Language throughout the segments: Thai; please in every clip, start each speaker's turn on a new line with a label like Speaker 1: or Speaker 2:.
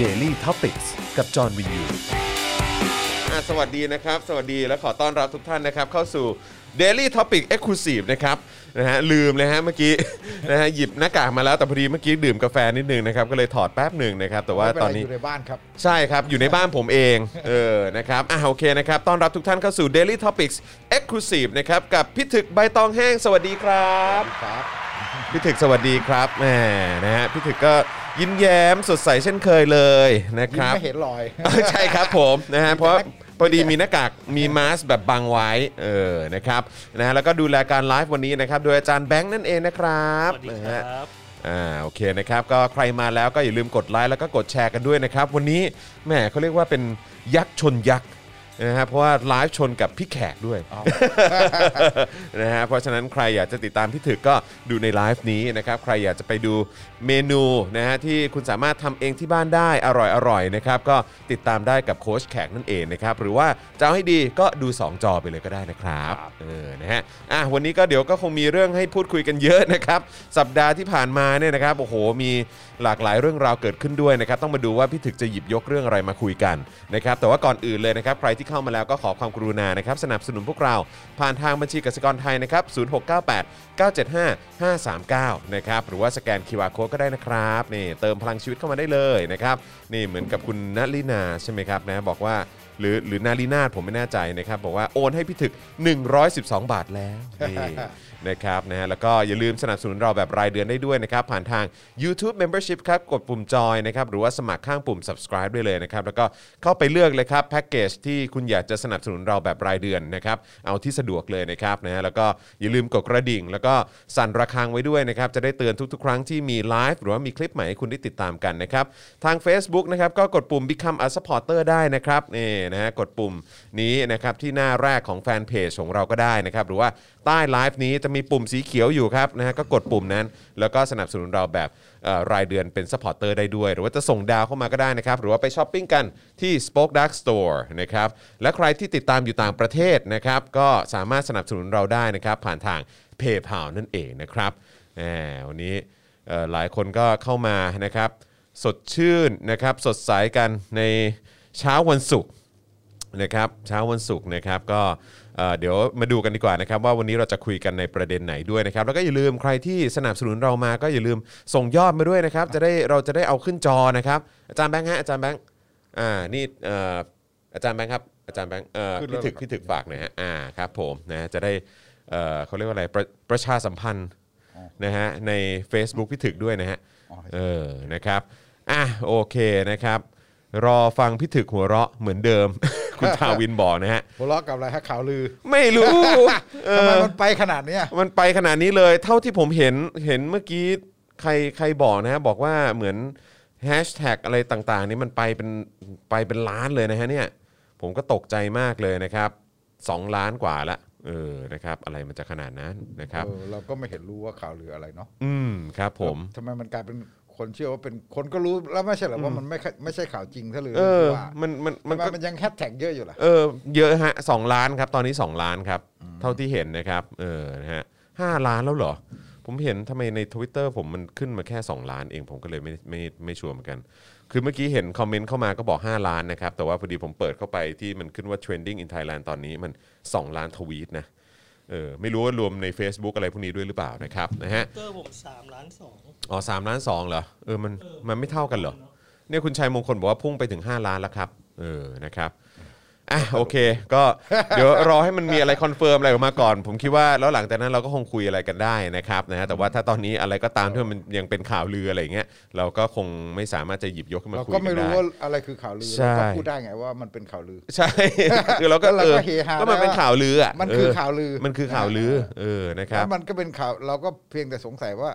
Speaker 1: Daily t o p i c กกับจอห์นวินยู
Speaker 2: อ่ะสวัสดีนะครับ สวัสดีและขอต้อนรับทุกท่านนะครับ เข้าสู่ Daily Topic Exclusive นะครับนะฮะลืมเลยฮะเมื่อกี้ นะฮะหยิบหน้ากากมาแล้วแต่พอดีเมื่อกี้ดื่มกาแฟนิดนึงนะครับ ก็เลยถอดแป๊บหนึ่งนะครับ แต่ว่า
Speaker 3: ไม่เป็
Speaker 2: ต
Speaker 3: ไร
Speaker 2: อนนี้
Speaker 3: ยู่ในบ้านครับ
Speaker 2: ใช่ครับ อยู่ในบ้านผมเอง เออ นะครับ อ่ะโอเคนะครับ ต้อนรับทุกท่านเข้าสู่ Daily Topics Exclusive นะครับ กับพิถึกใบตองแห้ง สวัสดีครับ
Speaker 3: ครับ
Speaker 2: พิถึกสวัสดีครับ แหม นะฮะ พิถึกก็ยิ้มแย้มสดใสเช่นเคยเลยนะค
Speaker 3: ยิ้ม
Speaker 2: รับ
Speaker 3: ไม่เห็นรอย
Speaker 2: ใช่ครับผมนะฮะเพราะพอดีมีหน้ากากมีมาสก์แบบบังไว้เออนะครับนะฮะแล้วก็ดูแลการไลฟ์วันนี้นะครับโดยอาจารย์แบงค์นั่นเองนะครับ
Speaker 4: สวัสดี
Speaker 2: นะครับ ฮะอ่าโอเคนะครับก็ใครมาแล้วก็อย่าลืมกดไลค์แล้วก็กดแชร์กันด้วยนะครับ วันนี้แหมเขาเรียกว่าเป็นยักษ์ชนยักษ์นะฮะเพราะว่าไลฟ์ชนกับพี่แขกด้วย นะฮะเพราะฉะนั้นใครอยากจะติดตามพี่ถึกก็ดูในไลฟ์นี้นะครับใครอยากจะไปดูเมนูนะฮะที่คุณสามารถทำเองที่บ้านได้อร่อยอร่อยนะครับก็ติดตามได้กับโค้ชแขกนั่นเองนะครับหรือว่าจะเอาให้ดีก็ดู 2 จอไปเลยก็ได้นะครับเออนะฮะอ่ะวันนี้ก็เดี๋ยวก็คงมีเรื่องให้พูดคุยกันเยอะนะครับ สัปดาห์ที่ผ่านมาเนี่ยนะครับโอ้โหมีหลากหลายเรื่องราวเกิดขึ้นด้วยนะครับต้องมาดูว่าพี่ถึกจะหยิบยกเรื่องอะไรมาคุยกันนะครับแต่ว่าก่อนอื่นเลยนะครับใครที่เข้ามาแล้วก็ขอความกรุณานะครับสนับสนุนพวกเรา ผ่านทางบัญชีกสิกรไทยนะครับ 0698 975 539 นะครับ หรือว่าสแกน QR Code ก็ได้นะครับ นี่เติมพลังชีวิตเข้ามาได้เลยนะครับ นี่เหมือนกับคุณนลินาใช่ไหมครับนะ บอกว่าหรือหรือนาลีนาถผมไม่แน่ใจนะครับ บอกว่าโอนให้พี่ถึก 112 บาทแล้วนี่ นะครับนะฮะแล้วก็อย่าลืมสนับสนุนเราแบบรายเดือนได้ด้วยนะครับ ผ่านทาง YouTube Membership ครับ กดปุ่มจอยนะครับ หรือว่าสมัครข้างปุ่ม subscribe ได้เลยนะครับ แล้วก็เข้าไปเลือกเลยครับ แพ็กเกจที่คุณอยากจะสนับสนุนเราแบบรายเดือนนะครับ เอาที่สะดวกเลยนะครับนะฮะแล้วก็อย่าลืมกดกระดิ่ง แล้วก็สั่นระฆังไว้ด้วยนะครับ จะได้เตือนทุกๆ ครั้งที่มีไลฟ์หรือว่ามีคลิปใหม่ให้คุณได้ติดตามกันนะครับ ทาง Facebook นะครับก็กดปุ่ม Become a supporter ได้นะครับนี่นะฮะกดปุ่มนี้นะครับที่หน้าแรกของแฟนเพจของเราก็ได้นะครับ หรือว่าใต้ไลฟ์นี้จะมีปุ่มสีเขียวอยู่ครับนะฮะก็กดปุ่มนั้น แล้วก็สนับสนุนเราแบบเอ่อรายเดือนเป็นซัพพอร์เตอร์ได้ด้วย หรือว่าจะส่งดาวเข้ามาก็ได้นะครับ หรือว่าไปช้อปปิ้งกันที่ Spoke Dark Store นะครับและใครที่ติดตามอยู่ต่างประเทศนะครับก็สามารถสนับสนุนเราได้นะครับ ผ่านทาง p a y p a l นั่นเองนะครับแหมวันนี้เอ่อหลายคนก็เข้ามานะครับ สดชื่นนะครับสดใสกันในเช้าวันศุกร์ นะครับเช้าวันศุกร์นะครับก็เอ่อเดี๋ยวมาดูกันดีกว่านะครับว่าวันนี้เราจะคุยกันในประเด็นไหนด้วยนะครับแล้วก็อย่าลืมใครที่สนับสนุนเรามาก็อย่าลืมส่งยอดมาด้วยนะครับจะได้เราจะได้เอาขึ้นจอนะครับอาจารย์แบงค์ฮะอาจารย์แบงค์อ่านี่เอ่ออาจารย์แบงค์ครับอาจารย์แบงค์เอ่อ
Speaker 3: ขึ้นแล้ว
Speaker 2: พี่ถึก
Speaker 3: เหรอครับ
Speaker 2: พี่ถึกฝากหน่อยฮะอ่าครับผมนะจะได้เอ่อเขาเรียกว่าอะไรประประชาสัมพันธ์นะฮะใน Facebook พี่ถึกด้วยนะฮะ เออ นะครับ อ่ะ โอเค นะครับ รอฟังพี่ถึกหัวเราะเหมือนเดิม คุณทาวินบอกนะฮะ
Speaker 3: หัวเราะกับอะไรฮะข่าวลือ
Speaker 2: ไม่รู้ เอ
Speaker 3: ทำไม
Speaker 2: อ
Speaker 3: มันไปขนาดเนี้ย
Speaker 2: มันไปขนาดนี้เลย เท่าที่ผมเห็น เห็นเมื่อกี้ ใคร ใครบอกนะฮะ บอกว่าเหมือนแฮชแท็กอะไรต่างๆ นี่มันไปเป็น ไปเป็นล้านเลยนะฮะเนี่ย ผมก็ตกใจมากเลยนะครับ 2 ล้านกว่าละ เออ นะครับ อะไรมันจะขนาดนั้นนะครับ
Speaker 3: เออเราก็ไม่เห็นรู้ว่าข่าวลืออะไรเนาะ
Speaker 2: อืม ครับผม
Speaker 3: ทำไมมันกลายเป็นคนเชื่อว่าเป็นคนก็รู้แล้วไม่ใช่เหรอว่ามันไม่ค่อยไม่ใช่ข่าวจริงถ้าลือ
Speaker 2: เออ
Speaker 3: ว่า
Speaker 2: มัน มัน
Speaker 3: มั
Speaker 2: มัน นก็
Speaker 3: มันยังแฮชแท็กเยอะอยู่ล่ะ
Speaker 2: เออเยอะฮะสองล้านครับ ตอนนี้ 2 ล้านครับ เท่าที่เห็นนะครับเออนะฮะห้าล้านแล้วเหรอ ผมเห็นทำไมใน Twitter ผมมันขึ้นมาแค่ 2 ล้านเองผมก็เลยไม่ไม่ไม่ชัวร์เหมือนกัน คือเมื่อกี้เห็นคอมเมนต์เข้ามาก็บอก 5 ล้านนะครับ แต่ว่าพอดีผมเปิดเข้าไปที่มันขึ้นว่า trending in Thailand ตอนนี้มัน 2 ล้านทวีตนะเออไม่รู้ว่ารวมใน Facebook อะไรพวกนี้ด้วยหรือเปล่านะครับนะฮะ
Speaker 4: เตอร์ผมสามล้านสอง
Speaker 2: อ๋อสามล้านสองเหรอเออมันมันไม่เท่ากันเหรอเนี่ยคุณชัยมงคลบอกว่าพุ่งไปถึง 5 ล้านแล้วครับ เออนะครับอ่ะโอเค ก็เดี๋ยวรอให้มันมีอะไรคอนเฟิร์มอะไรออกมาก่อน ผมคิดว่าแล้วหลังจากนั้นเราก็คงคุยอะไรกันได้นะครับนะฮะแต่ว่าถ้าตอนนี้อะไรก็ตามที่มันยังเป็นข่าวลืออะไรอย่างเงี้ยเราก็คงไม่สามารถจะหยิบยกขึ้นมา
Speaker 3: เรา
Speaker 2: คุย
Speaker 3: ก็
Speaker 2: กัน
Speaker 3: ไม่รู้
Speaker 2: ได้
Speaker 3: ว่าอะไรคือข่าวลือ
Speaker 2: ใช่
Speaker 3: เราก็พูดได้ไงว่ามันเป็นข่าวลือ
Speaker 2: ใช่ คือเราก็
Speaker 3: แล้วเราก็
Speaker 2: ออ
Speaker 3: เฮฮา
Speaker 2: ก็มันเป็นข่าวลืออ่ะ
Speaker 3: มันคือ
Speaker 2: เ
Speaker 3: ข่าวลือ
Speaker 2: มันคือข่าวลือเออนะครับ
Speaker 3: แล้วมันก็เป็นข่าวเราก็เพียงแต่สงสัยว่า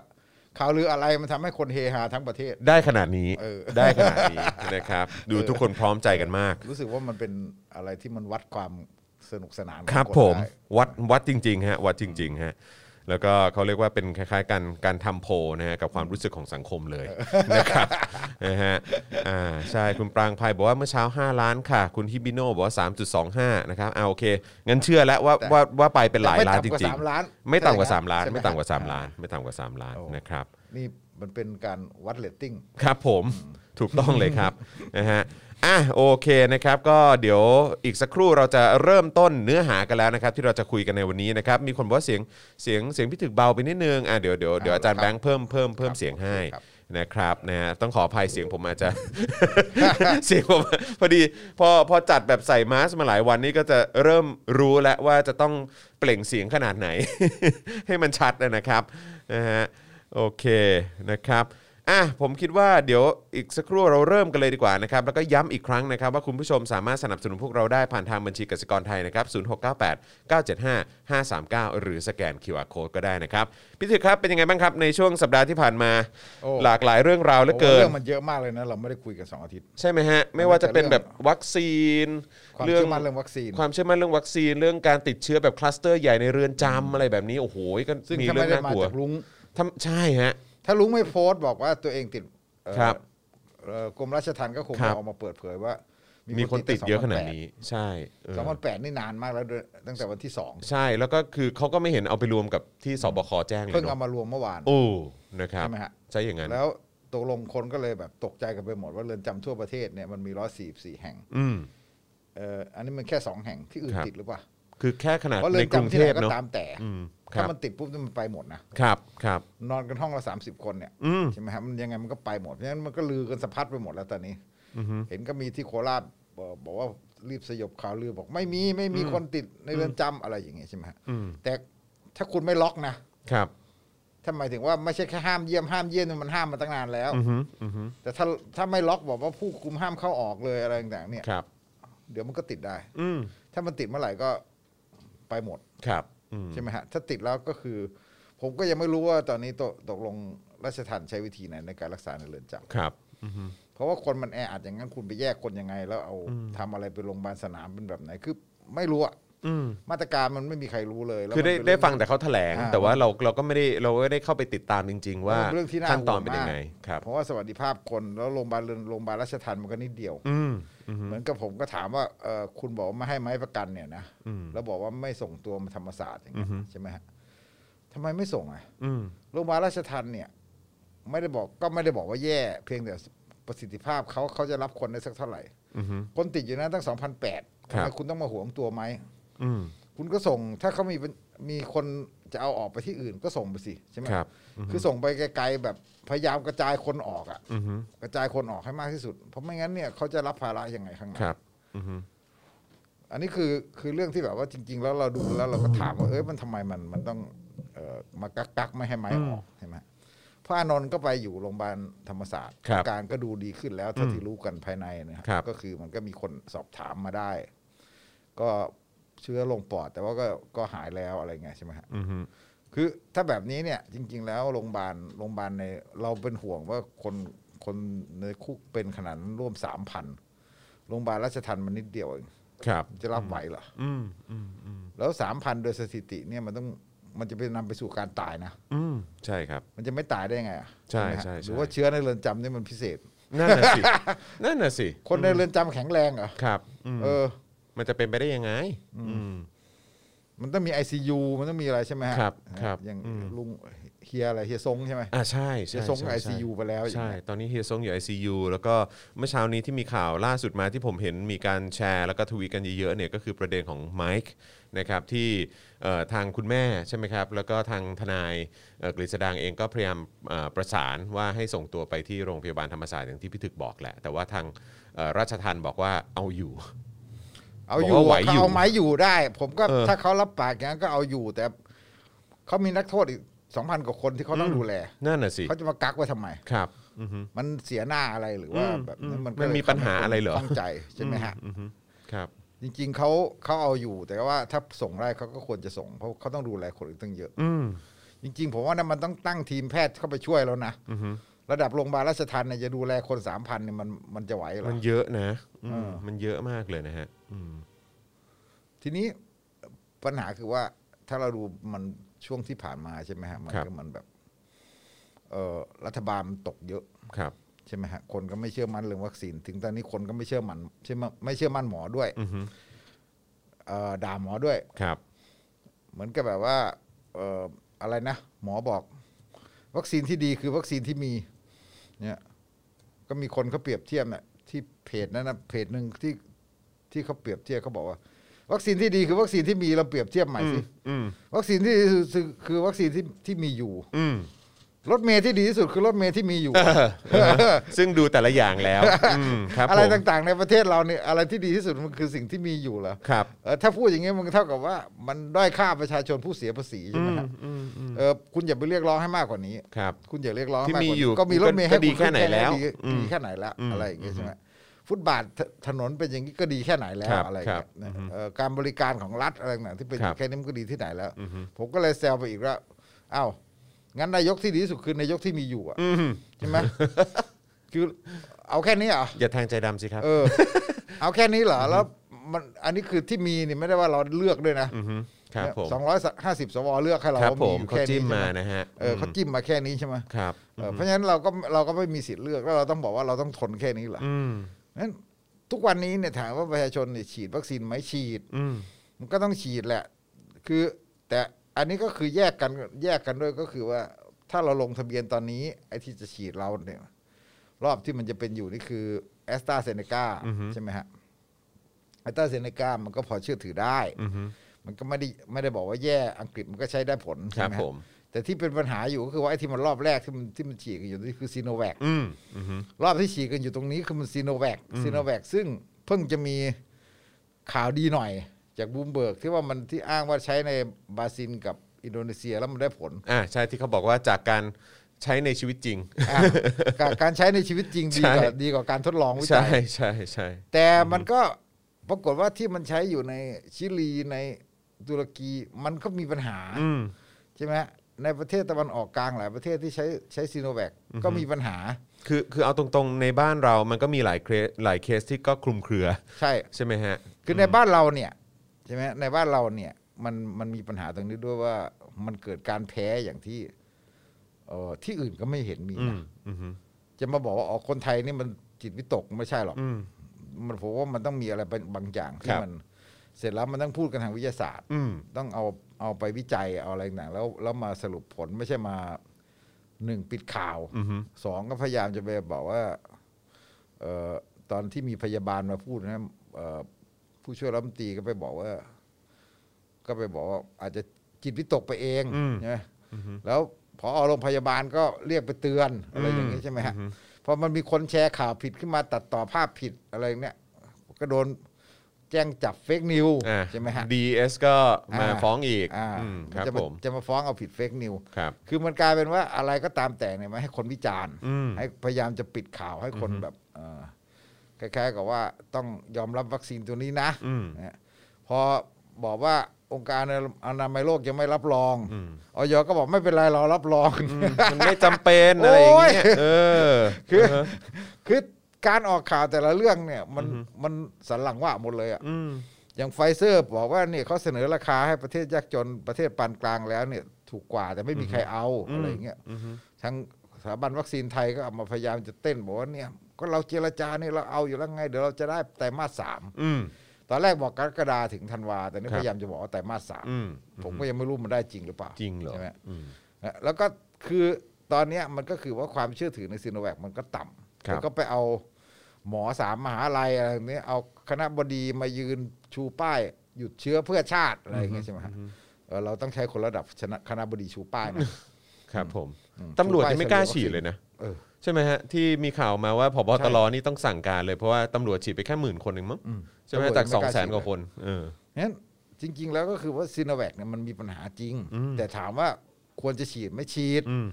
Speaker 3: ข่าวลืออะไรมันทำให้คนเฮฮาทั้งประเทศ
Speaker 2: ได้ขนาดนี้
Speaker 3: เออ
Speaker 2: ได้ขนาดนี้นะครับ ดูทุกคนพร้อมใจกันมาก
Speaker 3: รู้สึกว่ามันเป็นอะไรที่มันวัดความสนุกสนานของ
Speaker 2: ครับ
Speaker 3: น
Speaker 2: ผม
Speaker 3: ได้
Speaker 2: วัดวัดจริงๆฮะวัดจริงๆฮะแล้วก็เขาเรียกว่าเป็นคล้ายๆ กันการทำโพลนะฮะกับความรู้สึกของสังคมเลยนะครับนะฮะอ่าใช่คุณปรางภัยบอกว่าเมื่อเช้า 5 ล้านค่ะ คุณฮิบิโนบอกว่า 3.25 นะครับอ่าโอเคงั้นเชื่อแล้วว่าว่าว่าไปเป็นหลายล้านจ
Speaker 3: แต่ไม่
Speaker 2: ริง
Speaker 3: ต่ำกว่าสามล้าน
Speaker 2: ๆ ไม่ต่ำกว่า 3 ล้าน
Speaker 3: ใช่ไหม
Speaker 2: ไม่ต่ำกว่า
Speaker 3: ใช่ไหม
Speaker 2: 3 ล้านไม่ต่ำกว่า 3 ล้าน
Speaker 3: โอ้
Speaker 2: นะครับ
Speaker 3: นี่ มันเป็นการวัดเลตติ้ง
Speaker 2: ครับผมถูกต้องเลยครับ นะฮะอ่ะโอเคนะครับก็เดี๋ยวอีกสักครู่เราจะเริ่มต้นเนื้อหากันแล้วนะครับ ที่เราจะคุยกันในวันนี้นะครับมีคนบอกว่าเสียงเสียงเสียงพี่ถึกเบาไปนิดนึงอ่ะเดี๋ยวเดี๋ยวเดี๋ยวอาจารย์
Speaker 3: ครับ
Speaker 2: แบงค์เพิ่มเพิ่มเพิ่
Speaker 3: ค
Speaker 2: ม
Speaker 3: รับ
Speaker 2: เสียงให้
Speaker 3: ครับ
Speaker 2: นะครับนะฮะต้องขออภัยเสียงผมอาจจะ เสียงผมพอดีพอพอจัดแบบใส่มาสก์มาหลายวันนี้ก็จะเริ่มรู้แล้วว่าจะต้องเปล่งเสียงขนาด ไหน ให้มันชัดนะครับนะฮะโอเคนะครับอ่ะผมคิดว่าเดี๋ยวอีกสักครู่เราเริ่มกันเลยดีกว่านะครับแล้วก็ย้ำอีกครั้งนะครับ ว่าคุณผู้ชมสามารถสนับสนุนพวกเราได้ผ่านทางบัญชีกสิกรไทยนะครับ0698 975 539 หรือสแกน QR Code ก็ได้นะครับพี่ถือครับเป็นยังไงบ้างครับในช่วงสัปดาห์ที่ผ่านมา
Speaker 3: โอ้
Speaker 2: หลากหลายเรื่องราวเหลือเกิ
Speaker 3: โอ้
Speaker 2: น
Speaker 3: เรื่องมันเยอะมากเลยนะ เราไม่ได้คุยกันสองอาทิตย์
Speaker 2: ใช่ไหมฮะ ไม่ว่าจะเป็นแบบวัคซีน
Speaker 3: ความเชื่อมั่นเรื่องวัคซีน
Speaker 2: ความเชื่อมั่นเรื่องวัคซีนเรื่องการติดเชื้อแบบคลัสเตอร์ใหญ่ในเรือนจำอะไรแบบนี้ โอ้โหก็
Speaker 3: ซึ่ง
Speaker 2: มี
Speaker 3: ถ้า
Speaker 2: เรื่อ
Speaker 3: ไม่
Speaker 2: งน่าม
Speaker 3: ได้าก
Speaker 2: ลัว
Speaker 3: จากลุง
Speaker 2: ทำใช่ฮะ
Speaker 3: ถ้าลุงไม่โพสต์บอกว่าตัวเองติดเอ่อ
Speaker 2: ครับ
Speaker 3: เอ่อกรมราชทัณฑ์ก็คง
Speaker 2: ครับ
Speaker 3: เอามาเปิดเผยว่า
Speaker 2: มี
Speaker 3: มี
Speaker 2: คนติดเยอะขนาดนี้ใช่เออ
Speaker 3: สองพันแปดนี่นานมากแล้วด้วยตั้งแต่วันที่สอง
Speaker 2: ใช่แล้วก็คือเขาก็ไม่เห็นเอาไปรวมกับที่สบคแจ้งเล
Speaker 3: เพิ่
Speaker 2: ย
Speaker 3: งเอา
Speaker 2: เนาะ
Speaker 3: มารวมเมื่อวาน
Speaker 2: โอ้นะครับ
Speaker 3: ใช่ไหมฮะ
Speaker 2: ใช่อย่างนั้น
Speaker 3: แล้วตกลงคนก็เลยแบบตกใจกันไปหมดว่าเรือนจำทั่วประเทศเนี่ยมันมีร้อยสี่สี่แห่ง
Speaker 2: อืม
Speaker 3: เอ่ออันนี้มันแค่สองแห่งที่อื่น
Speaker 2: ครับ
Speaker 3: ติดหรือเปล่า
Speaker 2: คือแค่ขนาด
Speaker 3: เพราะเรื
Speaker 2: ใน
Speaker 3: อน
Speaker 2: กรุง
Speaker 3: จำที่
Speaker 2: เท
Speaker 3: ไหน
Speaker 2: พ
Speaker 3: ก็
Speaker 2: เนาะ
Speaker 3: ตามแต่
Speaker 2: อืมค
Speaker 3: ถ้า
Speaker 2: รับ
Speaker 3: มันติดปุ๊บนี่มันไปหมดนะครับ
Speaker 2: ครับ
Speaker 3: นอนกันห้องละสามสิบคนเนี่ย
Speaker 2: อืม
Speaker 3: ใช่ไหมครับมันยังไงมันก็ไปหมดเพราะฉะนั้นมันก็ลือกันสะพัดไปหมดแล้วตอนนี้
Speaker 2: อือฮึ
Speaker 3: เห็นก็มีที่โคราชบอกบอกว่ารีบสยบข่าวลือบอกไม่มีไม่มีคนติดในเรือนจำอะไรอย่างเงี้ยใช่ไหมฮะ
Speaker 2: อืม
Speaker 3: แต่ถ้าคุณไม่ล็อกนะครับ ถ้าหมายถึงว่าไม่ใช่แค่ห้ามเยี่ยมห้ามเยี่ยมเนี่ยมันห้ามมาตั้งนานแล้ว
Speaker 2: อือฮึอือฮึ
Speaker 3: แต่ถ้าถ้าไม่ล็อกบอกว่าผู้คุมห้ามเข้าออกเลยอะไรต่างๆเนี่ย
Speaker 2: ครับ
Speaker 3: เดี๋ยวมันก็ติดได้
Speaker 2: อืม
Speaker 3: ถ้ามันติดเมื่อไหร่ก็ไปหมด
Speaker 2: ครับอืม
Speaker 3: ใช่ไหมฮะถ้าติดแล้วก็คือ ผมก็ยังไม่รู้ว่าตอนนี้ตกตกลงราชทัณฑ์ใช้วิธีไหนในการรักษาในเรือนจำ
Speaker 2: ครับอือฮึ
Speaker 3: เพราะว่าคนมันแออัดอย่างนั้นคุณไปแยกคนยังไง แล้วเอาทำอะไรไปโรงพยาบาลสนามเป็นแบบไหนคือไม่รู้อะ
Speaker 2: อืม
Speaker 3: มาตรการมันไม่มีใครรู้เลยแล้ว
Speaker 2: คือได้
Speaker 3: มันเป็น
Speaker 2: ได้
Speaker 3: เรื่อ
Speaker 2: ฟังแต่เขาแถลง
Speaker 3: อ่า
Speaker 2: แต่ว่าเราเราก็ไม่ได้เราไม่ได้เข้าไปติดตามจริง ๆ ว่า
Speaker 3: เรื่องที่น่า
Speaker 2: ขั้นตอน
Speaker 3: ห่วง
Speaker 2: เป็นยังไง
Speaker 3: มาก
Speaker 2: ครับ
Speaker 3: เพราะว่าสวัสดิภาพคนแล้วโรงพยาบาลเรือนโรงพยาบาลราชทันมันก็นิดเดียว
Speaker 2: อืม
Speaker 3: เหมือนกับผมก็ถามว่าเอ่อคุณบอกว่าไม่ให้ไม้ประกันเนี่ยนะแล้วบอกว่าไม่ส่งตัวมาธรรมศาสตร์อย่างเงี้ยใช่ไหมฮะทำไมไม่ส่งอะ
Speaker 2: อืม
Speaker 3: โรงพยาบาลราชทันเนี่ย ไม่ได้บอกก็ไม่ได้บอกว่าแย่ เพียงแต่ประสิทธิภาพเขาเขาจะรับคนได้สักเท่าไหร่
Speaker 2: อืม
Speaker 3: คนติดอยู่นะตั้งสองพันแปดทำ
Speaker 2: ครั
Speaker 3: ไม
Speaker 2: บ
Speaker 3: คุณต้องมาหวงตัวไหม
Speaker 2: อืม
Speaker 3: คุณก็ส่งถ้าเขามีเป็นมีคนจะเอาออกไปที่อื่นก็ส่งไปสิใช่ไหม
Speaker 2: ครับ
Speaker 3: คือส่งไปไกลๆแบบพยายามกระจายคนออกอะ
Speaker 2: อืม
Speaker 3: กระจายคนออกให้มากที่สุด เพราะไม่งั้นเนี่ยเขาจะรับภาระยังไงข้างใน
Speaker 2: ครับ อืม
Speaker 3: อันนี้คือคือเรื่องที่แบบว่าจริง ๆ แล้วเราดูแล้วเราก็ถามว่าเอ้ยมันทำไมมันมันต้องเอ่อมากักกักๆไม่ให้ไม้ออกใช่ไหมพระอานนท์ก็ไปอยู่โรงพยาบาลธรรมศาสตร์
Speaker 2: ครับ
Speaker 3: อาการก็ดูดีขึ้นแล้วเท่าที่รู้กันภายในนะฮะ
Speaker 2: ครับ
Speaker 3: ก็คือมันก็มีคนสอบถามมาได้ ก็เชื้อลงปอด แต่ว่าก็ก็หายแล้วอะไรเงี้ยใช่ไหมฮะ
Speaker 2: อืม
Speaker 3: คือถ้าแบบนี้เนี่ยจริง ๆ แล้วโรงพยาบาลโรงพยาบาลในเราเป็นห่วงว่าคนคนในคุกเป็นขนาดนั้นร่วมสามพันโรงพยาบาลราชทันมันนิดเดียวเอง
Speaker 2: ครับ
Speaker 3: จะรับไหวเหรอ
Speaker 2: อืม อืม อืม
Speaker 3: แล้วสามพันโดยสถิติเนี่ยมันต้องมันจะไปนำไปสู่การตายนะ
Speaker 2: อืม ใช่ครับ
Speaker 3: มันจะไม่ตายได้ไงอะ
Speaker 2: ใช่
Speaker 3: ไหมฮะ
Speaker 2: ใช่
Speaker 3: ห
Speaker 2: ใช่
Speaker 3: รือว่าเชื้อในเรือนจำนี่มันพิเศษ
Speaker 2: นั่นน่ะ สิ นั่นน่ะสิ
Speaker 3: คนในเรือนจำแข็งแรงเหรอ
Speaker 2: ครับอืม
Speaker 3: เออ
Speaker 2: มันจะเป็นไปได้ยังไง อืม
Speaker 3: มันต้องมี ICU มันต้องมีอะไรใช่ไหมฮะ
Speaker 2: ครับครับ
Speaker 3: อย่าง
Speaker 2: อืม
Speaker 3: ลุงเฮียอะไรเฮียซงใช่ไหม
Speaker 2: อ่าใช่
Speaker 3: เฮี
Speaker 2: ใช่
Speaker 3: ยซง
Speaker 2: ใช่
Speaker 3: ไอ
Speaker 2: ใช่
Speaker 3: ซียูไปแล้วอย่าง
Speaker 2: ใช่
Speaker 3: เงี้ย
Speaker 2: ตอนนี้เฮียซงอยู่ ICU แล้วก็เมื่อเช้านี้ที่มีข่าวล่าสุดมาที่ผมเห็นมีการแชร์แล้วก็ทวีตกันเยอะๆเนี่ยก็คือประเด็นของไมค์นะครับที่เอ่อทางคุณแม่ใช่ไหมครับ แล้วก็ทางทนายเอ่อกฤษดางเองก็พยายามเอ่อประสานว่าให้ส่งตัวไปที่โรงพยาบาลธรรมศาสตร์อย่างที่พี่ถึกบอกแหละ แต่ว่าทางเอ่อราชทันบอกว่าเอาอยู่
Speaker 3: เอา
Speaker 2: บอก
Speaker 3: อยู่
Speaker 2: ว่าไหว
Speaker 3: เขา
Speaker 2: อยู่
Speaker 3: เอาไม้อยู่ได้ ผมก็
Speaker 2: เออ
Speaker 3: ถ้าเขารับปากอย่างนั้นก็เอาอยู่ แต่เขามีนักโทษอีกสองพันกว่าคนที่เขาต้องดูแล
Speaker 2: นั่นน่ะสิ
Speaker 3: เขาจะมากักไว้ทำไม
Speaker 2: ครับอือฮึ
Speaker 3: มันเสียหน้าอะไรหรือว่า
Speaker 2: อืม
Speaker 3: แบบนั้น
Speaker 2: อืม
Speaker 3: มัน
Speaker 2: มันมีปัญหาอะไรเหรอ
Speaker 3: ตั้งใจใช่ไหมฮะ
Speaker 2: อือฮึครับ
Speaker 3: จริง ๆเขาเขาเอาอยู่ แต่ว่าถ้าส่งได้เขาก็ควรจะส่งเพราะเขาต้องดูแลคนอีกตั้งเยอะ
Speaker 2: อืม
Speaker 3: จริง ๆ ผมว่านะมันต้องตั้งทีมแพทย์เข้าไปช่วยแล้วนะ
Speaker 2: อือฮึ
Speaker 3: ระดับโรงพยาบาลราชทันเนี่ยจะดูแลคนสามพันเนี่ยมันมันจะไหวเหรอ
Speaker 2: มันเยอะนะอืม
Speaker 3: เออ
Speaker 2: มันเยอะมากเลยนะฮะอืม
Speaker 3: ทีนี้ปัญหาคือว่าถ้าเราดูมันช่วงที่ผ่านมาใช่ไหมฮะมันก็มันแบบเออรัฐบาลมันตกเยอะ
Speaker 2: ครับ
Speaker 3: ใช่ไหมฮะคนก็ไม่เชื่อมั่นเรื่องวัคซีน ถึงตอนนี้คนก็ไม่เชื่อมันเชื่อมั่นไม่เชื่อมั่นหมอด้วย
Speaker 2: อือฮึ
Speaker 3: เอ่อด่าหมอด้วย
Speaker 2: ครับ
Speaker 3: เหมือนกับแบบว่าเอ่ออะไรนะหมอบอก วัคซีนที่ดีคือวัคซีนที่มี เนี่ย ก็มีคนเขาเปรียบเทียบน่ะที่เพจนั้นนะเพจหนึ่งที่ที่เขาเปรียบเทียบเขาบอกว่า วัคซีนที่ดีคือวัคซีนที่มีเราเปรียบเทียบใหม่สิ
Speaker 2: อืม
Speaker 3: วัคซีนที่ดีที่สุดคือวัคซีนที่ที่มีอยู่
Speaker 2: อืม
Speaker 3: รถเมย์ที่ดีที่สุดคือรถเมย์ที่มีอยู่
Speaker 2: ซึ่งดูแต่ละอย่างแล้วอืมครับ
Speaker 3: อะไร
Speaker 2: ผม
Speaker 3: ต่างๆในประเทศเราเนี่ยอะไรที่ดีที่สุดมันคือสิ่งที่มีอยู่เหรอ
Speaker 2: ครับ
Speaker 3: เออถ้าพูดอย่างเงี้ยมันเท่ากับว่า มันด้อยค่าประชาชนผู้เสียภาษีใช่ไหมครับเออคุณอย่าไปเรียกร้องให้มากกว่านี้
Speaker 2: ครับ
Speaker 3: คุณอย่าเรียกร้อง
Speaker 2: ที่
Speaker 3: มากกว่า
Speaker 2: มีอยู่
Speaker 3: นี้ก็มีรถเมย์ให้
Speaker 2: ก็ดี
Speaker 3: ณ
Speaker 2: แค่ไหนแล้ว
Speaker 3: ดี
Speaker 2: อืม
Speaker 3: ดีแค่ไหนแล้ว
Speaker 2: อืม
Speaker 3: อะไรอย่างเงี้ยใช่ไหมฟุตบาทถถนนเป็นอย่างนี้ก็ดีแค่ไหนแล้
Speaker 2: คว รับ
Speaker 3: อะไรอย่าง
Speaker 2: ครั
Speaker 3: เงี้ย
Speaker 2: บอือฮึ
Speaker 3: เอ่อการบริการของรัฐอะไรต่างๆที่เป็น
Speaker 2: ครับ
Speaker 3: แค่นี้มันก็ดีที่ไหนแล้ว ผมก็เลยแซวไปอีกว่าอ้าวงั้นนายกที่ดีที่สุดคือนายกที่มีอยู่อะ
Speaker 2: อืม
Speaker 3: ใช่ไหม คือเอาแค่นี้เหรอ
Speaker 2: อย่าทางใจดำสิครับ
Speaker 3: เออ เอาแค่นี้เหรอ แล้วมันอันนี้คือที่มีนี่ไม่ได้ว่าเราเลือกด้วยนะ
Speaker 2: อือฮึครับผม
Speaker 3: สองร้อยห้าสิบสวเลือกให้เรา
Speaker 2: ครับ
Speaker 3: ว่า
Speaker 2: ผ
Speaker 3: มี
Speaker 2: ม
Speaker 3: อยู่
Speaker 2: เขา
Speaker 3: แค่นี้
Speaker 2: จิ้ม
Speaker 3: ใช่
Speaker 2: มา
Speaker 3: ไหม
Speaker 2: นะฮะ
Speaker 3: เออเขาจิ้มมาแค่นี้ใช่ไหม
Speaker 2: ครับ
Speaker 3: เออเพราะฉะนั้นเราก็เราก็ไม่มีสิทธิ์เลือกแล้วเราต้องบอกว่าเราต้องทนแค่นี้เหรอ
Speaker 2: อืม
Speaker 3: นั้นทุกวันนี้เนี่ยถามว่าประชาชนเนี่ยฉีดวัคซีนไหมฉีด
Speaker 2: อืม
Speaker 3: มันก็ต้องฉีดแหละ คือแต่อันนี้ก็คือแยกกันแยกกันด้วยก็คือว่า ถ้าเราลงทะเบียนตอนนี้ ไอ้ที่จะฉีดเราเนี่ย รอบที่มันจะเป็นอยู่นี่คือแอสตราเซเนกาใช่ไหมฮะแอสตราเซเนกามันก็พอเชื่อถือได้
Speaker 2: อือฮึ
Speaker 3: มันก็ไม่ได้ไม่ได้บอกว่าแย่อังกฤษมันก็ใช้ได้ผล
Speaker 2: ค
Speaker 3: ใช่
Speaker 2: รับ
Speaker 3: ไหมฮะ
Speaker 2: ผม
Speaker 3: แต่ที่เป็นปัญหาอยู่ก็คือว่าไอ้ที่มันรอบแรกที่มันที่มันฉีดกันอยู่นี่คือซีโนแวค
Speaker 2: อืมอือฮึ
Speaker 3: รอบที่ฉีดกันอยู่ตรงนี้คือมันซีโนแวคซีโนแวคซึ่งเพิ่งจะมีข่าวดีหน่อย จากบูมเบิร์กที่ว่ามันที่อ้างว่าใช้ในบราซิลกับอินโดนีเซียแล้วมันได้ผล
Speaker 2: อ่าใช่ที่เขาบอกว่าจากการใช้ในชีวิตจริง
Speaker 3: อ่ะการการใช้ในชีวิตจริงดีก
Speaker 2: ใช่
Speaker 3: ว่าดีกว่าการทดลองวิ
Speaker 2: ใช่
Speaker 3: จัย
Speaker 2: ใช่ใช่
Speaker 3: แต่มันก็ปรากฏว่าที่มันใช้อยู่ในชิลีในตุรกีมันก็มีปัญหา
Speaker 2: อืม
Speaker 3: ใช่ไหมในประเทศตะวันออกกลางหลายประเทศที่ใช้ใช้ซีโนแวคก็มีปัญหา
Speaker 2: คือคือเอาตรงๆในบ้านเรามันก็มีหลายเคสหลายเคสที่ก็คลุมเครือ
Speaker 3: ใช่
Speaker 2: ใช่ไหมฮะ
Speaker 3: คือในบ้านเราเนี่ยใช่ไหมในบ้านเราเนี่ยมันมันมีปัญหาตรงนี้ด้วยว่ามันเกิดการแพ้อย่างที่เอ่อที่อื่นก็ไม่เห็นมี
Speaker 2: อืม
Speaker 3: นะ
Speaker 2: อืม
Speaker 3: จะมาบอกว่าอ๋อคนไทยนี่มันจิตวิตกไม่ใช่หรอก
Speaker 2: อืม
Speaker 3: มันผมว่ามันต้องมีอะไรเป็นบางอย่าง
Speaker 2: ค
Speaker 3: ที่
Speaker 2: รับ
Speaker 3: มัน เสร็จแล้วมันต้องพูดกันทางวิทยาศาสตร์
Speaker 2: อืม
Speaker 3: ต้องเอาเอาไปวิจัยเอาอะไรต่างๆแล้วแล้วมาสรุปผลไม่ใช่มาหนึ่งปิดข่าว
Speaker 2: อือฮึ
Speaker 3: สองก็พยายามจะไปบอกว่าเออตอนที่มีพยาบาลมาพูดนะเอ่อผู้ช่วยรัฐมนตรีก็ไปบอกว่า ก็ไปบอกว่าอาจจะจิตวิตกไปเองใช่ไหมแล้วพอโรงพยาบาลก็เรียกไปเตือนอะไรอย่างนี้ใช่ไหมฮะพอมันมีคนแชร์ข่าวผิดขึ้นมาตัดต่อภาพผิดอะไรเนี่ยก็โดนแจ้งจับเฟกนิว
Speaker 2: อ่า
Speaker 3: ใช่ไหมฮะ
Speaker 2: DS ก็มา
Speaker 3: อ่า
Speaker 2: ฟ้องอีก
Speaker 3: อ่า
Speaker 2: อืมครับ
Speaker 3: จะมา
Speaker 2: ผม
Speaker 3: จะมาฟ้องเอาผิดเฟกนิว
Speaker 2: ครับ
Speaker 3: คือมันกลายเป็นว่าอะไรก็ตามแต่เนี่ยมาให้คนวิจารณ์
Speaker 2: อืม
Speaker 3: ให้พยายามจะปิดข่าวให้คนแบบเอ่อคล้ายๆกับว่าต้องยอมรับวัคซีนตัวนี้นะ
Speaker 2: อืม
Speaker 3: นะพอบอกว่าองค์การอนามัยโลกยังไม่รับรอง
Speaker 2: อืม
Speaker 3: ออยก็บอกไม่เป็นไรเรารับรอง
Speaker 2: มันไม่จำเป็นอะไรอย่างเงี้ยเออ
Speaker 3: คือ คือการออกข่าวแต่ละเรื่องเนี่ย มันมันสันหลังว่าหมดเลยอะ
Speaker 2: อืม
Speaker 3: อย่างไฟเซอร์บอกว่าเนี่ยเขาเสนอราคาให้ประเทศยากจนประเทศปานกลางแล้วเนี่ย ถูกกว่าแต่ไม่มีใครเอาอะไรอย่างเงี้ยทั้งสถาบันวัคซีนไทยก็เอามาพยายามจะเต้นบอกว่าเนี่ยก็เราเจรจาเนี่ยเราเอาอยู่แล้วไง เดี๋ยวเราจะได้ไตรมาสสาม
Speaker 2: อืม
Speaker 3: ตอนแรกบอกกรกฎาถึงธันวาแต่นี่
Speaker 2: ครับ
Speaker 3: พยายามจะบอกว่าไตรมาสสาม
Speaker 2: อืม
Speaker 3: ผมก็ยังไม่รู้มันได้จริงหรือเปล่า
Speaker 2: จริงเหรอ
Speaker 3: ใช่ไม
Speaker 2: อืม
Speaker 3: นะแล้วก็คือตอนเนี้ยมันก็คือว่าความเชื่อถือในซีโนแวคมันก็ต่ำ
Speaker 2: ครับ
Speaker 3: แล้วก็ไปเอาหมอสามมหาลัยอะไรอย่างเนี้ยเอาคณะบดีมายืนชูป้ายหยุดเชื้อเพื่อชาติอะไรอย่างเงี้ยใช่ไหมฮะเออเราต้องใช้คนระดับชนะคณะบดีชูป้ายนะครับ
Speaker 2: ผม
Speaker 3: อืม
Speaker 2: ตำรวจยัง
Speaker 3: ชู
Speaker 2: ไม่
Speaker 3: ป้
Speaker 2: กล้าฉีดเลยนะ
Speaker 3: เออ
Speaker 2: ใช่ไหมฮะ ที่มีข่าวมาว่าพบ
Speaker 3: ใช่
Speaker 2: ตรนี่ต้องสั่งการเลยเพราะว่าตำรวจฉีดไปแค่หมื่นคนเองมั้ง
Speaker 3: อืม
Speaker 2: ใช่ไหม
Speaker 3: ตำรวจ
Speaker 2: จาก
Speaker 3: ยัง
Speaker 2: ส
Speaker 3: ไม่
Speaker 2: อง
Speaker 3: กล้า
Speaker 2: แสน
Speaker 3: ฉีด
Speaker 2: กว่าคนเออ
Speaker 3: งั้นจริง ๆ แล้วก็คือว่าซีโนแวคเนี่ยมันมีปัญหาจริง
Speaker 2: อืม
Speaker 3: แต่ถามว่าควรจะฉีดไม่ฉีด
Speaker 2: อืม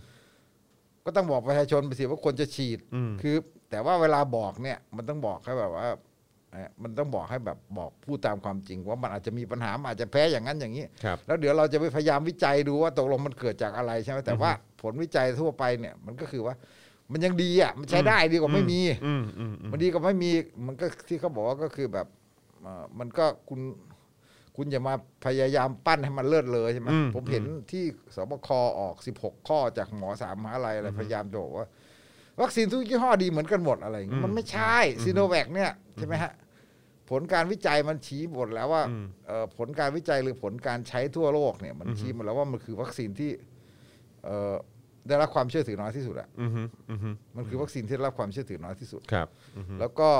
Speaker 3: ก็ต้องบอกประชาชนไปสิว่าควรจะฉีด
Speaker 2: อืม
Speaker 3: คือ แต่ว่าเวลาบอกเนี่ย มันต้องบอกให้แบบว่าเอ่อมันต้องบอกให้แบบบอกพูดตามความจริง ว่ามันอาจจะมีปัญหามันอาจจะแพ้อย่างนั้นอย่างนี้
Speaker 2: ครับ
Speaker 3: แล้วเดี๋ยวเราจะไปพยายามวิจัยดูว่าตกลงมันเกิดจากอะไรใช่ไหมแต่ว่าผลวิจัยทั่วไปเนี่ยมันก็คือว่า มันยังดีอ่ะมันใช้ได้ดีกว่าไม่มี
Speaker 2: อืมอืมอืม
Speaker 3: มันดีกว่าไม่มีมันก็ที่เขาบอกว่าก็คือแบบเอ่อมันก็คุณคุณอย่ามาพยายามปั้นให้มันเลิศเลยใช่ไหมผมเห็นที่สบคออก 16 ข้อจากหมอสามมหาลัยอะไรพยายามจะบอกว่า วัคซีนทุกยี่ห้อดีเหมือนกันหมดอะไรอย่างงี้มันไม่ใช่ซีโนแวคเนี่ยใช่ไหมฮะ ผลการวิจัยมันชี้หมดแล้วว่าเอ่อผลการวิจัยหรือผลการใช้ทั่วโลกเนี่ย มันชี้หมดแล้วว่ามันคือวัคซีนที่เอ่อ ได้รับความเชื่อถือน้อยที่สุดอะ
Speaker 2: อือฮึอือฮึ
Speaker 3: มันคือวัคซีนที่ได้รับความเชื่อถือน้อยที่สุด
Speaker 2: ครับอือฮึ
Speaker 3: แล้วก็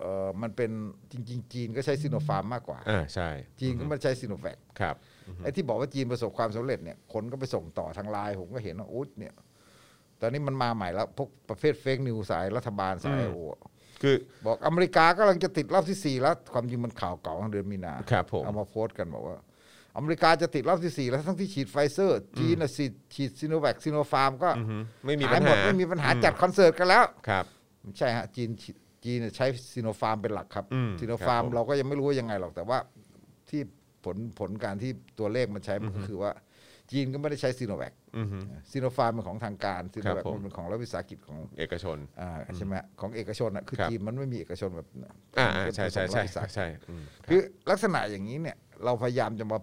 Speaker 3: เอ่อมันเป็นจริงๆ จีนก็ใช้ซิโนฟาร์มมากกว่า
Speaker 2: อ่าใช่
Speaker 3: จีนก็ไม่ใช้ซิโนแวค
Speaker 2: ครับ
Speaker 3: ไอ้ที่บอกว่าจีนประสบความสำเร็จเนี่ยคนก็ไปส่งต่อทางไลน์ผมก็เห็นว่าอุ๊ยเนี่ย ตอนนี้มันมาใหม่แล้วพวกประเภทเฟกนิวสายรัฐบาลสายโออะ
Speaker 2: คือ
Speaker 3: บอกอเมริกากำลังจะติดรอบที่สี่แล้ว ความจริงมันข่าวเก่าตั้งเดือนมีนา
Speaker 2: ครับผม
Speaker 3: เอามาโพสต์กันบอกว่า อเมริกาจะติดรอบที่สี่แล้วทั้งที่ฉีดไฟเซอร์ จีนน่ะฉีดฉีดซิโนแวคซิโนฟาร์มก็
Speaker 2: อือฮึไม่มี
Speaker 3: หา
Speaker 2: ปั
Speaker 3: ย
Speaker 2: ญ
Speaker 3: หม
Speaker 2: หา
Speaker 3: ดไม่มีปัญหาจัดคอนเสิร์ตกันแล้ว
Speaker 2: ครับ
Speaker 3: ไม่ใช่ฮะจีนฉีดจีนเนี่ยใช้ซิโนฟาร์มเป็นหลักครับ
Speaker 2: อืม
Speaker 3: ซิโนฟาร์ม
Speaker 2: ครับผม
Speaker 3: เราก็ยังไม่รู้ว่ายังไงหรอกแต่ว่าที่ผลผลการที่ตัวเลขมันใช้มันก็คือว่า จีนก็ไม่ได้ใช้ซิโนแวค
Speaker 2: อือฮึ
Speaker 3: ซิโนฟาร์มเป็นของทางการซิโนแว
Speaker 2: ครั
Speaker 3: ค
Speaker 2: บผม
Speaker 3: มันเป็นของรัฐวิสาหกิจของ
Speaker 2: เอกชน
Speaker 3: อ่าใช่ไหมฮะของเอกชนอะคือ
Speaker 2: ครับ
Speaker 3: จีนมันไม่มีเอกชนแบบ
Speaker 2: อ่าอ่าใช่ใช่
Speaker 3: เป็นของ
Speaker 2: ใช่
Speaker 3: รัฐวิสาหกิจ
Speaker 2: ใช่อืม
Speaker 3: คือลักษณะอย่างนี้เนี่ยเราพยายามจะมา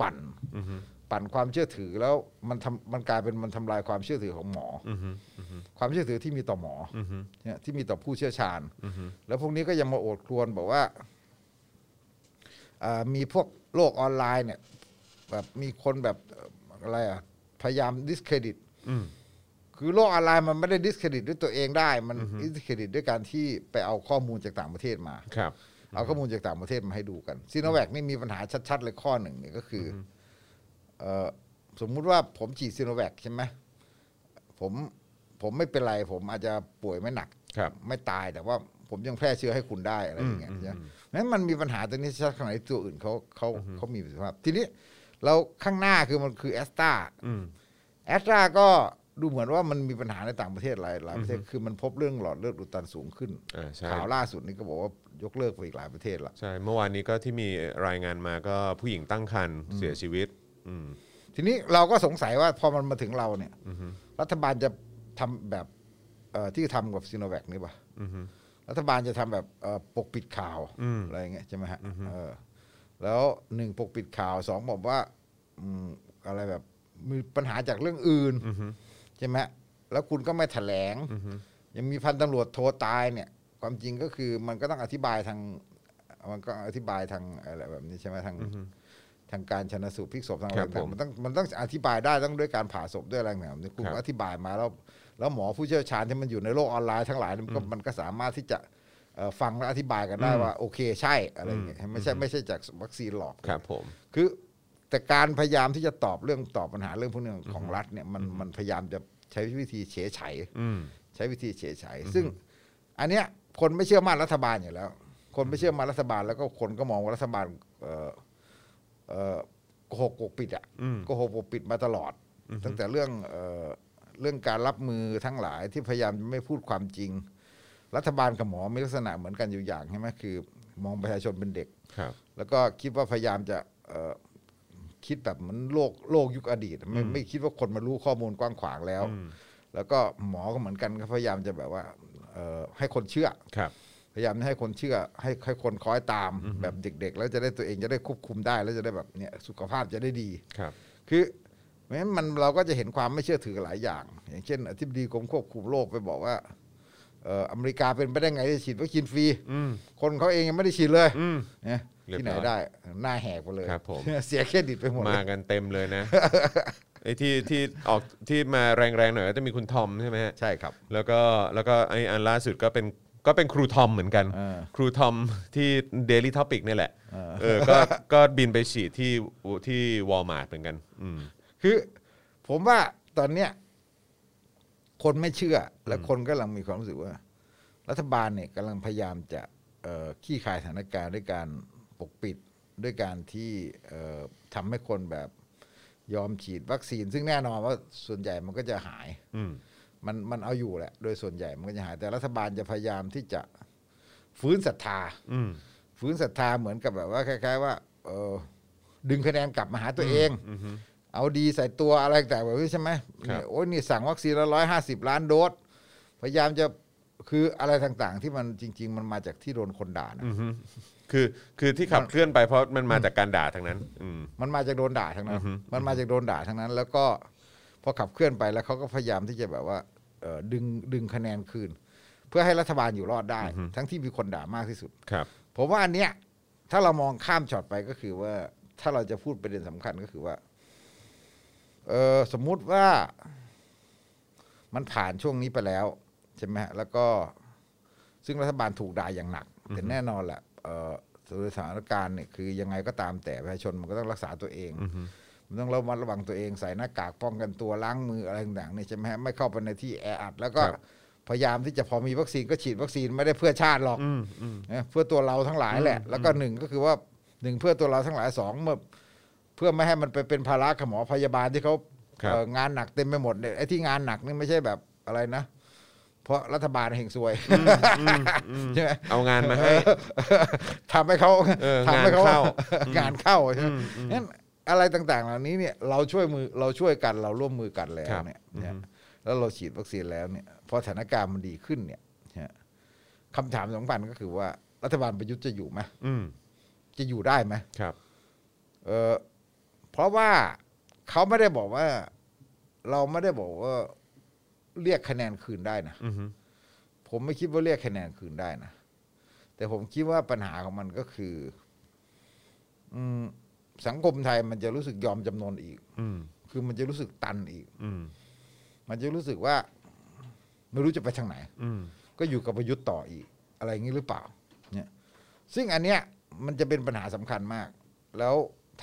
Speaker 3: ปั่น
Speaker 2: อือฮึ
Speaker 3: ปั่นความเชื่อถือแล้วมันทำมันกลายเป็นมันทำลายความเชื่อถือของหมออ
Speaker 2: อือฮึ
Speaker 3: ความเชื่อถือที่มีต่อหมอ
Speaker 2: อือฮึ
Speaker 3: เนี่ยที่มีต่อผู้เชี่ยวชาญ
Speaker 2: อือฮึ
Speaker 3: แล้วพวกนี้ก็ยังมาโอดครวญบอกว่าอ่ามีพวกโลกออนไลน์เนี่ยแบบมีคนแบบเอ่ออะไรอ่ะพยายามดิสเครดิต
Speaker 2: อืม
Speaker 3: คือโลกออนไลน์มันไม่ได้ดิสเครดิตด้วยตัวเองได้ มันดิสเครดิตด้วยการที่ไปเอาข้อมูลจากต่างประเทศมา
Speaker 2: ครับ
Speaker 3: เอาข้อมูลจากต่างประเทศมาให้ดูกันซีโนแวคนี่มีปัญหาชัด ๆ เลยข้อหนึ่งเนี่ยก็คืออเอ่อสมมุติว่าผมฉีดซีโนแวคใช่ไหมผมผมไม่เป็นไร ผมอาจจะป่วยไม่หนัก
Speaker 2: ครับ
Speaker 3: ไม่ตายแต่ว่าผมยังแพร่เชื้อให้คุณได้อะไรอย่างเงี้ยใช่ไหมนั้นมันมีปัญหาตรงนี้ชัดขนาดที่ตัวอื่นเขาเขาเขามีประสิทธิภาพ ทีนี้เราข้างหน้าคือมันคือแอสตรา
Speaker 2: อืม
Speaker 3: แอสตราก็ดูเหมือนว่ามันมีปัญหาในต่างประเทศหลายหลายประเทศคือมันพบเรื่องหลอดเลือดอุดตันสูงขึ้น
Speaker 2: อ่าใช่
Speaker 3: ข่าวล่าสุดนี่ก็บอกว่ายกเลิกไปอีกหลายประเทศละ
Speaker 2: ใช่ เมื่อวานนี้ก็ที่มีรายงานมาก็ผู้หญิงตั้งครรภ์เสียชีวิต อืม
Speaker 3: ทีนี้เราก็สงสัยว่าพอมันมาถึงเราเนี่ยรัฐบาลจะทำแบบเอ่อที่ทำกับซีโนแวคนี่ปะรัฐบาลจะทำแบบเอ่อปกปิดข่าวอะไรอย่างเงี้ยใช่ไหมฮะเออแล้วหนึ่งปกปิดข่าวสองบอกว่าอืมอะไรแบบมีปัญหาจากเรื่องอื่นใช่ไหมฮะแล้วคุณก็ไม่แถลงยังมีพันตำรวจโทรตายเนี่ย ความจริงก็คือมันก็ต้องอธิบายทางมันก็อธิบายทางอะไรแบบนี้ใช่ไหมทางทางการชนะสูตรพลิกศพทางอะไร
Speaker 2: ครับผ
Speaker 3: ต่างๆ
Speaker 2: ม
Speaker 3: มันต้องมันต้องอธิบายได้ต้องด้วยการผ่าศพด้วยอะไรต่างๆเนี่ยคุณ
Speaker 2: ครับ
Speaker 3: ก็อธิบายมาแล้วแล้วหมอผู้เชี่ยวชาญที่มันอยู่ในโลกออนไลน์ทั้งหลายเนี่ยมันก็มันก็สามารถที่จะเอ่อฟังและอธิบายกันได้ว่า โอเคใช่อะไรอย่างเงี้ยไม่ใช่ไม่ใช่จากวัคซีนหลอก
Speaker 2: ครับผม
Speaker 3: คือแต่การพยายามที่จะตอบเรื่องตอบปัญหาเรื่องพวกนี้ของรัฐเนี่ยมันมันพยายามจะใช้วิธีเฉยไฉ
Speaker 2: อืม
Speaker 3: ใช้วิธีเฉยๆซึ่งอันเนี้ยคนไม่เชื่อมั่นรัฐบาลอยู่แล้ว คนไม่เชื่อมั่นรัฐบาลแล้วก็คนก็มองว่ารัฐบาลเอ่อเอ่อโกหกปกปิดอ่ะ
Speaker 2: อืม
Speaker 3: โกหกปกปิดมาตลอด ตั้งแต่เรื่องเอ่อเรื่องการรับมือทั้งหลายที่พยายามจะไม่พูดความจริง รัฐบาลกับหมอมีลักษณะเหมือนกันอยู่อย่างใช่ไหมคือ มองประชาชนเป็นเด็ก
Speaker 2: ครับ
Speaker 3: แล้วก็คิดว่าพยายามจะเอ่อคิดแบบเหมือนโลกโลกยุคอดีตไม่ไม่คิดว่าคนมารู้ข้อมูลกว้างขวางแล้ว แล้วก็หมอก็เหมือนกันก็พยายามจะแบบว่าเอ่อให้คนเชื่อ
Speaker 2: ครับ
Speaker 3: พยายามให้คนเชื่อ ให้ให้คนคอยตามแบบเด็ก ๆ แล้วจะได้ตัวเองจะได้ควบคุมได้ แล้วจะได้แบบเนี่ยสุขภาพจะได้ดี
Speaker 2: ครับ
Speaker 3: คือเพราะฉะนั้นมันเราก็จะเห็นความไม่เชื่อถือหลายอย่าง อย่างเช่นอธิบดีกรมควบคุมโรคไปบอกว่าเอ่ออเมริกาเป็นไปได้ไงที่ฉีดวัคซีนฟรี
Speaker 2: อืม
Speaker 3: คนเขาเองยังไม่ได้ฉีดเลย
Speaker 2: อืม
Speaker 3: นะ
Speaker 2: เรียบร้อย
Speaker 3: ที่ไหนได้หน้าแหกไปเลย
Speaker 2: ครับผม
Speaker 3: เสียเครดิตไปหมดเล
Speaker 2: มาย กันเต็มเลยนะ ไอ้ที่ที่ออกที่มาแรงๆหน่อยก็จะมีคุณทอมใช่ไหมฮะ
Speaker 3: ใช่ครับ
Speaker 2: แล้วก็แล้วก็ไออันล่าสุดก็เป็นก็เป็นครูทอมเหมือนกัน
Speaker 3: เออ
Speaker 2: ครูทอม ที่ Daily Topic นี่แหละเออก็ก็บินไปฉีดที่ที่วอลมาร์ทเหมือนกัน อืม
Speaker 3: คือผมว่าตอนเนี้ยคนไม่เชื่อ และคนก็กำลังมีความรู้สึกว่า รัฐบาลเนี่ยกำลังพยายามจะเอ่อขี้คายสถานการณ์ด้วยการปกปิดด้วยการที่เอ่อทำให้คนแบบยอมฉีดวัคซีน ซึ่งแน่นอนว่าส่วนใหญ่มันก็จะหาย
Speaker 2: อืม
Speaker 3: มันมันเอาอยู่แหละ โดยส่วนใหญ่มันก็จะหายแต่รัฐบาลจะพยายามที่จะฟื้นศรัทธา
Speaker 2: อืม
Speaker 3: ฝืนศรัทธาเหมือนกับแบบว่าคล้ายๆว่าเออดึงคะแนนกลับมาหาตัวเอง เอาดีใส่ตัวอะไรต่างๆแบบนี้ใช่ไหม
Speaker 2: ครับ
Speaker 3: เนี่ยโอ้ยนี่สั่งวัคซีนละร้อยห้าสิบล้านโดสพยายามจะคืออะไรต่างๆ ที่มันจริง ๆ มันมาจากที่โดนคนด่านะ
Speaker 2: คือคือที่ขับเคลื่อนไปเพราะมันมาจากการด่าทั้งนั้น อืม
Speaker 3: มันมาจากโดนด่าทั้งนั้น มันมาจากโดนด่าทั้งนั้น แล้วก็พอขับเคลื่อนไปแล้วเขาก็พยายามที่จะแบบว่าเอ่อดึงดึงคะแนนคืน เพื่อให้รัฐบาลอยู่รอดได้ ทั้งที่มีคนด่ามากที่สุด
Speaker 2: ครับ
Speaker 3: ผมว่าอันเนี้ยถ้าเรามองข้ามช็อตไปก็คือว่า ถ้าเราจะพูดประเด็นสำคัญก็คือว่า เออสมมุติว่า มันผ่านช่วงนี้ไปแล้ว ใช่ไหมฮะแล้วก็ซึ่งรัฐบาลถูกด่ายอย่างหนัก แต่แน่นอนแหละเอ่อสถานการณ์เนี่ยคือยังไงก็ตามแต่ประชาชนมันก็ต้องรักษาตัวเอง มันต้องระมัดระวังตัวเองใส่หน้ากากป้องกันตัวล้างมืออะไรต่างๆเนี่ยใช่ไหมฮะไม่เข้าไปในที่แออัด แล้วก็
Speaker 2: ครับ
Speaker 3: พยายามที่จะพอมีวัคซีนก็ฉีดวัคซีนไม่ได้เพื่อชาติหรอก
Speaker 2: อืมอืม
Speaker 3: นะเพื่อตัวเราทั้งหลายแหละ แล้วก็หนึ่งก็คือว่าหนึ่งเพื่อตัวเราทั้งหลายสองเมื่อเพื่อไม่ให้มันไปเป็นภาระกับหมอพยาบาลที่เขา
Speaker 2: ครับ
Speaker 3: เอ่องานหนักเต็มไปหมดเนี่ยไอ้ที่งานหนักนี่ไม่ใช่แบบอะไรนะ เพราะรัฐบาลเฮงซวยใช่ไหม
Speaker 2: เอางานมาให้
Speaker 3: ทำให้เขา
Speaker 2: เออ
Speaker 3: ทำให้เขา
Speaker 2: งานเข้า
Speaker 3: งานเข้าใช่ไหมงั้นอะไรต่างๆ เหล่านี้เนี่ยเราช่วยมือเราช่วยกันเราร่วมมือกันแล้วเนี่ยนะแล้วเราฉีดวัคซีนแล้วเนี่ยพอสถานการณ์มันดีขึ้นเนี่ยนะฮะคำถามสำคัญก็คือว่ารัฐบาลประยุทธ์จะอยู่ไหม
Speaker 2: อืม
Speaker 3: จะอยู่ได้ไหม
Speaker 2: ครับ
Speaker 3: เออเพราะว่าเขาไม่ได้บอกว่า เราไม่ได้บอกว่า เรียกคะแนนคืนได้นะ
Speaker 2: อืม
Speaker 3: ผมไม่คิดว่าเรียกคะแนนคืนได้นะ แต่ผมคิดว่าปัญหาของมันก็คือ อืมสังคมไทยมันจะรู้สึกยอมจำนนอีก
Speaker 2: อืม
Speaker 3: คือมันจะรู้สึกตันอีก
Speaker 2: อืม
Speaker 3: มันจะรู้สึกว่า ไม่รู้จะไปทางไหน
Speaker 2: อืม
Speaker 3: ก็อยู่กับประยุทธ์ต่ออีก อะไรอย่างนี้หรือเปล่า เนี่ย ซึ่งอันเนี้ยมันจะเป็นปัญหาสำคัญมาก แล้ว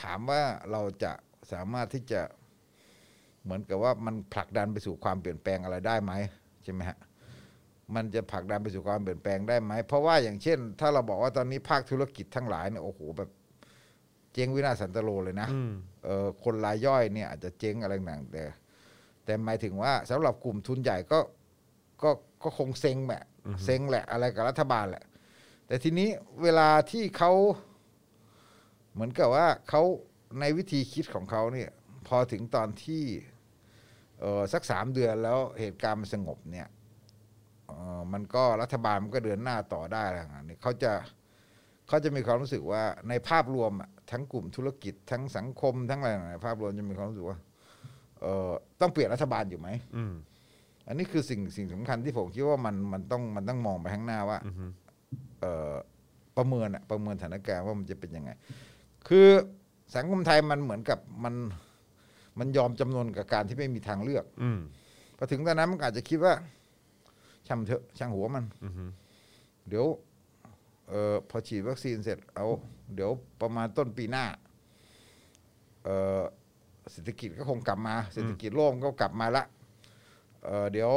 Speaker 3: ถามว่าเราจะสามารถที่จะเหมือนกับว่ามันผลักดันไปสู่ความเปลี่ยนแปลงอะไรได้ไหมใช่ไหมฮะ มันจะผลักดันไปสู่ความเปลี่ยนแปลงได้ไหม เพราะว่าอย่างเช่น ถ้าเราบอกว่าตอนนี้ภาคธุรกิจทั้งหลายเนี่ยโอ้โหแบบ เจ๊งวินาศสันตโลเลยนะ
Speaker 2: อืม
Speaker 3: เอ่อคนรายย่อยเนี่ยอาจจะเจ๊งอะไรต่างๆแต่แต่หมายถึงว่าสำหรับกลุ่มทุนใหญ่ก็ก็ก็คงเซ็งแหละเซ็งแหละอะไรกับรัฐบาลแหละ แต่ทีนี้เวลาที่เขาเหมือนกับว่าเขาในวิธีคิดของเขาเนี่ยพอถึงตอนที่เออสักสามเดือนแล้วเหตุการณ์มันสงบเนี่ยเอ่อมันก็รัฐบาลมันก็เดินหน้าต่อได้อะไรอย่างเงี้ยเขาจะ เขาจะมีความรู้สึกว่าในภาพรวมอะทั้งกลุ่มธุรกิจทั้งสังคมทั้งอะไรในภาพรวมจะมีความรู้สึกว่าเออต้องเปลี่ยนรัฐบาลอยู่ไหม
Speaker 2: อืม
Speaker 3: อันนี้คือสิ่งสิ่งสำคัญที่ผมคิดว่ามันมันต้องมันต้องมองไปข้างหน้าว่าเออประเมินอะประเมินสถานการณ์ว่ามันจะเป็นยังไง คือสังคมไทยมันเหมือนกับมันมันยอมจำนนกับการที่ไม่มีทางเลือก
Speaker 2: อืม
Speaker 3: พอถึงตอนนั้นมันก็อาจจะคิดว่าช่างมันเถอะช่างหัวมัน
Speaker 2: อืม
Speaker 3: เดี๋ยวเออพอฉีดวัคซีนเสร็จเอา เดี๋ยวประมาณต้นปีหน้าเออเศรษฐกิจก็คงกลับมา เศรษฐกิจโลกก็กลับมาละเออเดี๋ยว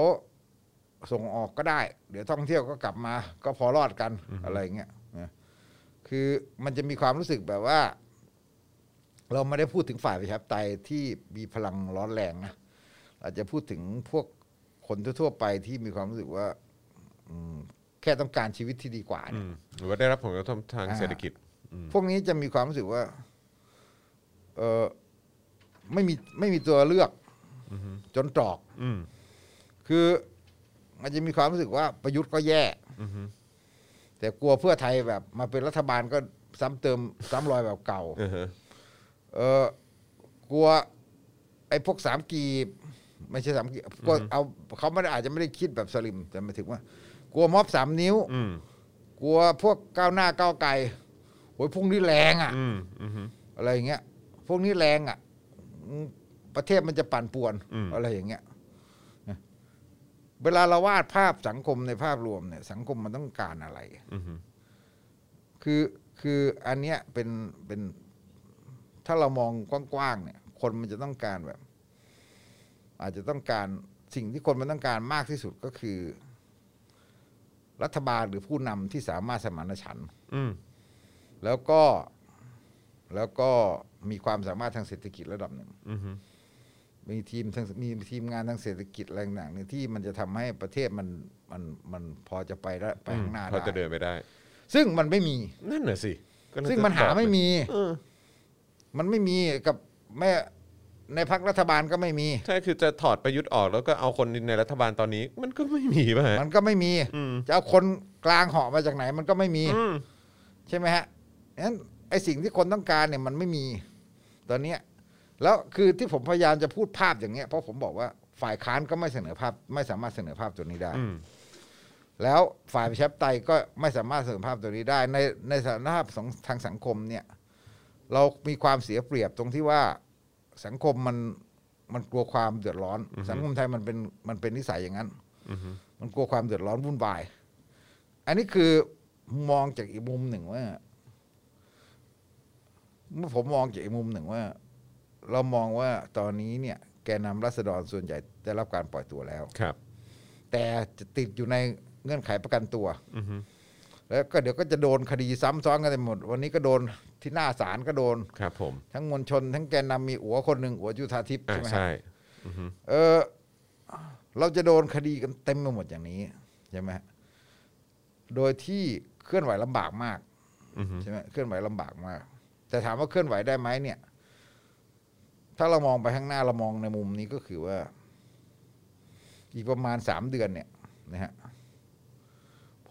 Speaker 3: ส่งออกก็ได้ เดี๋ยวท่องเที่ยวก็กลับมา ก็พอรอดกันอะไรอย่างเงี้ยนะคือมันจะมีความรู้สึกแบบว่า เราไม่ได้พูดถึงฝ่ายประชาธิปไตยที่มีพลังร้อนแรงนะอาจจะพูดถึงพวกคนทั่วๆไปที่มีความรู้สึกว่าอืมแค่ต้องการชีวิตที่ดีกว่า
Speaker 2: อื
Speaker 3: เนี่ย
Speaker 2: มหรือว่าได้รับผลกระทบทาง
Speaker 3: อ่า
Speaker 2: เศรษฐกิจ
Speaker 3: พวกนี้จะมีความรู้สึกว่า เออไม่มีไม่มีตัวเลือกจนตรอก
Speaker 2: อืม
Speaker 3: คือมันจะมีความรู้สึกว่าประยุทธ์ก็แย่ แต่กลัวเพื่อไทยแบบมาเป็นรัฐบาลก็ซ้ำเติม ซ้ำรอยแบบเก่า
Speaker 2: อือฮะ
Speaker 3: เออกลัว ไอ้พวกสามกีบไม่ใช่สามกีบก็เอาเขาไม่ได้อาจจะไม่ได้คิดแบบสลิมแต่หมายถึงว่า กลัวม็อบสามนิ้ว
Speaker 2: อืม
Speaker 3: กลัวพวกก้าวหน้าก้าวไกลโอ้ยพวกนี้แรงอ่ะ
Speaker 2: อืมอืมอืม
Speaker 3: อะไรอย่างเงี้ย พวกนี้แรงอ่ะอืมประเทศมันจะปั่นป่วน
Speaker 2: อืม
Speaker 3: อะไรอย่างเงี้ยนะเวลาเราวาดภาพสังคมในภาพรวมเนี่ย สังคมมันต้องการอะไร
Speaker 2: อืม
Speaker 3: คือคืออันเนี้ยเป็นเป็นถ้าเรามองกว้างๆเนี่ย คนมันจะต้องการแบบ อาจจะต้องการสิ่งที่คนมันต้องการมากที่สุดก็คือ รัฐบาลหรือผู้นำที่สามารถสมานฉันท์
Speaker 2: อืม
Speaker 3: แล้วก็แล้วก็มีความสามารถทางเศรษฐกิจระดับหนึ่ง
Speaker 2: อืมอืม
Speaker 3: มีทีมทางมีทีมงานทางเศรษฐกิจอะไรต่างๆเนี่ยที่มันจะทำให้ประเทศมันมันมันพอจะไปได้ไปข้างหน้า
Speaker 2: พอจะ
Speaker 3: ได้
Speaker 2: เดินไปได้
Speaker 3: ซึ่งมันไม่มี
Speaker 2: นั่นน่ะสิก็น่จะ
Speaker 3: ซึ่งมันหาไม่มี
Speaker 2: เออ
Speaker 3: มันไม่มีกับแม่ในพักรัฐบาลก็ไม่มี
Speaker 2: ใช่คือจะถอดประยุทธ์ออกแล้วก็เอาคนในรัฐบาลตอนนี้ มันก็ไม่มีป่ะฮะ
Speaker 3: มันก็ไม่มี
Speaker 2: อืม
Speaker 3: จะเอาคนกลางเหาะมาจากไหน มันก็ไม่มี
Speaker 2: อืม
Speaker 3: ใช่ไหมฮะงั้นไอสิ่งที่คนต้องการเนี่ยมันไม่มี ตอนเนี้ยแล้วคือที่ผมพยายามจะพูดภาพอย่างเนี้ยเพราะผมบอกว่าฝ่ายค้านก็ไม่เสนอภาพ ไม่สามารถเสนอภาพตัวนี้ได้
Speaker 2: อืม
Speaker 3: แล้วฝ่ายประชาธิปไตยก็ไม่สามารถเสนอภาพตัวนี้ได้ ในในสถานภาพของทางสังคมเนี่ย เรามีความเสียเปรียบตรงที่ว่าสังคมมัน มันกลัวความเดือดร้อน สังคมไทยมันเป็นมันเป็นนิสัยอย่างนั้นมันกลัวความเดือดร้อนวุ่นวาย อันนี้คือมองจากอีกมุมหนึ่งว่า เมื่อผมมองจากอีกมุมหนึ่งว่า เรามองว่าตอนนี้เนี่ย แกนนำรัษฎรส่วนใหญ่ได้รับการปล่อยตัวแล้ว
Speaker 2: ครับ
Speaker 3: แต่จะติดอยู่ในเงื่อนไขประกันตัว
Speaker 2: อือฮึ
Speaker 3: แล้วก็เดี๋ยวก็จะโดนคดีซ้ำซ้อนกันไปหมด วันนี้ก็โดนที่หน้าศาลก็โดน
Speaker 2: ครับผม
Speaker 3: ทั้งมวลชน ทั้งแกนนำมีอัวคนหนึ่งอัวยุทธาทิพย์
Speaker 2: อ่า
Speaker 3: ใช่ไหมครั
Speaker 2: ใช่
Speaker 3: บ
Speaker 2: อือฮึ
Speaker 3: เออ เราจะโดนคดีกันเต็มไปหมดอย่างนี้ใช่ไหมฮะโดยที่เคลื่อนไหวลำบากมาก
Speaker 2: อือฮึ
Speaker 3: ใช่ไหมเคลื่อนไหวลำบากมาก แต่ถามว่าเคลื่อนไหวได้ไหมเนี่ย ถ้าเรามองไปข้างหน้าเรามองในมุมนี้ก็คือว่า อีกประมาณสามเดือนเนี่ยนะฮะ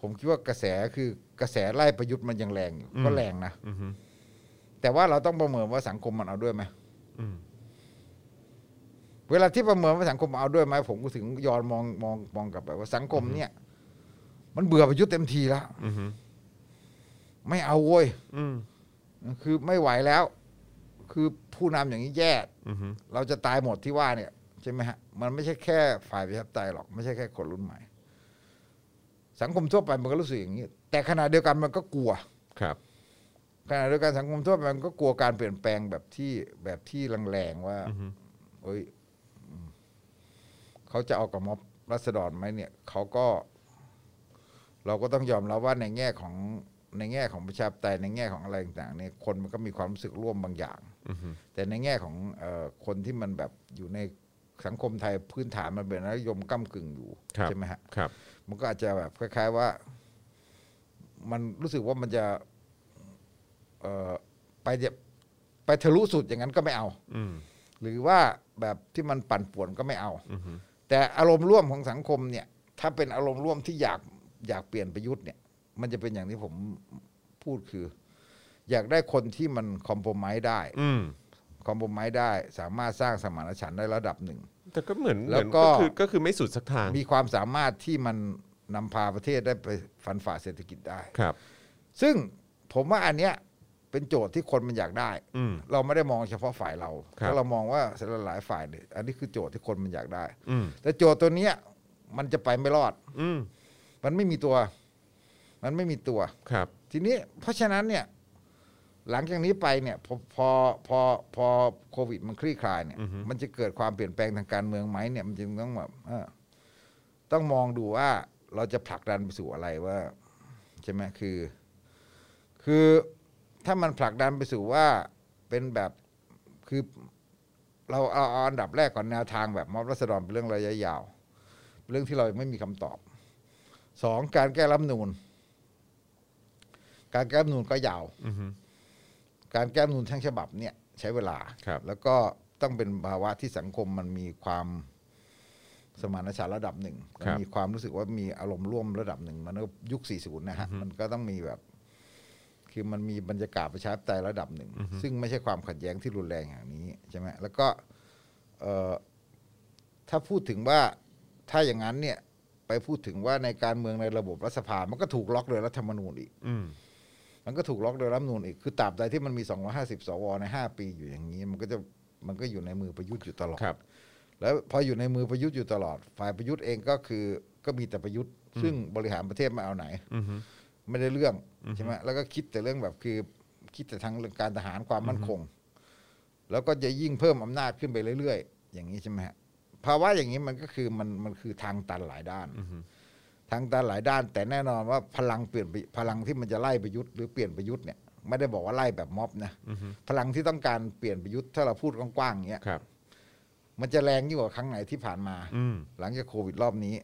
Speaker 3: ผมคิดว่ากระแสคือกระแสไล่ประยุทธ์มันยังแรงอยู่ก็แรงนะ
Speaker 2: อือฮึ
Speaker 3: แต่ว่าเราต้องประเมินว่าสังคมมันเอาด้วยไหม
Speaker 2: อืม
Speaker 3: เวลาที่ประเมินว่าสังคมเอาด้วยไหมผมก็ถึงย้อนมองมองมองกลับไปว่าสังคมเนี่ย มันเบื่อประยุทธ์เต็มทีแล้ว
Speaker 2: อือฮึ
Speaker 3: ไม่เอาเว้ย
Speaker 2: อืม
Speaker 3: คือไม่ไหวแล้ว คือผู้นำอย่างนี้แย่
Speaker 2: อือฮึ
Speaker 3: เราจะตายหมดที่ว่าเนี่ยใช่ไหมฮะมันไม่ใช่แค่ฝ่ายประชาธิปไตยหรอกไม่ใช่แค่คนรุ่นใหม่ สังคมทั่วไปมันก็รู้สึกอย่างนี้ แต่ขณะเดียวกันมันก็กลัว
Speaker 2: ครับ
Speaker 3: ขณะเดียวกันสังคมทั่วไปมันก็กลัวการเปลี่ยนแปลงแบบที่แบบที่แรงๆว่า
Speaker 2: อือฮึ
Speaker 3: เอ้ยอืมเขาจะเอากับม็อบรัษฎรไหมเนี่ยเขาก็ เราก็ต้องยอมรับว่าในแง่ของในแง่ของประชาธิปไตยในแง่ของอะไรต่างๆเนี่ยคนมันก็มีความรู้สึกร่วมบางอย่าง
Speaker 2: อือฮึ
Speaker 3: แต่ในแง่ของเออคนที่มันแบบอยู่ในสังคมไทยพื้นฐานมันเป็นนยมก้ากึ่งอยู่
Speaker 2: ครับ
Speaker 3: ใช่ไหมฮะ
Speaker 2: ครับ
Speaker 3: มันก็อาจจะแบบคล้าย ๆว่า มันรู้สึกว่ามันจะ เออไปจะไปทะลุสุดอย่างนั้นก็ไม่เอา
Speaker 2: อืม
Speaker 3: หรือว่าแบบที่มันปั่นป่วนก็ไม่เอา
Speaker 2: อือฮึ
Speaker 3: แต่อารมณ์ร่วมของสังคมเนี่ย ถ้าเป็นอารมณ์ร่วมที่อยากอยากเปลี่ยนประยุทธ์เนี่ย มันจะเป็นอย่างที่ผมพูดคือ อยากได้คนที่มันคอมโพมไมได้
Speaker 2: อืม
Speaker 3: คอมโพมไมได้ สามารถสร้างสมานฉันท์ได้ระดับหนึ่ง
Speaker 2: แต่ก็เหมือน
Speaker 3: แล้วก็
Speaker 2: เหมือนคือก็คือไม่สุดสักทาง
Speaker 3: มีความสามารถที่มันนำพาประเทศได้ไปฟันฝ่าเศรษฐกิจได้
Speaker 2: ครับ
Speaker 3: ซึ่งผมว่าอันเนี้ยเป็นโจทย์ที่คนมันอยากได้
Speaker 2: อืม
Speaker 3: เราไม่ได้มองเฉพาะฝ่ายเรา
Speaker 2: ครับ
Speaker 3: ถ้าเรามองว่าหลายๆฝ่ายเนี่ยอันนี้คือโจทย์ที่คนมันอยากได้
Speaker 2: อืม
Speaker 3: แต่โจทย์ตัวเนี้ยมันจะไปไม่รอด
Speaker 2: อืม
Speaker 3: มันไม่มีตัว มันไม่มีตัว
Speaker 2: ครับ
Speaker 3: ทีนี้เพราะฉะนั้นเนี่ย หลังจากนี้ไปเนี่ยพอพอพอพอโควิดมันคลี่คลายเนี่ย
Speaker 2: อือฮึ
Speaker 3: มันจะเกิดความเปลี่ยนแปลงทางการเมืองไหมเนี่ยมันจึงต้องแบบเออต้องมองดูว่าเราจะผลักดันไปสู่อะไรว่าใช่ไหมคือ คือถ้ามันผลักดันไปสู่ว่าเป็นแบบคือเราเอาเอาอันดับแรกก่อนแนวทางแบบมอบรัษฎรเป็นเรื่องระยะยาว เรื่องที่เรายังไม่มีคำตอบสองการแก้รัฐธรรมนูน การแก้รัฐธรรมนูนก็ยาว
Speaker 2: อือฮึ
Speaker 3: การแก้รัฐธรรมนูนทั้งฉบับเนี่ยใช้เวลา
Speaker 2: ครับ
Speaker 3: แล้วก็ต้องเป็นภาวะที่สังคมมันมีความสมานฉันท์ระดับหนึ่งมั
Speaker 2: ครับ
Speaker 3: มีความรู้สึกว่ามีอารมณ์ร่วมระดับหนึ่ง มันก็ยุค 40 นะฮะ มันก็ต้องมีแบบ คือมันมีบรรยากาศประชาธิปไตยระดับหนึ่ง ซึ่งไม่ใช่ความขัดแย้งที่รุนแรงอย่างนี้ใช่ไหมแล้วก็เอ่อถ้าพูดถึงว่าถ้าอย่างนั้นเนี่ย ไปพูดถึงว่าในการเมืองในระบบรัฐสภา มันก็ถูกล็อกโดยรัฐธรรมนูญอีก
Speaker 2: อืม
Speaker 3: มันก็ถูกล็อกโดยรัฐธรรมนูญอีก คือตราบใดที่มันมี 250 สว ใน 5 ปีอยู่อย่างนี้ มันก็จะ มันก็อยู่ในมือประยุทธ์อยู่ตลอด
Speaker 2: ครับ
Speaker 3: แล้วพออยู่ในมือประยุทธ์อยู่ตลอด ฝ่ายประยุทธ์เองก็คือ ก็มีแต่ประยุทธ์ ซึ่งบริหารประเทศไม่เอาไหน
Speaker 2: อือฮึ
Speaker 3: ไม่ได้เรื่องใช่ไหมแล้วก็คิดแต่เรื่องแบบคือ คิดแต่ทางเรื่องการทหารความมั่นคง แล้วก็จะยิ่งเพิ่มอำนาจขึ้นไปเรื่อยๆ อย่างนี้ใช่ไหมฮะ ภาวะอย่างนี้มันก็คือมันมันคือทางตันหลายด้าน
Speaker 2: อือฮึ
Speaker 3: ทางตันหลายด้าน แต่แน่นอนว่าพลังเปลี่ยนไปพลังที่มันจะไล่ประยุทธ์หรือเปลี่ยนประยุทธ์เนี่ยไม่ได้บอกว่าไล่แบบม็อบนะ
Speaker 2: อือฮึ
Speaker 3: พลังที่ต้องการเปลี่ยนประยุทธ์ถ้าเราพูดกว้างๆอย่างเงี้ย
Speaker 2: ครับ
Speaker 3: มันจะแรงยิ่งกว่าครั้งไหนที่ผ่านมา
Speaker 2: อืม
Speaker 3: หลังจากโควิดรอบนี้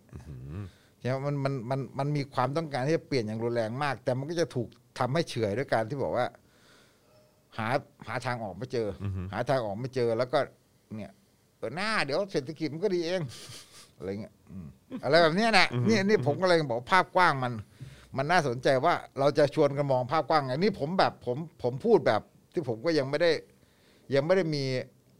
Speaker 3: ใช่ไหมมันมันมันมันมีความต้องการที่จะเปลี่ยนอย่างรุนแรงมาก แต่มันก็จะถูกทำให้เฉอยด้วยการที่บอกว่า หาหาทางออกไม่เจออหาทางออกไม่เจอ แล้วก็ เนี่ยเออหน้าเดี๋ยวเศรษฐกิจมันก็ดีเอง อะไรเงี้ยอืมอะไรแบบเนี้ยนะนี่นี่ผมก็เลยบอกภาพกว้างมัน มันน่าสนใจว่าเราจะชวนกันมองภาพกว้างไงนี่ผมแบบผมผมพูดแบบ ที่ผมก็ยังไม่ได้ ยังไม่ได้มี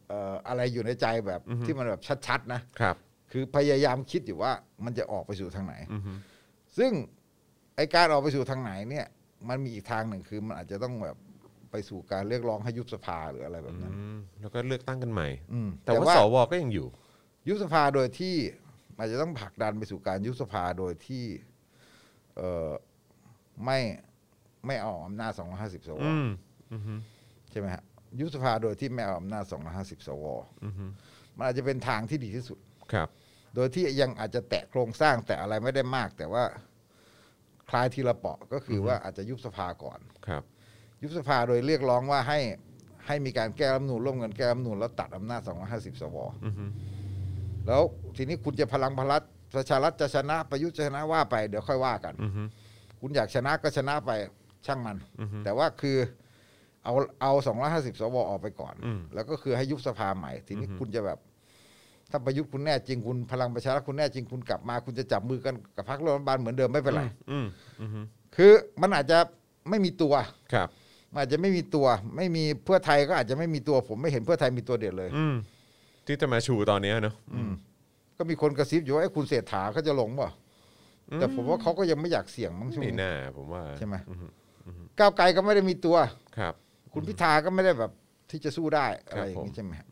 Speaker 3: เอ่ออะไรอยู่ในใจแบบที่มันแบบชัดๆนะ
Speaker 2: ครับ
Speaker 3: คือพยายามคิดอยู่ว่ามันจะออกไปสู่ทางไหน
Speaker 2: อือฮึ
Speaker 3: ซึ่งไอการออกไปสู่ทางไหนเนี่ย มันมีอีกทางหนึ่งคือมันอาจจะต้องแบบ ไปสู่การเรียกร้องให้ยุบสภาหรืออะไรแบบนั้น
Speaker 2: อืมแล้วก็เลือกตั้งกันใหม่
Speaker 3: อืม
Speaker 2: แต่ว่าสวก็ยังอยู่
Speaker 3: ยุบสภาโดยที่อาจจะต้องผลักดันไปสู่การยุบสภาโดยที่ เออไม่ไม่เอาอำนาจ 250 สว
Speaker 2: อืม
Speaker 3: ใช่ไหมฮะยุบสภาโดยที่ไม่เอาอำนาจ 250 สวมันอาจจะเป็นทางที่ดีที่สุด
Speaker 2: ครับ
Speaker 3: โดยที่ยังอาจจะแตะโครงสร้างแต่อะไรไม่ได้มาก แต่ว่าคลายทีละเปาะก็คืออว่าอาจจะยุบสภาก่อน
Speaker 2: ครับ
Speaker 3: ยุบสภาโดยเรียกร้องว่าให้ให้มีการแก้รัฐธรรมนูญร่วมกันแก้รัฐธรรมนูญแล้วตัดอำนาจ 250 สวแล้วทีนี้คุณจะพลังพลัดประชารัฐจะชนะประยุทธ์จะชนะว่าไป เดี๋ยวค่อยว่ากัน คุณอยากชนะก็ชนะไปช่างมัน แต่ว่าคือเอาเอา 250 สวออกไปก่อน แล้วก็คือให้ยุบสภาใหม่ ทีนี้คุณจะแบบ ถ้าประยุทธ์คุณแน่จริงคุณพลังประชารัฐคุณแน่จริงคุณกลับมา คุณจะจับมือกันกับพรรครัฐบาลเหมือนเดิมไม่เป็นไร
Speaker 2: อืม
Speaker 3: คือมันอาจจะไม่มีตัว
Speaker 2: ครับ
Speaker 3: มันอาจจะไม่มีตัวไม่มีเพื่อไทยก็อาจจะไม่มีตัว ผมไม่เห็นเพื่อไทยมีตัวเด็ดเลย
Speaker 2: อืม ที่จะมาชูตอนเนี้ยเนอะ
Speaker 3: อืมก็มีคนกระซิบอยู่ว่าไอ้คุณเศรษฐาเขาจะลงเปล่ะแต่ผมว่าเขาก็ยังไม่อยากเสี่ยงมั้งช่วง
Speaker 2: ไม่
Speaker 3: นี้
Speaker 2: น่าผมว่า
Speaker 3: ใช่ไหมก้าวไกลก็ไม่ได้มีตัว
Speaker 2: ครับ
Speaker 3: คุณพิธาก็ไม่ได้แบบที่จะสู้ได้อะไรอย่าง
Speaker 2: ครับผ
Speaker 3: นี้
Speaker 2: ม
Speaker 3: ใช่ไหมฮะ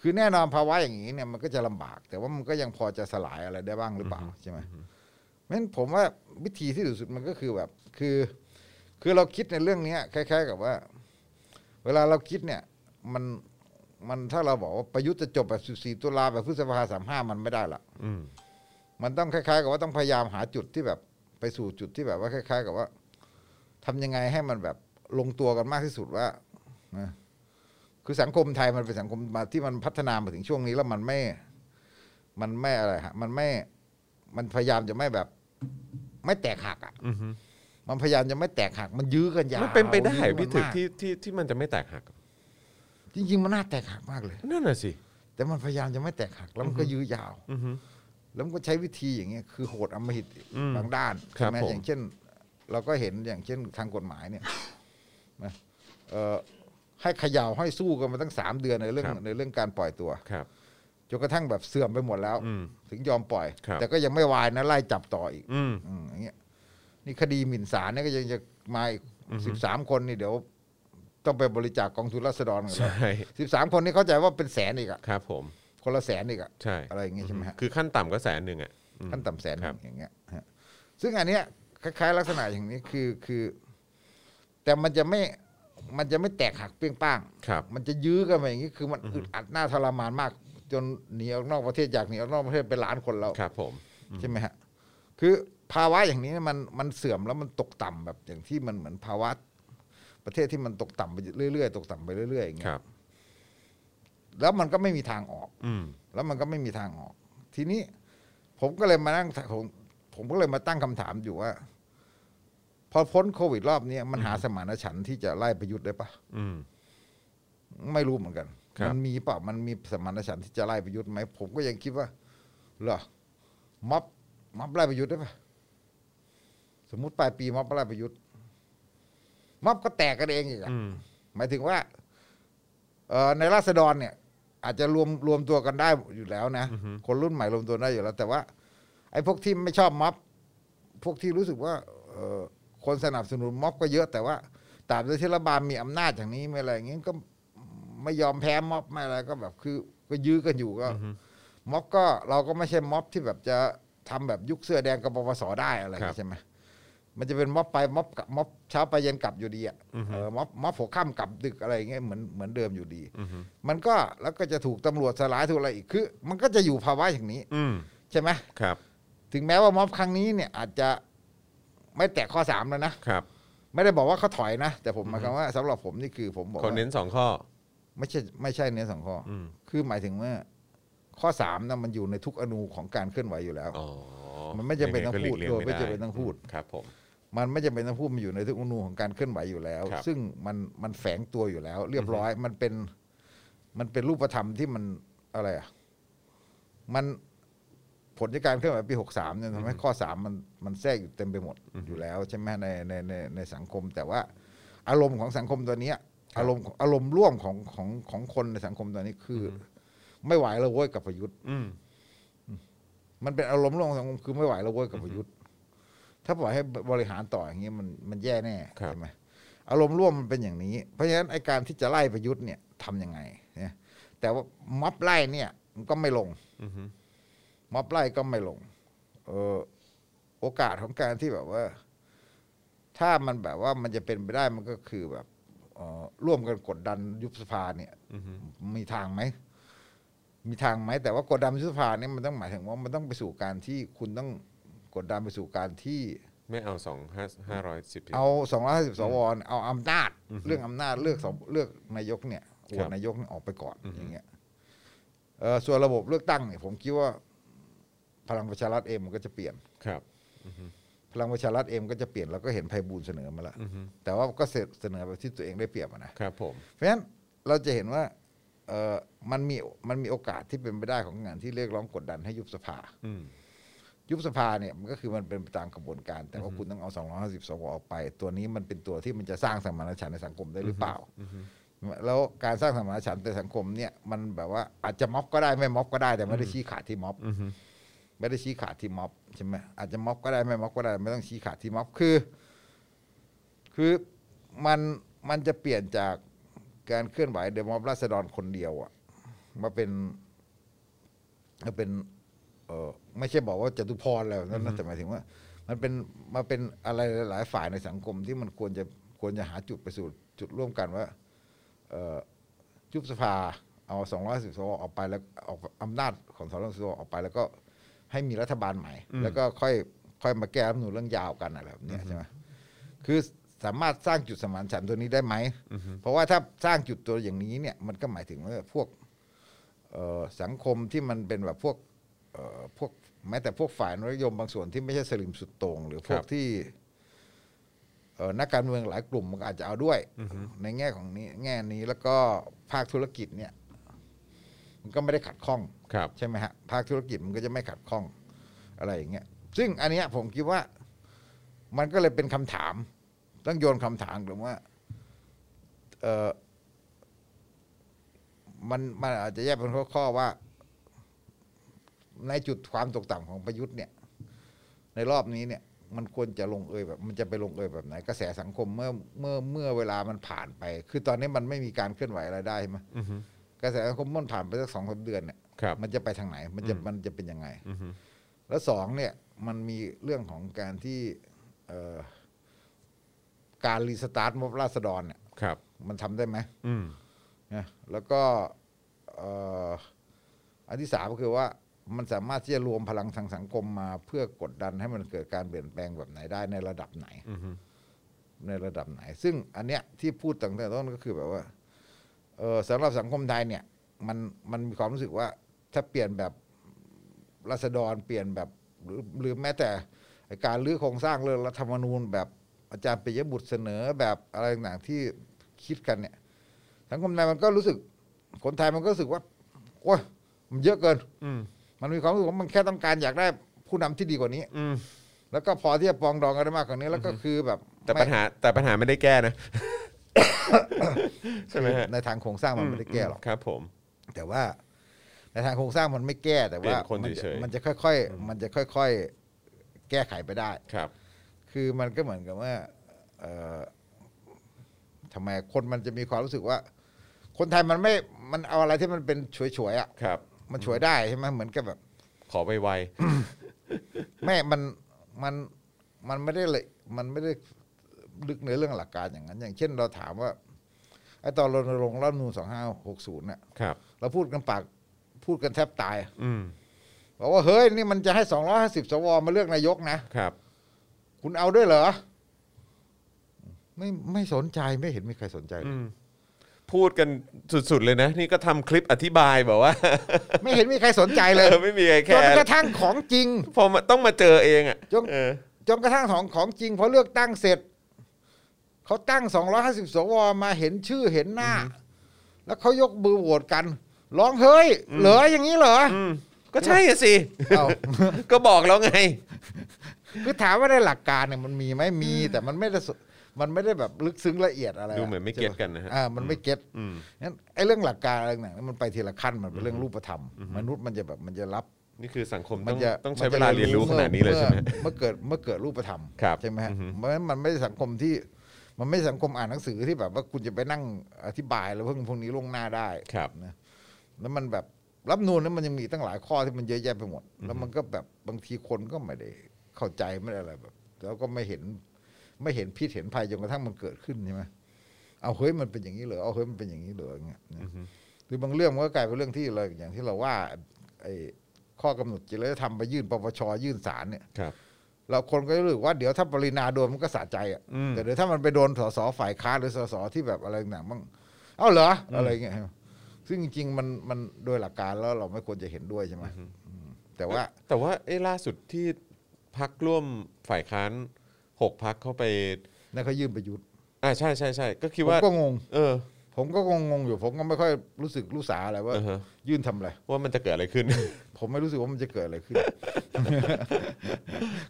Speaker 3: คือแน่นอนภาวะอย่างนี้เนี่ยมันก็จะลำบาก แต่ว่ามันก็ยังพอจะสลายอะไรได้บ้างหรือเปล่าใช่ไหมเพราะฉะนั้นผมว่าวิธีที่ดีที่สุดมันก็คือแบบ คือ คือเราคิดในเรื่องเนี้ยคล้าย ๆ กับว่า เวลาเราคิดเนี่ย มันมันถ้าเราบอกว่าประยุทธ์จะจบแบบ14ตุลาแบบพฤษภาสามห้ามันไม่ได้ละ
Speaker 2: อืม
Speaker 3: มันต้องคล้ายๆ กับว่าต้องพยายามหาจุดที่แบบไปสู่จุดที่แบบว่าคล้าย ๆ กับว่าทำยังไงให้มันแบบลงตัวกันมากที่สุดว่า นะคือสังคมไทยมันเป็นสังคมมาที่มันพัฒนามาถึงช่วงนี้แล้วมันไม่ มันไม่อะไรฮะมันไม่ มันพยายามจะไม่แบบ ไม่แตกหักอ่ะ
Speaker 2: อือฮึ
Speaker 3: มันพยายามจะไม่แตกหัก มันยื้อกันยาว
Speaker 2: มันเป็นไปได้
Speaker 3: ยื้อกัน
Speaker 2: พี่ถึก
Speaker 3: มาก
Speaker 2: ที่ที่ที่มันจะไม่แตกหัก
Speaker 3: จริงๆมันน่าแตกหักมากเลย
Speaker 2: นั่นน่ะสิ
Speaker 3: แต่มันพยายามจะไม่แตกหัก แล้วมันก็ยื้อยาว
Speaker 2: อือฮึ
Speaker 3: แล้วมันก็ใช้วิธีอย่างเงี้ยคือโหดอำมหิต
Speaker 2: อืม
Speaker 3: บางด้าน
Speaker 2: ครั
Speaker 3: ใช่
Speaker 2: บ
Speaker 3: ไหม
Speaker 2: ผม
Speaker 3: อย่างเช่น เราก็เห็นอย่างเช่นทางกฎหมายเนี่ยนะเอ่อให้เขย่าให้สู้กันมาตั้งสามเดือนในเรื่องในเรื่องการปล่อยตัว
Speaker 2: ครับ
Speaker 3: จนกระทั่งแบบเสื่อมไปหมดแล้ว
Speaker 2: อืม
Speaker 3: ถึงยอมปล่อย
Speaker 2: ครับ
Speaker 3: แต่ก็ยังไม่วายนะไล่จับต่ออีก
Speaker 2: อืม
Speaker 3: อืมอย่างเงี้ยนี่คดีหมิ่นศาลเนี่ยก็ยังจะมาอีกสิบสามคนนี่เดี๋ยว ต้องไปบริจาคกองทุนรัษฎรกัน
Speaker 2: ใช่
Speaker 3: สิบสามคนนี่เข้าใจว่าเป็นแสนอีกอะ
Speaker 2: ครับผม
Speaker 3: คนละแสนอีกอะ
Speaker 2: ใช่
Speaker 3: อะไรอย่างเงี้ยใช่ไหมฮะ
Speaker 2: คือขั้นต่ำก็แสนหนึ่งอ่ะ อืม
Speaker 3: ขั้นต่ำแสนหนึ่ง
Speaker 2: ครับ
Speaker 3: อย่างเงี้ยฮะซึ่งอันเนี้ยคล้ายๆ ลักษณะอย่างนี้คือคือ แต่มันจะไม่มันจะไม่แตกหักเปรี้ยงป้าง
Speaker 2: ครับ
Speaker 3: มันจะยื้อกันมาอย่างนี้คือมันอึดอัดหน้าทรมานมาก จนหนีออกนอกประเทศอยากหนีออกนอกประเทศเป็นล้านคนแล้ว
Speaker 2: ครับผม
Speaker 3: ใช่ไหมฮะ คือภาวะอย่างนี้มันมันเสื่อมแล้วมันตกต่ำแบบอย่างที่มันเหมือนภาวะ ประเทศที่มันตกต่ำไปเรื่อยๆ ตกต่ำไปเรื่อยๆอย่าง
Speaker 2: ค
Speaker 3: เงี้
Speaker 2: รั
Speaker 3: ย
Speaker 2: บ
Speaker 3: แล้วมันก็ไม่มีทางออก
Speaker 2: อืม
Speaker 3: แล้วมันก็ไม่มีทางออก ทีนี้ผมก็เลยมานั่งผมผมก็เลยมาตั้งคำถามอยู่ว่า พอพ้นโควิดรอบเนี้ยมันหาสมานฉันท์ที่จะไล่ประยุทธ์ได้ปะ
Speaker 2: อืม
Speaker 3: ไม่รู้เหมือนกัน
Speaker 2: ครับ
Speaker 3: มันมีเปล่า มันมีสมานฉันท์ที่จะไล่ประยุทธ์ไหม ผมก็ยังคิดว่า เหรอ ม็อบ ม็อบไล่ประยุทธ์ได้ปะสมมติปลายปีม็อบไล่ประยุทธ์ ม็อบก็แตกกันเองอีกอะ
Speaker 2: อืม
Speaker 3: หมายถึงว่า เอ่อในราษฎรเนี่ย อาจจะรวมรวมตัวกันได้อยู่แล้วนะ คนรุ่นใหม่รวมตัวได้อยู่แล้ว แต่ว่า ไอ้พวกที่ไม่ชอบม็อบ พวกที่รู้สึกว่า เอ่อคนสนับสนุนม็อบก็เยอะ แต่ว่าตราบใดที่รัฐบาลมีอำนาจอย่างนี้ไม่อะไรอย่างนี้ก็ไม่ยอมแพ้ม็อบไม่อะไรก็แบบคือ ก็ยื้อกันอยู่ก็ม็อบก็เราก็ไม่ใช่ม็อบที่แบบจะทำแบบยุคเสื้อแดงกับปปสได้อะไรอย่าง
Speaker 2: ครั
Speaker 3: นี้
Speaker 2: บ
Speaker 3: ใช่ไหมมันจะเป็นม็อบไปม็อบกลับม็อบเช้าไปเย็นกลับอยู่ดีอ่ะเออม็อบม็อบหัวค่ำกลับดึกอะไรอย่างเงี้ยเหมือนเหมือนเดิมอยู่ดี มันก็แล้วก็จะถูกตำรวจสลายถูกอะไรอีกคือ มันก็จะอยู่ภาวะอย่างนี้
Speaker 2: อืม
Speaker 3: ใช่ไหม
Speaker 2: ครับ
Speaker 3: ถึงแม้ว่าม็อบครั้งนี้เนี่ยอาจจะไม่แตะข้อสามแล้วนะ
Speaker 2: ครับ
Speaker 3: ไม่ได้บอกว่าเขาถอยนะ แต่ผมหมายความว่าสำหรับผมนี่คือผมบอก
Speaker 2: เขา
Speaker 3: ว่า
Speaker 2: เน้นสองข้อ
Speaker 3: ไม่ใช่ไม่ใช่เน้นสองข้ออ
Speaker 2: อืม
Speaker 3: คือหมายถึงว่า ข้อสามนะมันอยู่ในทุกอนูของการเคลื่อนไหวอยู่แล้ว
Speaker 2: อ๋อ
Speaker 3: มันไม่จำเป็นต้องพูด
Speaker 2: ยังไงก็หลีกลี่ย
Speaker 3: โดยไม่จำเป็นต้องพูด
Speaker 2: ครับผม
Speaker 3: มันไม่จำเป็นต้องพูดมันอยู่ในทุกอนูของการเคลื่อนไหวอยู่แล้ว
Speaker 2: ครับ
Speaker 3: ซึ่งมันมันแฝงตัวอยู่แล้ว เรียบร้อยมันเป็น มันเป็นรูปธรรมที่มันอะไรอ่ะมันผลจากการเคลื่อนไหวปีหกสามเนี่ยทำให้ข้อสามมันมันแทรกอยู่เต็มไปหมดอยู่แล้วใช่ไหมในในในในสังคม แต่ว่า อารมณ์ของสังคมตัวเนี้ย อารมณ์อารมณ์ร่วมของของของคนในสังคมตัวนี้คืออไม่ไหวแล้วเว้ยกับประยุทธ์
Speaker 2: อืม
Speaker 3: มันเป็นอารมณ์ร่วมของสังคมคือไม่ไหวแล้วเว้ยกับประยุทธ์ ถ้าปล่อยให้บริหารต่ออย่างเงี้ยมันมันแย่แน่
Speaker 2: ครับ
Speaker 3: ใช่ไหม อารมณ์ร่วมมันเป็นอย่างนี้ เพราะฉะนั้นไอการที่จะไล่ประยุทธ์เนี่ยทำยังไงนะแต่ว่าม็อบไล่เนี่ยมันก็ไม่ลงม็อบไล่ก็ไม่ลง เออโอกาสของการที่แบบว่า ถ้ามันแบบว่ามันจะเป็นไปได้มันก็คือแบบเอ่อร่วมกันกดดันยุบสภาเนี่ยมีทางไหม มีทางไหมแต่ว่ากดดันยุบสภาเนี่ยมันต้องหมายถึงว่ามันต้องไปสู่การที่คุณต้องกดดันไปสู่การที่
Speaker 2: ไม่เอาสองห้าห้าร้อยสิบ
Speaker 3: เอาสองร้อยห้าสิบสวเอาอำนาจ เรื่องอำนาจเลือกสองเลือกนายกเนี่ยโหว
Speaker 2: ครั
Speaker 3: ต
Speaker 2: บ
Speaker 3: นายกเนี่ยออกไปก่อนอย่างเงี้ยเออส่วนระบบเลือกตั้งเนี่ยผมคิดว่า พลังประชารัฐเองมันก็จะเปลี่ยน
Speaker 2: ครับ
Speaker 3: พลังประชารัฐเองก็จะเปลี่ยนแล้วก็เห็นไพบูลย์เสนอมาละแต่ว่าก็เสนอแบบที่ตัวเองได้เปรียบอะนะ
Speaker 2: ครับผม
Speaker 3: เพราะฉะนั้นเราจะเห็นว่าเออมันมีมันมีโอกาสที่เป็นไปได้ของงานที่เรียกร้องกดดันให้ยุบสภา
Speaker 2: อืม
Speaker 3: ยุบสภาเนี่ยมันก็คือมันเป็นไปตามกระบวนการ แต่ว่าคุณต้องเอา 250สวออกไป ตัวนี้มันเป็นตัวที่มันจะสร้างสมานฉันท์ในสังคมได้หรือเปล่า แล้วการสร้างสมานฉันท์ในสังคมเนี่ยมันแบบว่าอาจจะม็อบก็ได้ไม่ม็อบก็ได้แต่ไม่ได้ชี้ขาดที่ม็อบไม่ได้ชี้ขาดที่ม็อบใช่ไหมอาจจะม็อบก็ได้ไม่ม็อบก็ได้ ไม่ต้องชี้ขาดที่ม็อบคือ คือมันมันจะเปลี่ยนจากการเคลื่อนไหวเดโมอบราษฎรคนเดียวอะมาเป็นมาเป็น เออไม่ใช่บอกว่าจตุพรอะไรแบบนั้นนะแต่หมายถึงว่า มันเป็นมาเป็นอะไรหลาย ๆ ฝ่ายในสังคมที่มันควรจะควรจะหาจุดไปสู่จุดร่วมกันว่า เอ่อยุบสภาเอาสองร้อยสิบสวออกไปแล้วออกอำนาจของสองร้อยสิบสวออกไปแล้วก็ให้มีรัฐบาลใหม่ แล้วก็ค่อยค่อยมาแก้รัฐธรรมนูญเรื่องยาวกันอะไรแบบเนี้ยใช่ไหมคือสามารถสร้างจุดสมานฉันท์ตัวนี้ได้ไหม เพราะว่าถ้าสร้างจุดตัวอย่างนี้เนี่ยมันก็หมายถึงว่าพวกเอ่อสังคมที่มันเป็นแบบพวกเอ่อพวกแม้แต่พวกฝ่ายนวยมบางส่วนที่ไม่ใช่สลิมสุดโต่งหรือพวกที่ เอ่อนักการเมืองหลายกลุ่มมันก็อาจจะเอาด้วย ในแง่ของนี้แง่นี้แล้วก็ภาคธุรกิจเนี่ย มันก็ไม่ได้ขัดข้อง
Speaker 2: ครับ
Speaker 3: ใช่ไหมฮะภาคธุรกิจมันก็จะไม่ขัดข้องอะไรอย่างเงี้ยซึ่งอันเนี้ยผมคิดว่ามันก็เลยเป็นคำถาม ต้องโยนคำถามหรือว่าเออมันมันอาจจะแยกเป็นข้อๆว่า ในจุดความตกต่ำของประยุทธ์เนี่ย ในรอบนี้เนี่ย มันควรจะลงเอยแบบ มันจะไปลงเอยแบบไหน กระแสสังคมเมื่อเมื่อเมื่อเวลามันผ่านไป คือตอนนี้มันไม่มีการเคลื่อนไหวอะไรได้ใช่ไหมกระแสสังคมมันผ่านไปสักสองสามเดือนเนี่ย
Speaker 2: ครับ
Speaker 3: มันจะไปทางไหน มันจะมันจะเป็นยังไง แล้วสองเนี่ย มันมีเรื่องของการที่เอ่อการรีสตาร์ทม็อบราษฎรเนี่ย
Speaker 2: ครับ
Speaker 3: มันทำได้ไหม
Speaker 2: อืม
Speaker 3: นะแล้วก็เอ่ออันที่สามก็คือว่ามันสามารถที่จะรวมพลังทางสังคมมา เพื่อกดดันให้มันเกิดการเปลี่ยนแปลงแบบไหนได้ในระดับไหน
Speaker 2: อือฮึ
Speaker 3: ในระดับไหน ซึ่งอันเนี้ยที่พูดตั้งแต่ต้นก็คือแบบว่าเออสำหรับสังคมไทยเนี่ย มันมันมีความรู้สึกว่า ถ้าเปลี่ยนแบบรัษฎรเปลี่ยนแบบหรือหรือแม้แต่ไอ้การรื้อโครงสร้างเรื่องรัฐธรรมนูญ แบบอาจารย์ปิยบุตรเสนอแบบอะไรต่างๆที่คิดกันเนี่ย สังคมไทยมันก็รู้สึกคนไทยมันก็รู้สึกว่าโอ้ยมันเยอะเกิน
Speaker 2: อืม
Speaker 3: มันมีความรู้สึกว่ามันแค่ต้องการอยากได้ผู้นำที่ดีกว่านี้
Speaker 2: อืม
Speaker 3: แล้วก็พอที่จะปรองดองกันได้มากกว่านี้ แล้วก็คือแบบ
Speaker 2: แต่
Speaker 3: ไม่
Speaker 2: ปัญหาแต่ปัญหาไม่ได้แก้นะ ใช่ไหมฮะ
Speaker 3: ในทางโครงสร้างมันไม่ได้แก้หรอก
Speaker 2: ครับผม
Speaker 3: แต่ว่า ในทางโครงสร้างมันไม่แก้แต่ว่า
Speaker 2: เปลี่ยนคน
Speaker 3: มั
Speaker 2: เฉ
Speaker 3: จะ
Speaker 2: ยๆ
Speaker 3: มันจะค่อยๆ มันจะค่อยๆ แก้ไขไปได้
Speaker 2: ครับ
Speaker 3: คือมันก็เหมือนกับว่าเอ่อทำไมคนมันจะมีความรู้สึกว่า คนไทยมันไม่มันเอาอะไรที่มันเป็นฉวยๆอ่ะ
Speaker 2: ครับ
Speaker 3: มันฉวยได้ใช่ไหมเหมือนกับแบบ
Speaker 2: ขอไว
Speaker 3: แม่มันมันมันไม่ได้เลยมันไม่ได้ลึกในเรื่องหลักการอย่างนั้น อย่างเช่นเราถามว่าไอ้ตอนรณรงค์รัฐธรรมนูนสองห้าหกศูนย์น่ะ
Speaker 2: ๆครับ
Speaker 3: เราพูดกันปากพูดกันแทบตาย
Speaker 2: อืม
Speaker 3: บอกว่าเฮ้ยนี่มันจะให้ 250 สวมาเลือกนายกนะ
Speaker 2: ครับ
Speaker 3: คุณเอาด้วยเหรอ ไม่ไม่สนใจไม่เห็นมีใครสนใจเลย
Speaker 2: พูดกันสุดๆเลยนะ นี่ก็ทำคลิปอธิบายแบบว่า
Speaker 3: ไม่เห็นมีใครสนใจเลย
Speaker 2: เออไม่มีใครแค
Speaker 3: จน
Speaker 2: ร์
Speaker 3: กระทั่งของจริง
Speaker 2: พอมาต้องมาเจอเองอ่ะ
Speaker 3: จง
Speaker 2: เออ
Speaker 3: จนกระทั่งของของจริงพอเลือกตั้งเสร็จเขาตั้ง 250 สวมาเห็นชื่อเห็นหน้า แล้วเขายกมือโหวตกันร้องเฮ้ย เหรออย่างนี้เหรอ
Speaker 2: อืมก็ใช่อะสิ
Speaker 3: เอา
Speaker 2: ก็บอกแล้วไง
Speaker 3: คือถามว่าในหลักการเนี่ยมันมีไหมมี แต่มันไม่ได้สมันไม่ได้แบบลึกซึ้งละเอียดอะไระ
Speaker 2: ดูเหมือนไม่เก็ตกันนะฮะ
Speaker 3: อ่ามันไม่เก็ต
Speaker 2: อืม
Speaker 3: งั้นไอ้เรื่องหลักการอะไรต่างๆมันไปทีละขั้นมันเป็นเรื่องรูปธรรม มนุษย์มันจะแบบมันจะรับ
Speaker 2: นี่คือสังคม
Speaker 3: มั
Speaker 2: ต้อง
Speaker 3: จะ
Speaker 2: ต้องใช้
Speaker 3: มั
Speaker 2: เว
Speaker 3: จะ
Speaker 2: ลาเรียนรู้ขนาดนี้เลยใช่ไหม
Speaker 3: เมื่อเมื่อเกิดเมื่อเกิดรูปธรรม
Speaker 2: ครับ
Speaker 3: ใช่ไหมฮะ
Speaker 2: อือฮึ
Speaker 3: เพราะฉะนั้นมันไม่ใช่สังคมที่ มันไม่สังคมอ่านหนังสือที่แบบว่าคุณจะไปนั่งอธิบายแล้วเพิ่งพวกนี้ล่วงหน้าได้
Speaker 2: ครับ
Speaker 3: นะแล้วมันแบบรับนูนนั้นมันยังมีตั้งหลายข้อที่มันเยอะแยะไปหมด แล้วมันก็แบบบางทีคนก็ไม่ได้เข้าใจไม่ได้อะไรแบบ แล้วก็ไม่เห็นไม่เห็นพิษเห็นภัยจนกระทั่งมันเกิดขึ้นใช่ไหมเอาเฮ้ยมันเป็นอย่างนี้เหรอเอาเฮ้ยมันเป็นอย่างนี้เหรออย่างเงี้ยนะ หรือบางเรื่องมันก็กลายเป็นเรื่องที่เราอย่างที่เราว่าไอ้ข้อกำหนดจริยธรรมไปยื่นปปชยื่นศาลเนี่ย
Speaker 2: ครับ
Speaker 3: เราคนก็รู้สึกว่าเดี๋ยวถ้าปรินาโดนมันก็สะใจอ่ะ
Speaker 2: อืม
Speaker 3: แต่เดี๋ยวถ้ามันไปโดนสสฝ่ายค้านหรือสสที่แบบอะไรหนังบ้างเอ้าเหรออะไรเงี้ยซึ่งจริงๆมันมันโดยหลักการแล้วเราไม่ควรจะเห็นด้วยใช่ไหมอืมแต่ว่า
Speaker 2: แต่ว่าไอ้ล่าสุดที่พักร่วมฝ่ายค้านหกพักเข้าไป
Speaker 3: นั่นเขายื่นประยุทธ์
Speaker 2: อ่าใช่ใช่ใช่ก็คิด
Speaker 3: ผม
Speaker 2: ว่า
Speaker 3: ก็งง
Speaker 2: เออ
Speaker 3: ผมก็งงๆอยู่ ผมก็ไม่ค่อยรู้สึกรู้สาอะไรว่า
Speaker 2: อือฮะ
Speaker 3: ยื่นทำอะไร
Speaker 2: ว่ามันจะเกิดอะไรขึ้น
Speaker 3: ผมไม่รู้สึกว่ามันจะเกิดอะไร ขึ้น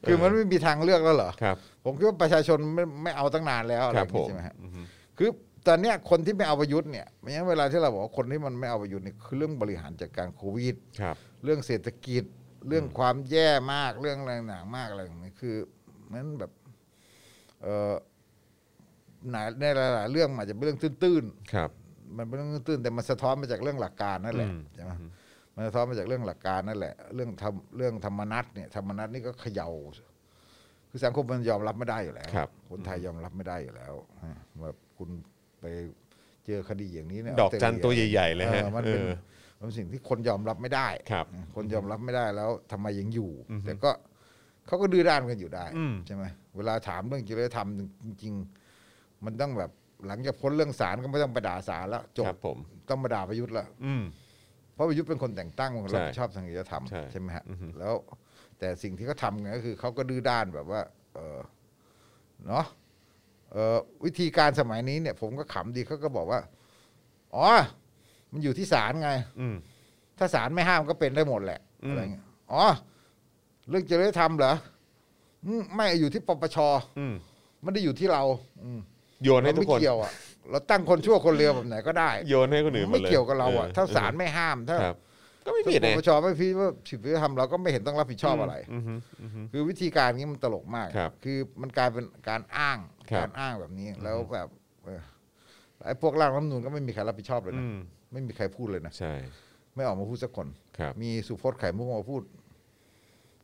Speaker 3: คือมันไม่มีทางเลือกแล้วเหรอ
Speaker 2: ครับ
Speaker 3: ผมคิดว่าประชาชนไม่ไม่เอาตั้งนานแล้วอะไร
Speaker 2: ค
Speaker 3: อ
Speaker 2: รับ
Speaker 3: ย่าง
Speaker 2: ผ
Speaker 3: นี้
Speaker 2: ม
Speaker 3: ใช่ไหมฮะ
Speaker 2: อือฮึ
Speaker 3: คือตอนเนี้ยคนที่ไม่เอาประยุทธ์เนี่ยไม่งั้นเวลาที่เราบอกว่าคนที่มันไม่เอาประยุทธ์เนี่ยคือเรื่องบริหารจัดการโควิด
Speaker 2: ครับ
Speaker 3: เรื่องเศรษฐกิจ เรื่องความแย่มากเรื่องอะไรหนางมากอะไรอย่างนี้คือนั้นแบบเออหนาในหลายๆเรื่องมันอาจจะเป็นเรื่องตื้นๆ
Speaker 2: ครับ
Speaker 3: มันเป็นเรื่องตื้นแต่มันสะท้อนมาจากเรื่องหลักการนั่นแหละ
Speaker 2: อืม
Speaker 3: ใช่ไหมมันสะท้อนมาจากเรื่องหลักการนั่นแหละ เรื่องธรรมเรื่องธรรมนัตเนี่ยธรรมนัตนี่ก็เขย่าคือสังคมมันยอมรับไม่ได้อยู่แล้ว
Speaker 2: ครับ
Speaker 3: คนไทยยอมรับไม่ได้อยู่แล้วฮะแบบคุณไปเจอคดีอย่างนี้เนี่ย
Speaker 2: ดอกจันตัวใหญ่ๆเลยฮะ
Speaker 3: ออมันเป็น
Speaker 2: เออ
Speaker 3: มันเป็นสิ่งที่คนยอมรับไม่ได้
Speaker 2: ครับ
Speaker 3: คนยอมรับไม่ได้แล้วทำไมยังอยู่ แต่ก็เขาก็ดื้อด้านกันอยู่ได้
Speaker 2: อืม
Speaker 3: ใช่ไหมเวลาถามเรื่องจริยธรรมจริงๆ มันต้องแบบหลังจากพ้นเรื่องศาลก็ไม่ต้องไปด่าศาลแล้วจบ
Speaker 2: ครับผม
Speaker 3: ต้องมาด่าประยุทธ์ละ
Speaker 2: อืม
Speaker 3: เพราะประยุทธ์เป็นคนแต่งตั้งคนรับผิดชอบทางจริยธรรม
Speaker 2: ใช่
Speaker 3: ใช่ไหมฮะ
Speaker 2: อือฮึ
Speaker 3: แล้วแต่สิ่งที่เขาทำไงก็คือเขาก็ดื้อด้านแบบว่า เออเนาะเออวิธีการสมัยนี้เนี่ย ผมก็ขำดีเขาก็บอกว่าอ๋อมันอยู่ที่ศาลไง
Speaker 2: อืม
Speaker 3: ถ้าศาลไม่ห้ามก็เป็นได้หมดแหละ
Speaker 2: อืม
Speaker 3: อะไรเงี้ยอ๋อ เรื่องจริยธรรมเหรออืมไม่อยู่ที่ปปช
Speaker 2: อืม
Speaker 3: ไม่ได้อยู่ที่เราอืม
Speaker 2: โยนให้
Speaker 3: เรา
Speaker 2: ทุ
Speaker 3: ไม่
Speaker 2: กคน
Speaker 3: เกี่ ยวอ่ะ เราตั้งคนชั่วคนเลวแบบไหนก็ได้
Speaker 2: โยนให้คนอื่นหด
Speaker 3: ไม่
Speaker 2: ล
Speaker 3: เกี่ยวกับเราอ่ะ
Speaker 2: อ
Speaker 3: ถ้าศาลไม่ห้ามถ้า
Speaker 2: ครับ ก็ไม่
Speaker 3: ถ้า
Speaker 2: ผิด
Speaker 3: ป
Speaker 2: นะ
Speaker 3: ปชไม่พิจว่าผิดจริยธรรมเราก็ไม่เห็นต้องรับผิดชอบอะไร
Speaker 2: อืมอืมอืม
Speaker 3: คือวิธีการนี้มันตลกมาก
Speaker 2: ครับ
Speaker 3: อมันกลายเป็นการอ้าง
Speaker 2: ครับ
Speaker 3: การอ้างแบบนี้ แล้วแบบเออไอ้พวกร่างรัฐธรรมนูนก็ไม่มีใครรับผิดชอบเลย
Speaker 2: อื
Speaker 3: นะ
Speaker 2: ม
Speaker 3: ไม่มีใครพูดเลยนะ
Speaker 2: ใช่
Speaker 3: ไม่ออกมาพูดสักคน
Speaker 2: ครับ
Speaker 3: มีสุพจน์ไข่มุกออกมาพูด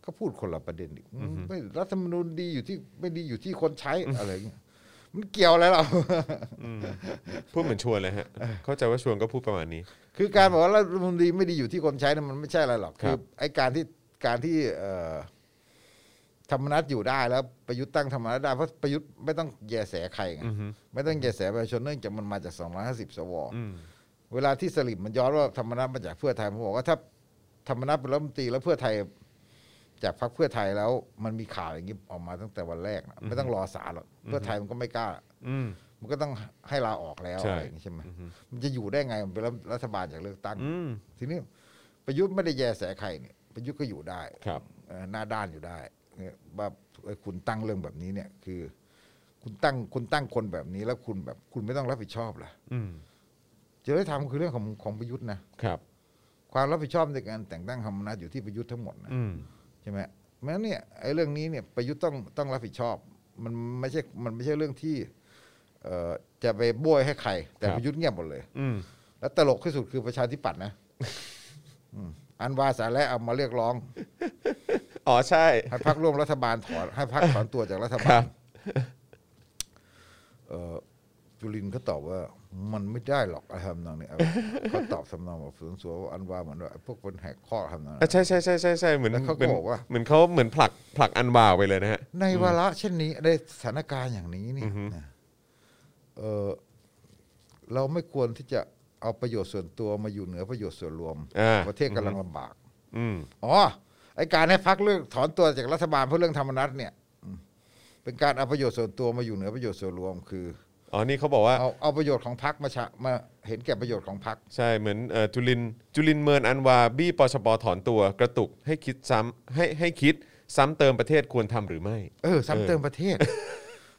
Speaker 3: ก็พูดคนละประเด็นอีก
Speaker 2: อือฮึ
Speaker 3: ไม่รัฐธรรมนูญดีอยู่ที่ไม่ดีอยู่ที่คนใช้อะไรอย่างเงี้ยมันเกี่ยวอะไรเรา
Speaker 2: พูดเหมือนชวนเลยฮะ เข้าใจว่าชวนก็พูดประมาณนี้
Speaker 3: คือการบอกว่ารัฐธรรมนูญดีไม่ดีอยู่ที่คนใช้เนี่ยมันไม่ใช่อะไรหรอก
Speaker 2: ครั
Speaker 3: คือบ ไอ้การที่การที่เอ่อธรรมนัตอยู่ได้แล้วประยุทธ์ตั้งธรรมนัตได้เพราะประยุทธ์ไม่ต้องแยแสใครไง
Speaker 2: อือฮึ
Speaker 3: ไม่ต้องแยแสประชาชนเนื่องจากมันมาจาก 250 สว
Speaker 2: อืม
Speaker 3: เวลาที่สลิมมันย้อนว่าธรรมนัตมาจากเพื่อไทยผมบอกว่าถ้าธรรมนัตเป็นรัฐมนตรีแล้วเพื่อไทย จากพรรคเพื่อไทยแล้ว มันมีข่าวอย่างนี้ออกมาตั้งแต่วันแรกนะไม่ต้องรอสารหรอกเพื่อไทยมันก็ไม่กล้า
Speaker 2: อืม
Speaker 3: มันก็ต้องให้ลาออกแล้ว
Speaker 2: ใช่
Speaker 3: อะไรอย่างนี้ใช่ไหมมันจะอยู่ได้ไงมันเป็นรัฐบาลจากเลือกตั้ง
Speaker 2: อืม
Speaker 3: ทีนี้ประยุทธ์ไม่ได้แยแสใครเนี่ยประยุทธ์ก็อยู่ได้
Speaker 2: ครับ
Speaker 3: เอ่อหน้าด้านอยู่ได้เนี่ยว่าเอ้ยคุณตั้งเรื่องแบบนี้เนี่ย คือ คุณตั้งคุณตั้งคนแบบนี้แล้วคุณแบบ คุณไม่ต้องรับผิดชอบล่ะ
Speaker 2: อืม
Speaker 3: จะได้ทำคือเรื่องของของประยุทธ์นะ
Speaker 2: ครับ
Speaker 3: ความรับผิดชอบในการแต่งตั้งธรรมนัตอยู่ที่ประยุทธ์ทั้งหมดนะ
Speaker 2: อืม
Speaker 3: ใช่ไหมแม้นเนี่ยไอ้เรื่องนี้เนี่ยประยุทธ์ต้องต้องรับผิดชอบ มันไม่ใช่มันไม่ใช่เรื่องที่เอ่อจะไปโบยให้ใคร แต่ประยุทธ์เงียบหมดเลย
Speaker 2: อืม
Speaker 3: แล้วตลกที่สุดคือประชาธิปัต ย์นะอืมอันวาสาและเอามาเรียกร้อง
Speaker 2: อ๋อใช่
Speaker 3: ให้พักร่วมรัฐบาลถอนให้พักถอนตัวจากรัฐ
Speaker 2: ครั
Speaker 3: าล
Speaker 2: บบ
Speaker 3: เอ่อจุลินทร์ก็ตอบว่า มันไม่ได้หรอกอะไรทำนองนี้เอาเขาตอบสำนองแบบสวนสวนว่าอันวาเหมือนว่าไอ้พวกเป็นแหกข้อทำนองนั้น
Speaker 2: อ่ะใช่ใช่ใช่ใช่ใช่เหมือน
Speaker 3: แล้วเขาก็
Speaker 2: หมืน
Speaker 3: บอกว่า
Speaker 2: เหมือนเขาเหมือนผลักผลักอันวาวไปเลยนะฮะ
Speaker 3: ในวาระเช่นนี้ในสถานการณ์อย่างนี้เนี่ยนะเออเราไม่ควรที่จะเอาประโยชน์ส่วนตัวมาอยู่เหนือประโยชน์ส่วนรวม
Speaker 2: อ่า
Speaker 3: ประเทศกำลังลำบาก
Speaker 2: อืม
Speaker 3: อ๋อไอการให้พักเลือกถอนตัวจากรัฐบาลเพื่อเรื่องธรรมนัตเนี่ยอืมเป็นการเอาประโยชน์ส่วนตัวมาอยู่เหนือประโยชน์ส่วนรวม คือ
Speaker 2: อ๋อนี่เขาบอกว่า
Speaker 3: เอาเอาประโยชน์ของพักมาชะมาเห็นแก่ประโยชน์ของพัก
Speaker 2: ใช่เหมือนเอ่อจุลินจุลินเมินอันวาบี้ปชปถอนตัวกระตุกให้คิดซ้ำให้ให้คิดซ้ำเติมประเทศควรทำหรือไม่
Speaker 3: เออซ้ำเติมประเทศ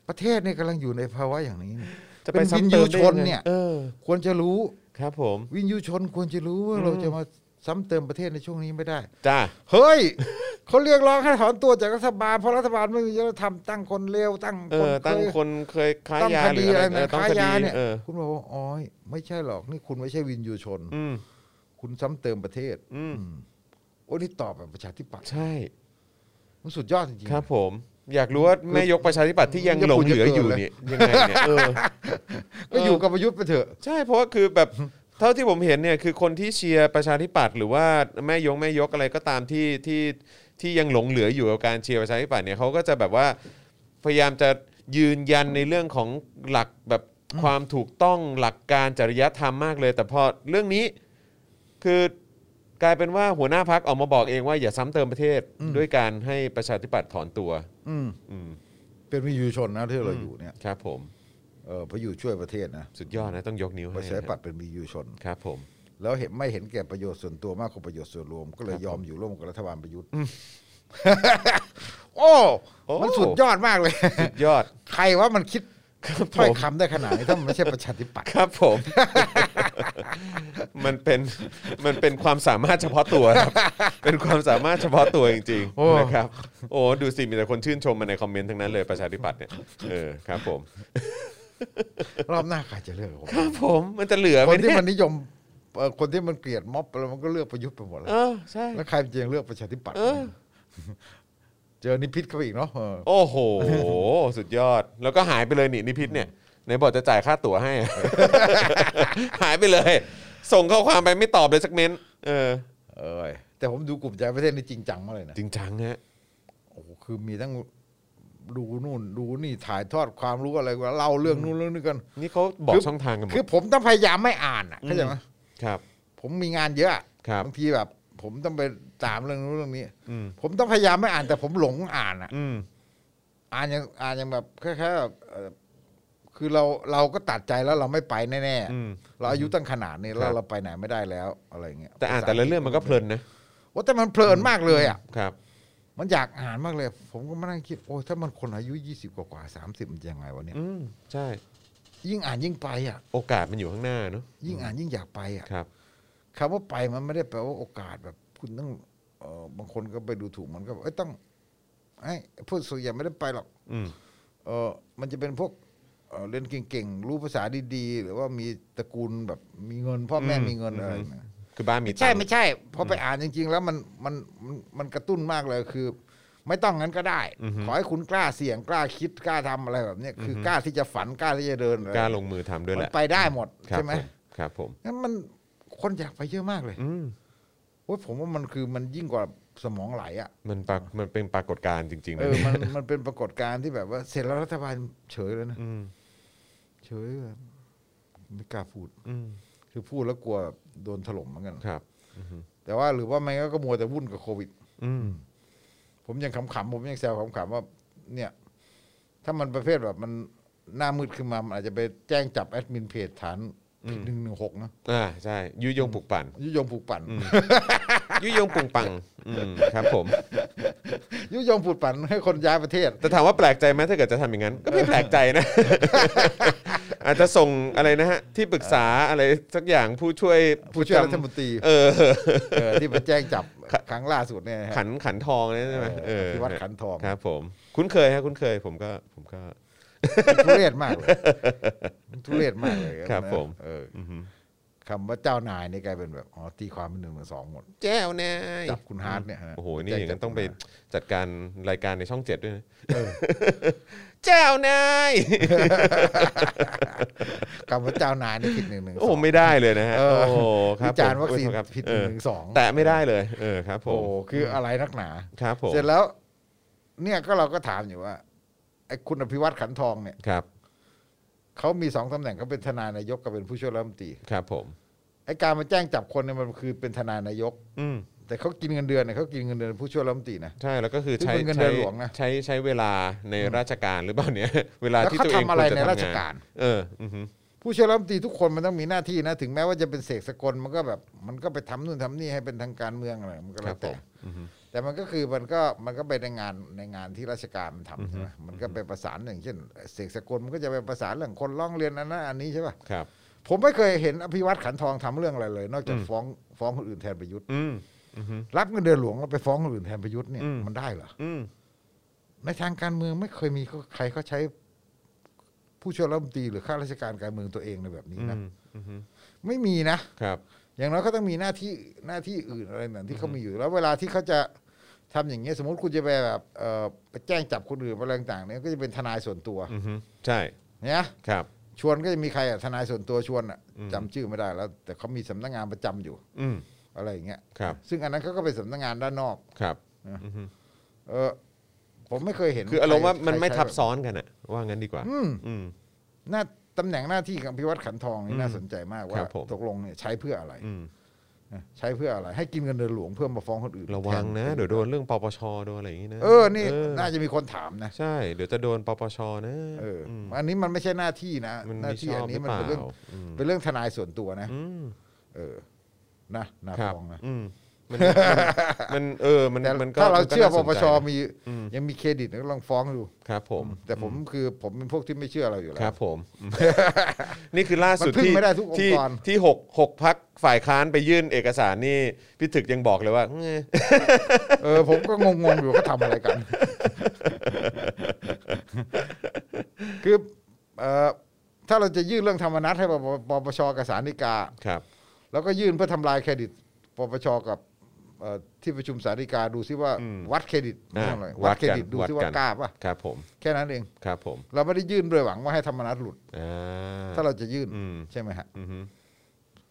Speaker 3: ประเทศเนี่ยกำลังอยู่ในภาวะอย่างนี้เนี่ย
Speaker 2: จะไป
Speaker 3: เป็น
Speaker 2: ซ้ำ
Speaker 3: วิน
Speaker 2: เติ
Speaker 3: ยู
Speaker 2: มได้
Speaker 3: ช
Speaker 2: ยั
Speaker 3: น
Speaker 2: งไง
Speaker 3: เนี่ย
Speaker 2: เออ
Speaker 3: ควรจะรู้
Speaker 2: ครับผม
Speaker 3: วินยูชนควรจะรู้ว่าเราจะมา ซ้ำเติมประเทศในช่วงนี้ไม่ได้
Speaker 2: จ้า
Speaker 3: เฮ้ย เขาเรียกร้องให้ถอนตัวจากรัฐบาลเพราะรัฐบาลไม่มีจริยธรรมตั้งคนเลวตั้ง
Speaker 2: เอ
Speaker 3: คน
Speaker 2: อ ตั้ง
Speaker 3: เคย
Speaker 2: คนเคยค้า
Speaker 3: ตั้ง
Speaker 2: ยา
Speaker 3: ค
Speaker 2: หรื
Speaker 3: ดี
Speaker 2: อ
Speaker 3: อะ
Speaker 2: อะไร ไร
Speaker 3: เห
Speaker 2: เอ
Speaker 3: มือ
Speaker 2: อนต้อง
Speaker 3: ค้า
Speaker 2: ค
Speaker 3: ยา
Speaker 2: ดี
Speaker 3: เนี่ย
Speaker 2: เออ
Speaker 3: คุณบอกว่าอ๋อไม่ใช่หรอกนี่คุณไม่ใช่วินยูชน
Speaker 2: อืม
Speaker 3: คุณซ้ำเติมประเทศ
Speaker 2: อืม
Speaker 3: โอ้นี่ตอบแบบประชาธิปัตย์
Speaker 2: ใช่
Speaker 3: มันสุดยอดจริงๆ
Speaker 2: ครับผม อยากรู้ว่าแม่ยกประชาธิปัตย์ที่ยัง
Speaker 3: ยัง
Speaker 2: หลง
Speaker 3: พูด
Speaker 2: เหลือ
Speaker 3: เยอะ
Speaker 2: อยู่
Speaker 3: เกิน
Speaker 2: เนี่ยยังไงเนี่ยเออ
Speaker 3: ก็อยู่กับประยุทธ์ไปเถอะ
Speaker 2: ใช่เพราะว่าคือแบบ เท่าที่ผมเห็นเนี่ยคือคนที่เชียร์ประชาธิปัตย์หรือว่าแม่ยงแม่ยกอะไรก็ตามที่ที่ที่ยังหลงเหลืออยู่กับการเชียร์ประชาธิปัตย์เนี่ยเขาก็จะแบบว่าพยายามจะยืนยันในเรื่องของหลักแบบความถูกต้องหลักการจริยธรรมมากเลย แต่พอเรื่องนี้คือกลายเป็นว่าหัวหน้าพักออกมาบอกเองว่าอย่าซ้ำเติมประเทศ
Speaker 3: อืม
Speaker 2: ด้วยการให้ประชาธิปัตย์ถอนตัว
Speaker 3: อืม
Speaker 2: อืม
Speaker 3: เป็นวินยูชนนะที่เราอยู่เนี่ย
Speaker 2: ครับผม
Speaker 3: เออพระอยู่ช่วยประเทศนะ
Speaker 2: สุดยอดนะต้องยกนิ้วให้
Speaker 3: ประชาธิปัต
Speaker 2: นะ
Speaker 3: ย์เป็นวินยูชน
Speaker 2: ครับผม
Speaker 3: แล้วเห็นไม่เห็นแก่ประโยชน์ส่วนตัวมากกว่าประโยชน์ส่วนรวม ก็เลยยอมอยู่ร่วมกับรัฐบาลประยุทธ์ โอ้
Speaker 2: โอ้
Speaker 3: มันสุดยอดมากเลย
Speaker 2: สุดยอด
Speaker 3: ใครว่ามันคิด
Speaker 2: ครับผม
Speaker 3: ถ้อยคำได้ขนาดนี้ถ้ามันไม่ใช่ประชาธิปัตย์
Speaker 2: ครับผม มันเป็นมันเป็นความสามารถเฉพาะตัวครับ เป็นความสามารถเฉพาะตัวจริง
Speaker 3: โอ้
Speaker 2: ๆนะครับ โอ้ดูสิมีแต่คนชื่นชมมาในคอมเมนต์ทั้งนั้นเลยประชาธิปัตย์เนี่ยเออครับผม
Speaker 3: รอบหน้าใครจะเลือกผม
Speaker 2: ครับผมมันจะเหลือไห
Speaker 3: ค
Speaker 2: ม
Speaker 3: นที่
Speaker 2: เนี่ย
Speaker 3: มันนิยมเอ่อคนที่มันเกลียดม็อบแล้วมันก็เลือกประยุทธ์ไปหมดแล้ว
Speaker 2: เออใช่
Speaker 3: แล้วใครจะยังเลือกประชาธิปัตย์
Speaker 2: เออ
Speaker 3: เจอนิพิษเข้าไปอีกเนาะเออ
Speaker 2: โอ้โห สุดยอดแล้วก็หายไปเลยนี่นิพิษเนี่ยไหนบอกจะ จ่ายค่าตั๋วให้ หายไปเลย ส่งข้อความไปไม่ตอบเลยสักเม้นต์เออ
Speaker 3: เอ้ยแต่ผมดูกลุ่มใจประเทศนี่จริงจังมากเลยนะ
Speaker 2: จริงจังฮะ
Speaker 3: โอ้โหคือมีทั้งดูนู่นดูนี่ถ่ายทอดความรู้อะไรกันเล่าเรื่องนู่นเรื่องนี้กัน
Speaker 2: นี่เขาบอก
Speaker 3: คือ
Speaker 2: ช่องทางกันหมด
Speaker 3: คือผมต้องพยายามไม่อ่านอ่ะเข้าใจไหม
Speaker 2: ครับ
Speaker 3: ผมมีงานเยอะอะ
Speaker 2: ครับ
Speaker 3: บางทีแบบ ผมต้องไปตามเรื่องนู้นเรื่องนี้
Speaker 2: อืม
Speaker 3: ผมต้องพยายามไม่อ่านแต่ผมหลงอ่านอ่ะ
Speaker 2: อืม
Speaker 3: อ่านยังอ่านยังแบบแค่แค่แบบเอ่อคือเราเราก็ตัดใจแล้วเราไม่ไปแน่
Speaker 2: อืม
Speaker 3: ๆเราอายุตั้งขนาดนี้แล้
Speaker 2: ครั
Speaker 3: ว
Speaker 2: บ
Speaker 3: เราไปไหนไม่ได้แล้วอะไรเงี้ย
Speaker 2: แต่อ่านแต่ละเรื่องมันก็เพลินนะ
Speaker 3: ว่าแต่มันเพลินมากเลยอ่ะ
Speaker 2: ครับ
Speaker 3: มันอยากอ่านมากเลย ผมก็มานั่งคิดโอ้ยถ้ามันคนอายุยี่สิบกว่าสามสิบมันจะยังไงวะเนี่ย
Speaker 2: อืมใช่
Speaker 3: ยิ่งอ่านยิ่งไปอ่ะ
Speaker 2: โอกาสมันอยู่ข้างหน้าเนอะ
Speaker 3: ยิ่งอ่านยิ่งอยากไปอ่ะ
Speaker 2: ครับ
Speaker 3: คำว่าไปมันไม่ได้แปลว่าโอกาสแบบ คุณต้องเออบางคนก็ไปดูถูกมันก็บอกเอ้ยต้องไอ้ยพูดสุดอย่าไม่ได้ไปหรอก
Speaker 2: อืม
Speaker 3: เออมันจะเป็นพวกเอ่อเรียนเก่งๆ รู้ภาษาดีๆ หรือว่ามีตระกูลแบบมีเงิน พ่อแม่
Speaker 2: อืม
Speaker 3: มีเงิน
Speaker 2: อืม
Speaker 3: อะไรนะ
Speaker 2: คือบ้านมี
Speaker 3: ใช่
Speaker 2: ตังค์
Speaker 3: ไม่ใช่พอไปอ่านจริง ๆ แล้วมันมันมันมันกระตุ้นมากเลยคือ ไม่ต้องงั้นก็ได้ ขอให้คุณกล้าเสี่ยงกล้าคิดกล้าทำอะไรแบบเนี้ยคือกล้าที่จะฝันกล้าที่จะเดิน
Speaker 2: กล้าลงมือทำด้วย
Speaker 3: มั
Speaker 2: แห
Speaker 3: น
Speaker 2: ละ
Speaker 3: ไปได้หมด
Speaker 2: ครับ
Speaker 3: ใช่ไหม
Speaker 2: ผครับผม
Speaker 3: งั้นมันคนอยากไปเยอะมากเลย
Speaker 2: อืม
Speaker 3: โอ้ยผมว่ามันคือมันยิ่งกว่าสมองไหลอ่ะ
Speaker 2: มันปรากมันเป็นปรากฏการณ์จริงๆ
Speaker 3: เอ
Speaker 2: นะ
Speaker 3: อมัน มันเป็นปรากฏการณ์ที่แบบว่าเสร็จแล้วรัฐบาลเฉยเลยนะ
Speaker 2: อืม
Speaker 3: เฉยแบบไม่กล้าพูด
Speaker 2: อืม
Speaker 3: คือพูดแล้วกลัวแบบโดนถล่มเหมือนกัน
Speaker 2: ครับ
Speaker 3: แต่ว่าหรือว่าไม่งั้นก็มัวแต่วุ่นกับโควิด
Speaker 2: อืม
Speaker 3: ผมยังขำๆผมยังแซวขำๆว่า เนี่ย ถ้ามันประเภทแบบมันหน้ามืดขึ้นมามันอาจจะไปแจ้งจับแอดมินเพจฐานหนึ่งหนึ่งหกนะ
Speaker 2: อ่าใช่ยุยงปลุก ปั่น
Speaker 3: ยุยงผูกปั่น
Speaker 2: ยุยงปลุกปั่นอืมครับผม
Speaker 3: ยุยงผูกปั่นให้คนย้ายประเทศ
Speaker 2: แต่ถามว่าแปลกใจไหมถ้าเกิดจะทำอย่างนั้น ก็ไม่แปลกใจนะ อาจจะส่งอะไรนะฮะ ที่ปรึกษาอะไรสักอย่างผู้ช่วย
Speaker 3: ผู้ช่วย
Speaker 2: จำ
Speaker 3: รัฐมนตรี
Speaker 2: เออ
Speaker 3: เออที่ไปแจ้งจับครั้งล่าสุดเนี่ยฮะ
Speaker 2: ขันขันทองเนี่ยใช่ไหม
Speaker 3: เออที่วัดขันทอง
Speaker 2: ครับผม คุ้นเคยฮะคุ้นเคยผมก็ผมก็
Speaker 3: ทุเรศมาก เลยทุเรศมากเลย
Speaker 2: ครับผม
Speaker 3: เออคำว่าเจ้านายนี่กลายเป็นแบบอ๋อตีความเป็นหนึ่งเป็นสองหมด
Speaker 2: แจ้วนาย
Speaker 3: จับคุณฮาร์ดเนี่ยฮะ
Speaker 2: โอ้โหนี่อย่างนั้นต้องไป
Speaker 3: แจ้จับ
Speaker 2: จัดการรายการในช่องเจ็ดด้วยนะ แจ้ วนาย
Speaker 3: คำว่าเจ้านายนี่ผิดหนึ่งหนึ่ง
Speaker 2: โอ้โหไม่ได้เลยนะฮะ
Speaker 3: เอ
Speaker 2: โอ้
Speaker 3: อ
Speaker 2: โหครับ
Speaker 3: วิจารณ์
Speaker 2: ผม
Speaker 3: วัคซีน
Speaker 2: โอ้ยครับ
Speaker 3: ผิดห
Speaker 2: เอ
Speaker 3: นึ่
Speaker 2: อง
Speaker 3: หนึ่งสอง
Speaker 2: แตะไม่ได้เลยเออครับผ
Speaker 3: โอ้
Speaker 2: ม
Speaker 3: โหคืออะไรนักหนา
Speaker 2: ครับผม
Speaker 3: เสร็จแล้ว เนี่ยก็เราก็ถามอยู่ว่าไอ้คุณอภิวัตขันทองเนี่ย
Speaker 2: ครับ
Speaker 3: เขามีสองตำแหน่งเขาเป็นทนายนายกกับเป็นผู้ช่วยรัฐมนตรี
Speaker 2: ครับผม
Speaker 3: ไอ้การมาแจ้งจับคนเนี่ยมันคือเป็นทนายนายก
Speaker 2: อืม
Speaker 3: แต่เขากินเงินเดือนเนี่ยเขากินเงินเดือนผู้ช่วยรัฐมนตรีนะ
Speaker 2: ใช่แล้วก็คือใช้
Speaker 3: ซึ่งเป็นเงินเดื
Speaker 2: ใช้
Speaker 3: อนหลวงนะ
Speaker 2: ใช้ใช้เวลาในราชการหรือเปล่าเนี่ย เวลา
Speaker 3: แล้ว
Speaker 2: ที่
Speaker 3: เขา
Speaker 2: ตัวเอง
Speaker 3: ทำอะไร
Speaker 2: ควจะ
Speaker 3: ในราช
Speaker 2: ทำงน
Speaker 3: การ
Speaker 2: เอออือฮึ
Speaker 3: ผู้ช่วยรัฐมนตรีทุกคนมันต้องมีหน้าที่นะ ถึงแม้ว่าจะเป็นเสกสกลมันก็แบบ มันก็ไปทำนู่นทำนี่ให้เป็นทางการเมืองอะไรมันก็
Speaker 2: ค
Speaker 3: แล้
Speaker 2: รั
Speaker 3: ว
Speaker 2: บผ
Speaker 3: แต่
Speaker 2: มอือฮึ
Speaker 3: แต่มันก็คือมันก็มันก็ไปในงานในงานที่ราชการมันทำใช่ไหมมันก็ไปประสานอย่างเช่นเสกสกลมันก็จะไปประสานเรื่องคนร้องเรียนอันนั้นอันนี้ใช่ป่ะ
Speaker 2: ครับ
Speaker 3: ผมไม่เคยเห็นอภิวัตขันทองทำเรื่องอะไรเลย นอกจากฟ้องฟ้องคนอื่นแทนประยุทธ์
Speaker 2: อืมอือฮึ
Speaker 3: รับเงินเดือนหลวงแล้วไปฟ้องคนอื่นแทนประยุทธ์เนี่ย
Speaker 2: อืม
Speaker 3: มันได้เหรอ
Speaker 2: อืม
Speaker 3: ในทางการเมืองไม่เคยมีใครเขาใช้ ผู้ช่วยรัฐมนตรีหรือข้าราชการการเมืองตัวเองในแบบนี้
Speaker 2: อื
Speaker 3: นะ
Speaker 2: มอือฮึ
Speaker 3: ไม่มีนะ
Speaker 2: ครับ
Speaker 3: อย่างน้อยเขาต้องมีหน้าที่หน้าที่อื่นอะไรนั่นที่เขามีอยู่แล้ว เวลาที่เขาจะทำอย่างเงี้ยสมมติคุณจะไปแบบเอ่อไปแจ้งจับคนอื่นอะไรต่างๆเนี่ยก็จะเป็นทนายส่วนตัว
Speaker 2: อือฮึใช่
Speaker 3: เนี่ย
Speaker 2: ครับ
Speaker 3: ชวนก็จะมีใครอ่ะทนายส่วนตัวชวนอ่ะ
Speaker 2: อืม
Speaker 3: จำชื่อไม่ได้แล้ว แต่เขามีสำนักงานประจำอยู่
Speaker 2: อืม
Speaker 3: อะไรอย่างเงี้ย
Speaker 2: ครับ
Speaker 3: ซึ่งอันนั้นเขาก็เป็นสำนักงานด้านนอก
Speaker 2: ครับ
Speaker 3: นะ
Speaker 2: อือฮึ
Speaker 3: เออผมไม่เคยเห็น
Speaker 2: คืออารมณ์ว่ามัน
Speaker 3: ใคร
Speaker 2: ไม่
Speaker 3: ใช้
Speaker 2: ทับซ้อนกันอะว่างั้นดีกว่า
Speaker 3: อืม
Speaker 2: อืม
Speaker 3: หน้าตำแหน่งหน้าที่ของพิวัตรขันทองนี่น่าสนใจมาก
Speaker 2: ค
Speaker 3: ว่า
Speaker 2: รับผม
Speaker 3: ตกลงเนี่ยใช้เพื่ออะไร
Speaker 2: อืม
Speaker 3: นะใช้เพื่ออะไร ให้กินเงินเดือนหลวงเพื่อมาฟ้องคนอื่น
Speaker 2: ระวังนะ
Speaker 3: แท
Speaker 2: เดี๋ยวโดนเรื่องปปชโดนอะไรอย่างงี้นะ
Speaker 3: เออ นี่
Speaker 2: เ
Speaker 3: น่าจะมีคนถามนะ
Speaker 2: ใช่ เดี๋ยวจะโดนปปชนะ
Speaker 3: เอออ
Speaker 2: ม
Speaker 3: อันนี้มันไม่ใช่หน้าที่นะ
Speaker 2: มัน
Speaker 3: หน้า
Speaker 2: ไม่
Speaker 3: ที่
Speaker 2: ชอ
Speaker 3: อั
Speaker 2: บ
Speaker 3: น
Speaker 2: ห
Speaker 3: นี้
Speaker 2: รือ
Speaker 3: มัน
Speaker 2: เป
Speaker 3: เป็น
Speaker 2: ล่า
Speaker 3: เรื่อง
Speaker 2: อืม
Speaker 3: เป็นเรื่องทนายส่วนตัวนะ
Speaker 2: อืม
Speaker 3: เออ นะนา
Speaker 2: ครับ
Speaker 3: ฟองนะ
Speaker 2: อืมมันมันเออมัน
Speaker 3: แต่
Speaker 2: มันก็
Speaker 3: ถ้าเรา
Speaker 2: มันก็
Speaker 3: เชื่อ
Speaker 2: น่
Speaker 3: ป
Speaker 2: สน
Speaker 3: ป
Speaker 2: ใจ
Speaker 3: ช
Speaker 2: นะ
Speaker 3: มียังมีเครดิตนะก็ลองฟ้องดู
Speaker 2: ครับผม
Speaker 3: แต่ผมคือผมเป็นพวกที่ไม่เชื่อเราอยู่แล้
Speaker 2: ครั
Speaker 3: ว
Speaker 2: บผม นี่คือล่าสุด
Speaker 3: มันพึ่ง
Speaker 2: ที่
Speaker 3: ไม่ได้ทุกองค์
Speaker 2: ที่
Speaker 3: กร
Speaker 2: ที่หกหกพักฝ่ายค้านไปยื่นเอกสารนี่พี่ถึกยังบอกเลยว่า เอ้ย
Speaker 3: เออ ผมก็งงๆอยู่เขาทำอะไร กัน คือเออถ้าเราจะยื่นเรื่องธรรมนัตให้ปปปปชกับสารนิกา
Speaker 2: ครับ
Speaker 3: แล้วก็ยื่นเพื่อทำลายเครดิตปปชกับเอ่อที่ประชุมสาริกาดูซิว่า
Speaker 2: อืม
Speaker 3: วัดเครดิตไม่
Speaker 2: อ่า
Speaker 3: ทำอะไร
Speaker 2: วั
Speaker 3: วั
Speaker 2: ด
Speaker 3: ด
Speaker 2: กัน
Speaker 3: เครดิตดูซิ
Speaker 2: วั
Speaker 3: ว่า
Speaker 2: ดกัน
Speaker 3: กล้าป่ะ
Speaker 2: ครับผม
Speaker 3: แค่นั้นเอง
Speaker 2: ครับผม
Speaker 3: เราไม่ได้ยื่นโดยหวังว่าให้ธรรมนัตหลุด
Speaker 2: อ่า
Speaker 3: ถ้าเราจะยื่น
Speaker 2: อืม
Speaker 3: ใช่ไหมฮะ
Speaker 2: อือฮึ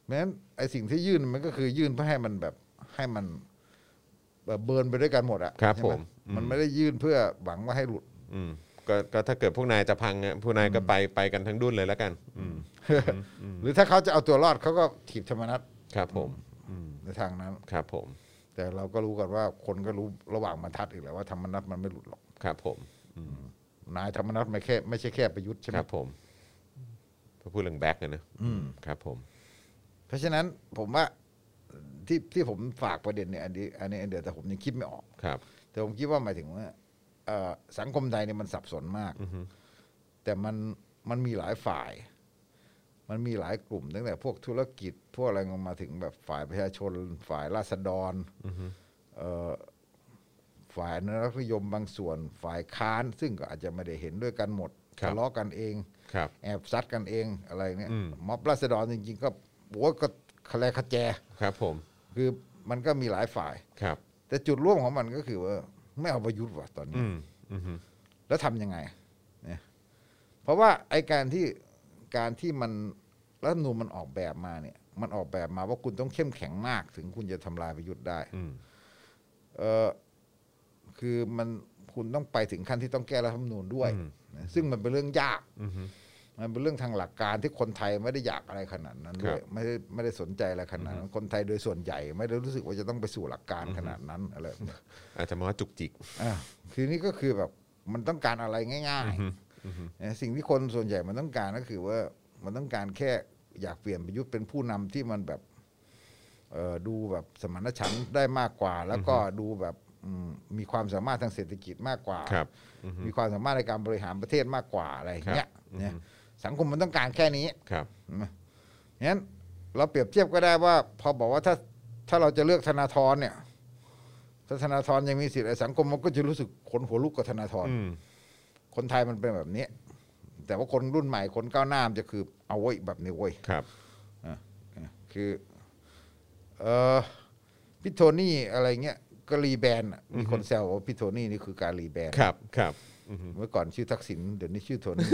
Speaker 3: เพราะฉะนั้นไอสิ่งที่ยื่นมันก็คือยื่นเพื่อให้มันแบบให้มันแบบเบิร์นไปด้วยกันหมดอะ
Speaker 2: ครับ
Speaker 3: ใช่
Speaker 2: ผ
Speaker 3: ไห
Speaker 2: ม
Speaker 3: มันไม่ได้ยื่นเพื่อหวังว่าให้หลุด
Speaker 2: อืมก็ก็ถ้าเกิดพวกนายจะพังอะพวกนายก็ไปไปกันทั้งดุนเลยแล้วกันอืม
Speaker 3: หรือถ้าเขาจะเอาตัวรอดเขาก็ถีบธรรมนัต
Speaker 2: ครับผม
Speaker 3: ในทางนั้น
Speaker 2: ครับผม
Speaker 3: แต่เราก็รู้กันว่าคนก็รู้ระหว่างบรรทัดอีกแหล้วว่าธรรมนัตมันไม่หลุดหรอก
Speaker 2: ครับผม
Speaker 3: นายธรรมนัตไม่แค่ไม่ใช่แค่ประยุทธ์ใช่ไห
Speaker 2: ค
Speaker 3: ม
Speaker 2: รับผมพอพูดเรื่องแบ็กนะนะครับผม
Speaker 3: เพราะฉะนั้นผมว่าที่ที่ผมฝากประเด็นเนี่ยอันนี้อันนี้อันเดียวแต่ผมยังคิดไม่ออก
Speaker 2: ครับ
Speaker 3: แต่ผมคิดว่าหมายถึงว่าเอ่อสังคมไทยเนี่ยมันสับสนมาก
Speaker 2: อือฮึ
Speaker 3: แต่มันมันมีหลายฝ่าย มันมีหลายกลุ่มตั้งแต่พวกธุรกิจ พวกอะไรลงมาถึงแบบฝ่ายประชาชน ฝ่ายราษฎรเอ่อฝ่ายอนุรักษนิยมบางส่วน ฝ่ายค้าน ซึ่งก็อาจจะไม่ได้เห็นด้วยกันหมด
Speaker 2: ครับ
Speaker 3: ทะเลาะกันเอง
Speaker 2: ครับ
Speaker 3: แอบซัดกันเองอะไรเนี่ย
Speaker 2: อืม
Speaker 3: ม็อบราษฎรจริงๆ ก็โอ้ก็คะแลคะแจ
Speaker 2: ครับผม
Speaker 3: คือมันก็มีหลายฝ่าย
Speaker 2: ครับ
Speaker 3: แต่จุดร่วมของมันก็คือว่าไม่เอาประยุทธ์ว่ะตอนนี้
Speaker 2: อืมอือฮึ
Speaker 3: แล้วทำยังไงเนี่ยเพราะว่าไอการที่การที่มันรัฐธรรมนูญมันออกแบบมาเนี่ย มันออกแบบมาว่าคุณต้องเข้มแข็งมาก ถึงคุณจะทำลายประยุทธ์ได้
Speaker 2: อืม
Speaker 3: เออคือมันคุณต้องไปถึงขั้นที่ต้องแก้รัฐธรรมนูญด้วยนะซึ่งมันเป็นเรื่องยาก
Speaker 2: อือฮึ
Speaker 3: มันเป็นเรื่องทางหลักการที่คนไทยไม่ได้อยากอะไรขนาดนั้นด้วยไม่ได้ไม่ได้สนใจอะไรขนาดนั้นคนไทยโดยส่วนใหญ่ ไม่ได้รู้สึกว่าจะต้องไปสู่หลักการขนาดนั้นอะไรแบบนี้
Speaker 2: อาจจะมาว่าจุกจิก
Speaker 3: อ่ะคือนี่ก็คือแบบมันต้องการอะไรง่าย
Speaker 2: อือฮึ
Speaker 3: ๆเนี่ยสิ่งที่คนส่วนใหญ่มันต้องการก็คือว่ามันต้องการแค่อยากเปลี่ยนประยุทธ์เป็นผู้นำที่มันแบบเอ่อดูแบบสมานฉันท์ได้มากกว่า แล้วก็ดูแบบอืมมีความสามารถทางเศรษฐกิจมากกว่า
Speaker 2: ครับ
Speaker 3: มีความสามารถในการบริหารประเทศมากกว่าอะไรอย่างเงี้ย
Speaker 2: ครับ
Speaker 3: เนี่ยสังคมมันต้องการแค่นี้
Speaker 2: ครับ
Speaker 3: งั้นเราเปรียบเทียบก็ได้ว่า พอบอกว่าถ้าถ้าเราจะเลือกธนาธรเนี่ยถ้าธนาธรยังมีสิทธิ์ไอ้สังคมมันก็จะรู้สึกขนหัวลุกกับธนาธร
Speaker 2: อืม
Speaker 3: คนไทยมันเป็นแบบนี้ แต่ว่าคนรุ่นใหม่คนก้าวหน้ามนจะคือเอาไว้ยแบบนี้เว้ย
Speaker 2: ครับ
Speaker 3: คือเออพี่โทนี่อะไรเงี้ยก็รีแบรนด์อะมีคนแซวว่าพี่โทนี่นี่คือการรีแบรนด์
Speaker 2: ครับ ครับอือฮึ
Speaker 3: เมื่อก่อนชื่อทักษิณเดี๋ยวนี้ชื่อโทนี่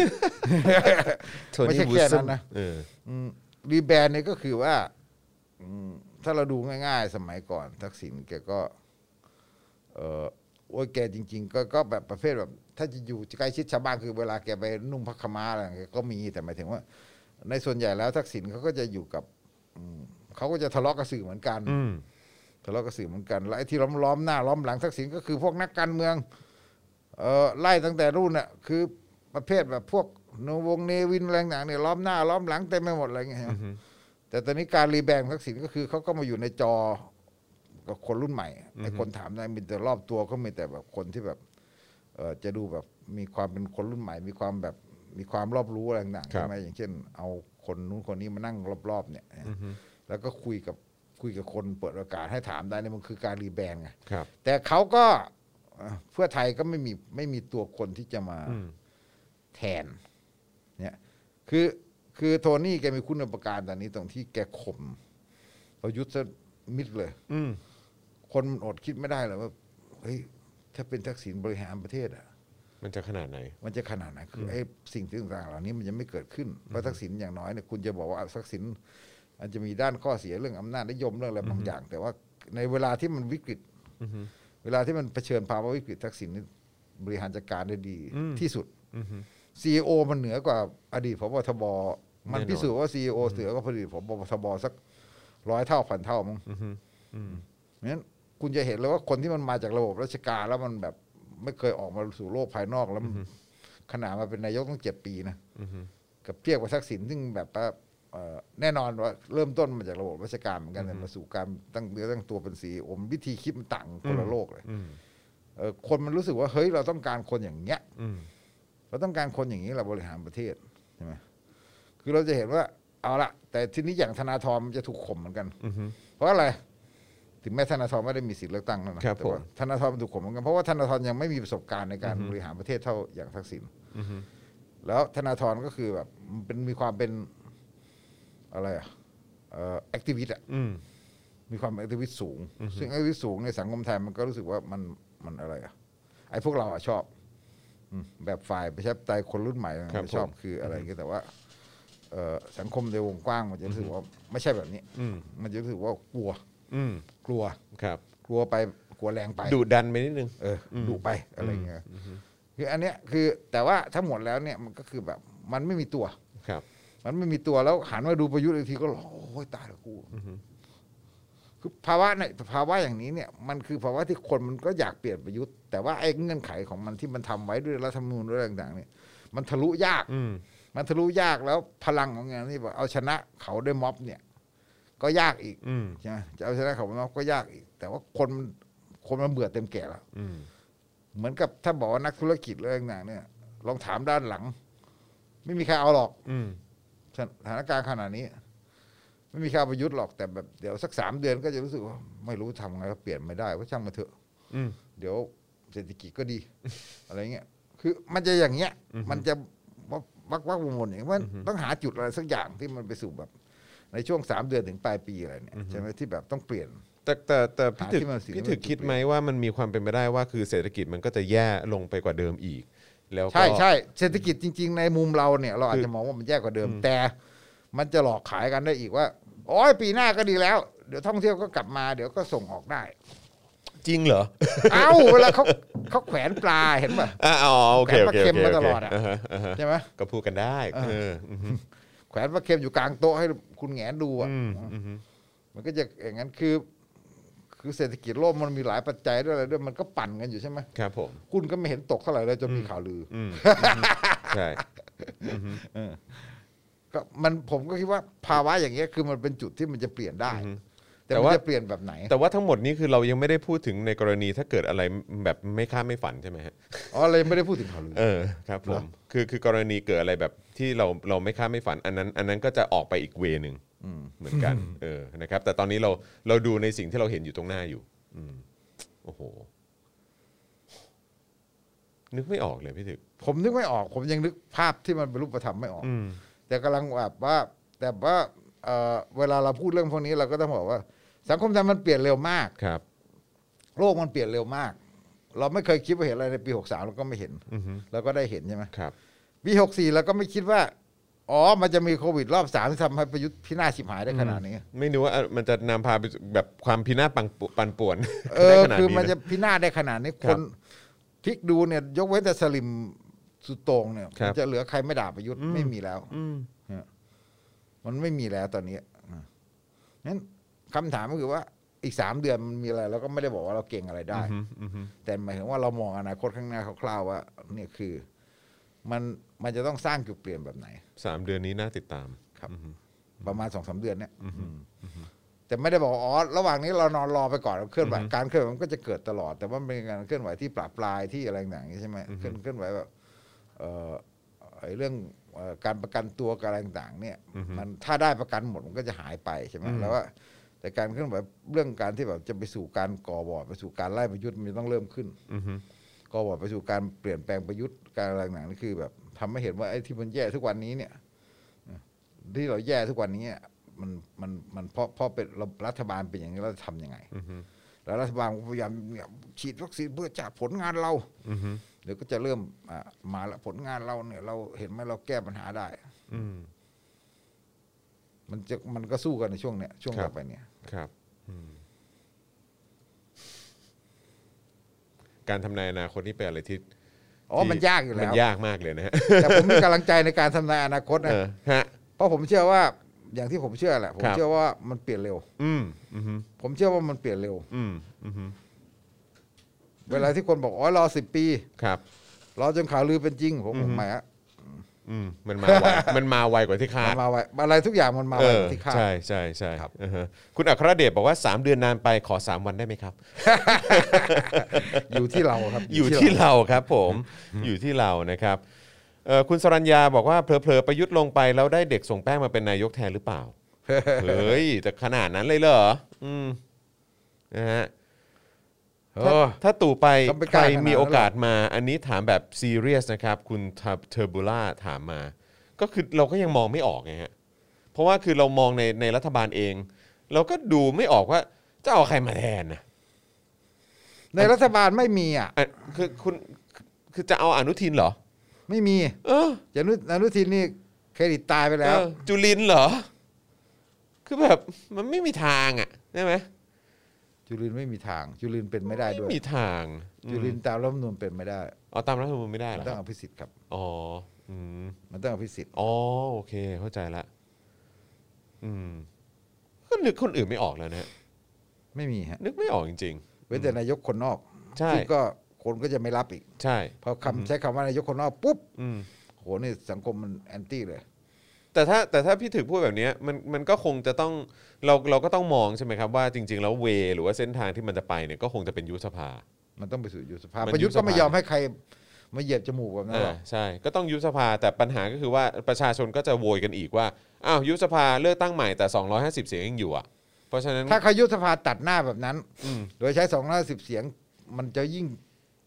Speaker 2: โท
Speaker 3: ไม่ใช่
Speaker 2: นี่วูด
Speaker 3: แค่
Speaker 2: สั
Speaker 3: นั้นนะ
Speaker 2: เออ
Speaker 3: อืมรีแบรนด์เนี่ยก็คือว่าอืมถ้าเราดูง่าย ๆ สมัยก่อน ทักษิณแกก็ เออโอ้ยแกจริง ๆ ก็ก็แบบประเภทแบบ ถ้าจะอยู่ใกล้ชิดชาวบ้านคือเวลาแกไปนุ่งผ้าขาวม้าอะไรแกก็มีแต่หมายถึงว่า ในส่วนใหญ่แล้วทักษิณเขาก็จะอยู่กับอืมเขาก็จะทะเลาะกับสื่อเหมือนกัน
Speaker 2: อืม
Speaker 3: ทะเลาะกับสื่อเหมือนกันแล้วไอ้ที่ล้อมล้อมหน้าล้อมหลังทักษิณก็คือพวกนักการเมือง เออไล่ตั้งแต่รุ่นน่ะคือประเภทแบบพวกนวงเนวินแรงหนังเนี่ยล้อมหน้าล้อมหลังเต็มไปหมดอะไรอย่างเงี้ยใช่ไหมแต่ตอนนี้การรีแบรนด์ทักษิณก็คือเขาก็มาอยู่ในจอกับคนรุ่นใหม่ไอ้คนถามได้มีแต่รอบตัวก็มีแต่แบบคนที่แบบเออจะดูแบบมีความเป็นคนรุ่นใหม่ มีความแบบ มีความรอบรู้อะไรต่างๆ
Speaker 2: ครับ
Speaker 3: ใช่ไหมอย่างเช่น เอาคนนู้นคนนี้มานั่งรอบๆเนี่ยแล้วก็คุยกับคุยกับคนเปิดโอกาสให้ถามได้เนี่ยมันคือการรีแบรนด์ไง
Speaker 2: ครับ
Speaker 3: แต่เขาก็เอ่อเพื่อไทยก็ไม่มีไม่มีตัวคนที่จะมาแทนเนี่ยคือคือโทนี่แกมีคุณอุปการตอนนี้ตรงที่แกข่มประยุทธ์ซะมิดเลย
Speaker 2: อืม
Speaker 3: คนมันอดคิดไม่ได้หรอกว่าเฮ้ยถ้าเป็นทักษิณบริหารประเทศอ่ะ
Speaker 2: มันจะขนาดไหน
Speaker 3: มันจะขนาดไหนคือไอ้สิ่งต่างๆเหล่านี้มันจะไม่เกิดขึ้นเพราะทักษิณอย่างน้อยเนี่ยคุณจะบอกว่าอ่ะทักษิณอาจจะมีด้านข้อเสียเรื่องอำนาจนิยมเรื่องอะไรบางอย่าง แต่ว่าในเวลาที่มันวิกฤตเวลาที่มันเผชิญภาวะวิกฤตทักษิณนี่บริหารจัดการได้ดีที่สุดซีอมันเหนือกว่าอดีตพบทบมัน
Speaker 2: แน่นอน
Speaker 3: พิสูจน์ว่าซีอเหนือกว่าอดีตพบทบสักร้อยเท่าพันเท่ามั้ง นั้นคุณจะเห็นเลยว่าคนที่มันมาจากระบบราชการแล้วมันแบบไม่เคยออกมาสู่โลกภายนอกแล้วมันขนาดมาเป็นนายกต้องเจ็ดปีนะกับเทียบกับทักษิณซึ่งแบบว่าเอ่อแน่นอนว่าเริ่มต้นมาจากระบบราชการเหมือนกันแต่มาสู่การตั้งเนื้อตั้งตัวเป็นสีอมวิธีคิดมันต่างคนละโลกเลยเอ่อคนมันรู้สึกว่าเฮ้ยเราต้องการคนอย่างเงี้ย
Speaker 2: อืม
Speaker 3: เราต้องการคนอย่างนี้เราบริหารประเทศใช่ไหมคือเราจะเห็นว่าเอาละแต่ทีนี้อย่างธนาธรมันจะถูกข่มเหมือนกัน เพราะอะไร ถึงแม้ธนาธรไม่ได้มีสิทธิ์เลือกตั้งนั่นนะครับ แต่ว่า
Speaker 2: ผม
Speaker 3: ธนาธรมันถูกข่มเหมือนกันเพราะว่าธนาธรยังไม่มีประสบการณ์ในการบริหารประเทศเท่าอย่างทักษิณแล้วธนาธรก็คือแบบมันเป็นมีความเป็นอะไรอะแอคทิวิตอะ
Speaker 2: อืม
Speaker 3: มีความแอคทิวิตสูง ซึ่งแอคทิวิตสูงในสังคมไทยมันก็รู้สึกว่ามันมันอะไรอะไอ้พวกเราอะชอบ อืมแบบฝ่ายประชาธิปไตยคนรุ่นใหม่
Speaker 2: ครับ
Speaker 3: ไม่ชอบ
Speaker 2: ผม
Speaker 3: คืออะไรก็แต่ว่าเอ่อสังคมในวงกว้างมันจะรู้สึกว่าไม่ใช่แบบนี้
Speaker 2: อืม
Speaker 3: มันจะรู้สึกว่ากลัว
Speaker 2: อืม
Speaker 3: กลัว
Speaker 2: ครับ
Speaker 3: กลัวไปกลัวแรงไป
Speaker 2: ดุดันไปนิดนึง
Speaker 3: เอออดุไปอะไรเงี้ยคืออันเนี้ยคือแต่ว่าทั้งหมดแล้วเนี่ยมันก็คือแบบมันไม่มีตัว
Speaker 2: ครับ
Speaker 3: มันไม่มีตัวแล้วหันมาดูประยุทธ์อีกทีก็ร้องโอ้ยตายแล้วกูคือภาวะในภาวะอย่างนี้เนี่ย มันคือภาวะที่คนมันก็อยากเปลี่ยนประยุทธ์แต่ว่าไอ้เงื่อนไขของมันที่มันทำไว้ด้วยรัฐธรรมนูญด้วยอะไรต่างๆเนี่ย มันทะลุยาก
Speaker 2: อืม
Speaker 3: มันทะลุยากแล้วพลังของงานนี่บอกเอาชนะเขาด้วยม็อบเนี่ย ก็ยากอีก
Speaker 2: อืม
Speaker 3: ใช่ไหมจะเอาชนะเขาด้วยม็อบก็ยากอีก แต่ว่าคนมันคนมันเบื่อเต็มแก่แล้ว
Speaker 2: อืม
Speaker 3: เหมือนกับถ้าบอกว่านักธุรกิจเรื่องต่างๆเนี่ย ลองถามด้านหลัง ไม่มีใครเอาหรอก
Speaker 2: อืม
Speaker 3: สถานการณ์ขนาดนี้ ไม่มีข่าวประยุทธ์หรอกแต่แบบเดี๋ยวสักสามเดือนก็จะรู้สึกว่า ไม่รู้ทำไงก็เปลี่ยนไม่ได้ก็ช่างมาเถอะ
Speaker 2: อืม
Speaker 3: เดี๋ยวเศรษฐกิจก็ดี อะไรเงี้ยคือมันจะอย่างเงี้ย มันจะวักวักวักวนๆอย่างเงี้ยมันต้องหาจุดอะไรสักอย่างที่มันไปสู่แบบ ในช่วงสามเดือนถึงปลายปีอะไรเนี่ยใช่ไหมที่แบบต้องเปลี่ยน
Speaker 2: แต่แต่แต่พี่
Speaker 3: หา
Speaker 2: ถึก
Speaker 3: ที่มันสิ่งที่
Speaker 2: พี่ถึก
Speaker 3: มัน
Speaker 2: คิดไหมว่ามันมีความเป็นไปได้ว่าคือเศรษฐกิจมันก็จะแย่ลงไปกว่าเดิมอีก แล้วก็
Speaker 3: ใช่ใช่เศรษฐกิจจริง ๆ ในมุมเราเนี่ย เราอาจจะมองว่ามันแย่กว่าเดิม แต่ มันจะหลอกขายกันได้อีกว่าโอ้ยปีหน้าก็ดีแล้ว เดี๋ยวท่องเที่ยวก็กลับมาเดี๋ยวก็ส่งออกได้
Speaker 2: จริงเหรอ
Speaker 3: เอ้าเวลาเขาเขาแขวนปลาเห็นป่ะ
Speaker 2: อ่าอ๋อโอเคโอเค
Speaker 3: แขวนปลาเค็ม
Speaker 2: โค
Speaker 3: มาตลอดอะ
Speaker 2: โเคาฮอ่าฮะ
Speaker 3: ใช่ไหม
Speaker 2: ก็พูดกันได้เออ
Speaker 3: แขวนปลาเค็มอยู่กลางโต๊ะให้คุณแหงนดูอ่ะ
Speaker 2: อืมอืมอืม
Speaker 3: มันก็จะอย่างนั้นคือ คือเศรษฐกิจโลกมันมีหลายปัจจัยด้วยอะไรด้วยมันก็ปั่นกันอยู่ใช่ไหม
Speaker 2: ครับผม
Speaker 3: คุณก็ไม่เห็นตกเท่าไหร่เลยจนมีข่าวลืออ
Speaker 2: อื มใช่
Speaker 3: ก็มันผมก็คิดว่าภาวะอย่างเงี้ยคือมันเป็นจุดที่มันจะเปลี่ยนได้ แต่มันจะเปลี่ยนแบบไหน
Speaker 2: แต่ว่าทั้งหมดนี้คือเรายังไม่ได้พูดถึงในกรณีถ้าเกิดอะไรแบบไม่คาดไม่ฝันใช่ไหมฮะ
Speaker 3: อ๋อเลยงไม่ได้พูดถึงข่าวลือ
Speaker 2: เออครับผมคือคือกรณีเกิดอะไรแบบที่เราเราไม่คาดไม่ฝัน อันนั้น อันนั้นก็จะออกไปอีกเวย์หนึ่งเหมือน กัน เออนะครับ แต่ตอนนี้เราเราดูในสิ่งที่เราเห็นอยู่ตรงหน้าอยู่ อืมโอ้โห นึกไม่ออกเลยพี่ถึก
Speaker 3: ผมนึกไม่ออก ผมยังนึกภาพที่มันเป็นรูปธรรมไม่ออก
Speaker 2: อืม
Speaker 3: แต่กำลังแบบว่า แต่ว่าเอ่อเวลาเราพูดเรื่องพวกนี้เราก็ต้องบอกว่า สังคมไทยมันเปลี่ยนเร็วมาก
Speaker 2: ครับ
Speaker 3: โลกมันเปลี่ยนเร็วมาก เราไม่เคยคิดว่าเห็นอะไรในปี 63เราก็ไม่เห็น
Speaker 2: อือฮึ
Speaker 3: เราก็ได้เห็นใช่ไหม
Speaker 2: ครับ
Speaker 3: ปี 64เราก็ไม่คิดว่า อ๋อ มันจะมีโควิดรอบสามที่ทำให้ประยุทธ์พินาศชิบหายได้ขนาดนี้
Speaker 2: ไม่รู้ว่าอ่ะมันจะนำพาไปสู่แบบความพินาศปังปันป่วน
Speaker 3: เอ
Speaker 2: ได้
Speaker 3: อ
Speaker 2: ขนาด
Speaker 3: คือ
Speaker 2: นี้
Speaker 3: มัน
Speaker 2: นะ
Speaker 3: จะพินาศได้ขนาดนี้
Speaker 2: ค
Speaker 3: ครับ นพลิกดูเนี่ย ยกเว้นแต่สลิมสุดโต่งเนี่ย
Speaker 2: ครับ
Speaker 3: จะเหลือใครไม่ด่าประยุทธ์ไม่มีแล้ว
Speaker 2: อืม
Speaker 3: มันไม่มีแล้วตอนนี้อ่ะงั้นคำถามก็คือว่าอีกสามเดือนมันมีอะไรเราก็ไม่ได้บอกว่าเราเก่งอะไรได้
Speaker 2: อืมอืมอืม
Speaker 3: แต่หมายถึงว่าเรามองอนาคตข้างหน้าคร่าวๆว่าเนี่ยคือ มันมันจะต้องสร้างจุดเปลี่ยนแบบไหน
Speaker 2: สามเดือนนี้น่าติดตาม
Speaker 3: ครับ ประมาณสองสามเดือนเนี่ยแต่ไม่ได้บอกว่าอ๋อระหว่างนี้เรานอนรอไปก่อนเคลื่อนไหวการเคลื่อนไหวมันก็จะเกิดตลอด แต่ว่ามันเป็นการเคลื่อนไหวที่ปราบปลายที่อะไรต่างๆใช่ไหมเคลื่อนเคลื่อนไหวแบบเอ่อเอ่ ไอ้เรื่องเอ่อการประกันตัวการอะไรต่างๆ เนี่ยมันถ้าได้ประกันหมดมันก็จะหายไปใช่ไหมแล้วว่าแต่การเคลื่อนไหวเรื่องการที่แบบจะไปสู่การก่อบอร์ดไปสู่การไล่ประยุทธ์มันจะต้องเริ่มขึ้นก่อบอร์ดไปสู่การเปลี่ยนแปลงประยุทธ์การอะไรต่างๆนี่คือแบบทำให้เห็นว่าไอ้ที่มันแย่ทุกวันนี้เนี่ย ที่เราแย่ทุกวันนี้อะมันมันมันเพราะเพราะเป็นเรารัฐบาลเป็นอย่างนี้เราจะทำยังไงแล้วรัฐบาลก็พยายามเนี่ยฉีดวัคซีนเพื่อจากผลงานเราเดี๋ยวก็จะเริ่มอ่ะมาละผลงานเราเนี่ย เราเห็นไหมเราแก้ปัญหาได้
Speaker 2: อืม
Speaker 3: มันจะมันก็สู้กันในช่วงเนี้ยช่วง
Speaker 2: ครับ
Speaker 3: ต่อไปเนี่ย
Speaker 2: ครับอืมการทำนายอนาคตนี่เป็นอะไรที่
Speaker 3: อ๋อ
Speaker 2: ที่
Speaker 3: มันยากอยู่แล้
Speaker 2: มั
Speaker 3: วน
Speaker 2: ยากมากเลยนะฮะ
Speaker 3: แต่ผมมีกำลังใจในการทำนายอนาคต
Speaker 2: เอ
Speaker 3: นะ
Speaker 2: อฮะ
Speaker 3: เพราะผมเชื่อว่าอย่างที่ผมเชื่อแหละผม
Speaker 2: ครับ
Speaker 3: เชื่อว่ามันเปลี่ยนเร็ว
Speaker 2: อืมอืม
Speaker 3: ผมเชื่อว่ามันเปลี่ยนเร็ว
Speaker 2: อืมอืม
Speaker 3: เวลาที่คนบอกอ๋อรอสิบปี
Speaker 2: ครับ
Speaker 3: รอจนข่าวลือเป็นจริง ผมบอกไม่อะ
Speaker 2: อืมมัน มาไวมันมาไวกว่าที่คา
Speaker 3: มั
Speaker 2: ด
Speaker 3: นมาไวอะไรทุกอย่างมันมา
Speaker 2: เอ
Speaker 3: ไว
Speaker 2: อก
Speaker 3: ว่าที่คาด
Speaker 2: ใช่ใช่ใช่อือฮะคุณอัครเดชบอกว่า 3 เดือนนานไปขอ 3 วันได้ไหมครับ
Speaker 3: อยู่ที่เราครับ
Speaker 2: อยู่ที่เราครับผมอยู่ที่เรานะครับเอ่อคุณสรัญญาบอกว่าเผลอๆประยุทธ์ลงไปแล้วได้เด็กส่งแป้งมาเป็นนายกแทนหรือเป ล่า เฮ้ยจะขนาดนั้นเลยเหรออืมนะฮะ
Speaker 3: เอ
Speaker 2: ถ้า
Speaker 3: อ
Speaker 2: ถ้าตู่ไป
Speaker 3: ต้องไปก
Speaker 2: ใคร
Speaker 3: ล้าขนาดนั้น
Speaker 2: มีโอกาสมา อันนี้ถามแบบซีเรียสนะครับคุณเทอร์บูล่าถามมา ก็คือเราก็ยังมองไม่ออกไงฮะเพราะว่าคือเรามองในในรัฐบาลเอง เราก็ดูไม่ออกว่าจะเอาใครมาแทนนะ
Speaker 3: ในรัฐบาลไม่มีอ่ะ
Speaker 2: อ่ะคือคุณคือจะเอาอนุทินเหรอ
Speaker 3: ไม่มี
Speaker 2: เออ
Speaker 3: จานุอนุทินนี่เครดิตตายไปแล้ว
Speaker 2: เออจุลินเหรอ คือแบบมันไม่มีทางอ่ะใช่ไหม
Speaker 3: จุลินไม่มีทาง จุลินเป็นไม่ได้ด้วย
Speaker 2: ไม่มีทาง
Speaker 3: จุลินตามรัฐธรรมนูญเป็นไม่ได้
Speaker 2: อ๋อตามรัฐธรรมนูญไม่ได้
Speaker 3: มั
Speaker 2: เหร
Speaker 3: น
Speaker 2: อ
Speaker 3: ต้องอภิสิทธิ์ครับ
Speaker 2: อ๋ออืม
Speaker 3: มันต้องอภิสิทธิ์
Speaker 2: อ๋อโอเค เข้าใจละอืมก็นึกคนอื่นไม่ออกแล้วนะ
Speaker 3: ไม่มีฮะ
Speaker 2: นึกไม่ออกจริง
Speaker 3: เว้นแต่นายกคนนอก
Speaker 2: ใช่
Speaker 3: ซึ่งก็คนก็จะไม่รับอีก
Speaker 2: ๆ ใช่
Speaker 3: พอคำใช้คำว่านายกคนนอกปุ๊บ
Speaker 2: อืม
Speaker 3: โหนี่สังคมมันแอนตี้เลย
Speaker 2: แต่ถ้าแต่ถ้าพี่ถึกพูดแบบเนี้ยมันมันก็คงจะต้องเราเราก็ต้องมองใช่ไหมครับว่าจริง ๆ แล้วเวหรือว่าเส้นทางที่มันจะไปเนี่ยก็คงจะเป็นยุบสภา
Speaker 3: มันต้องไปสู่ยุบสภา
Speaker 2: มัน
Speaker 3: ประยุทธ์
Speaker 2: ยุบส
Speaker 3: ก็
Speaker 2: ภา
Speaker 3: ไม่ยอมให้ใครมาเหยียบจมูกแบบนั้นหรอก
Speaker 2: อ่าใช่ก็ต้องยุบสภาแต่ปัญหาก็คือว่าประชาชนก็จะโวยกันอีกว่าอ้าวยุบสภาเลือกตั้งใหม่แต่ 250 เสียงยังอยู่อ่ะ เพราะฉะนั้น
Speaker 3: ถ้าเขายุบสภาตัดหน้าแบบนั้น
Speaker 2: อืม
Speaker 3: โดยใช้250เสียง มันจะยิ่ง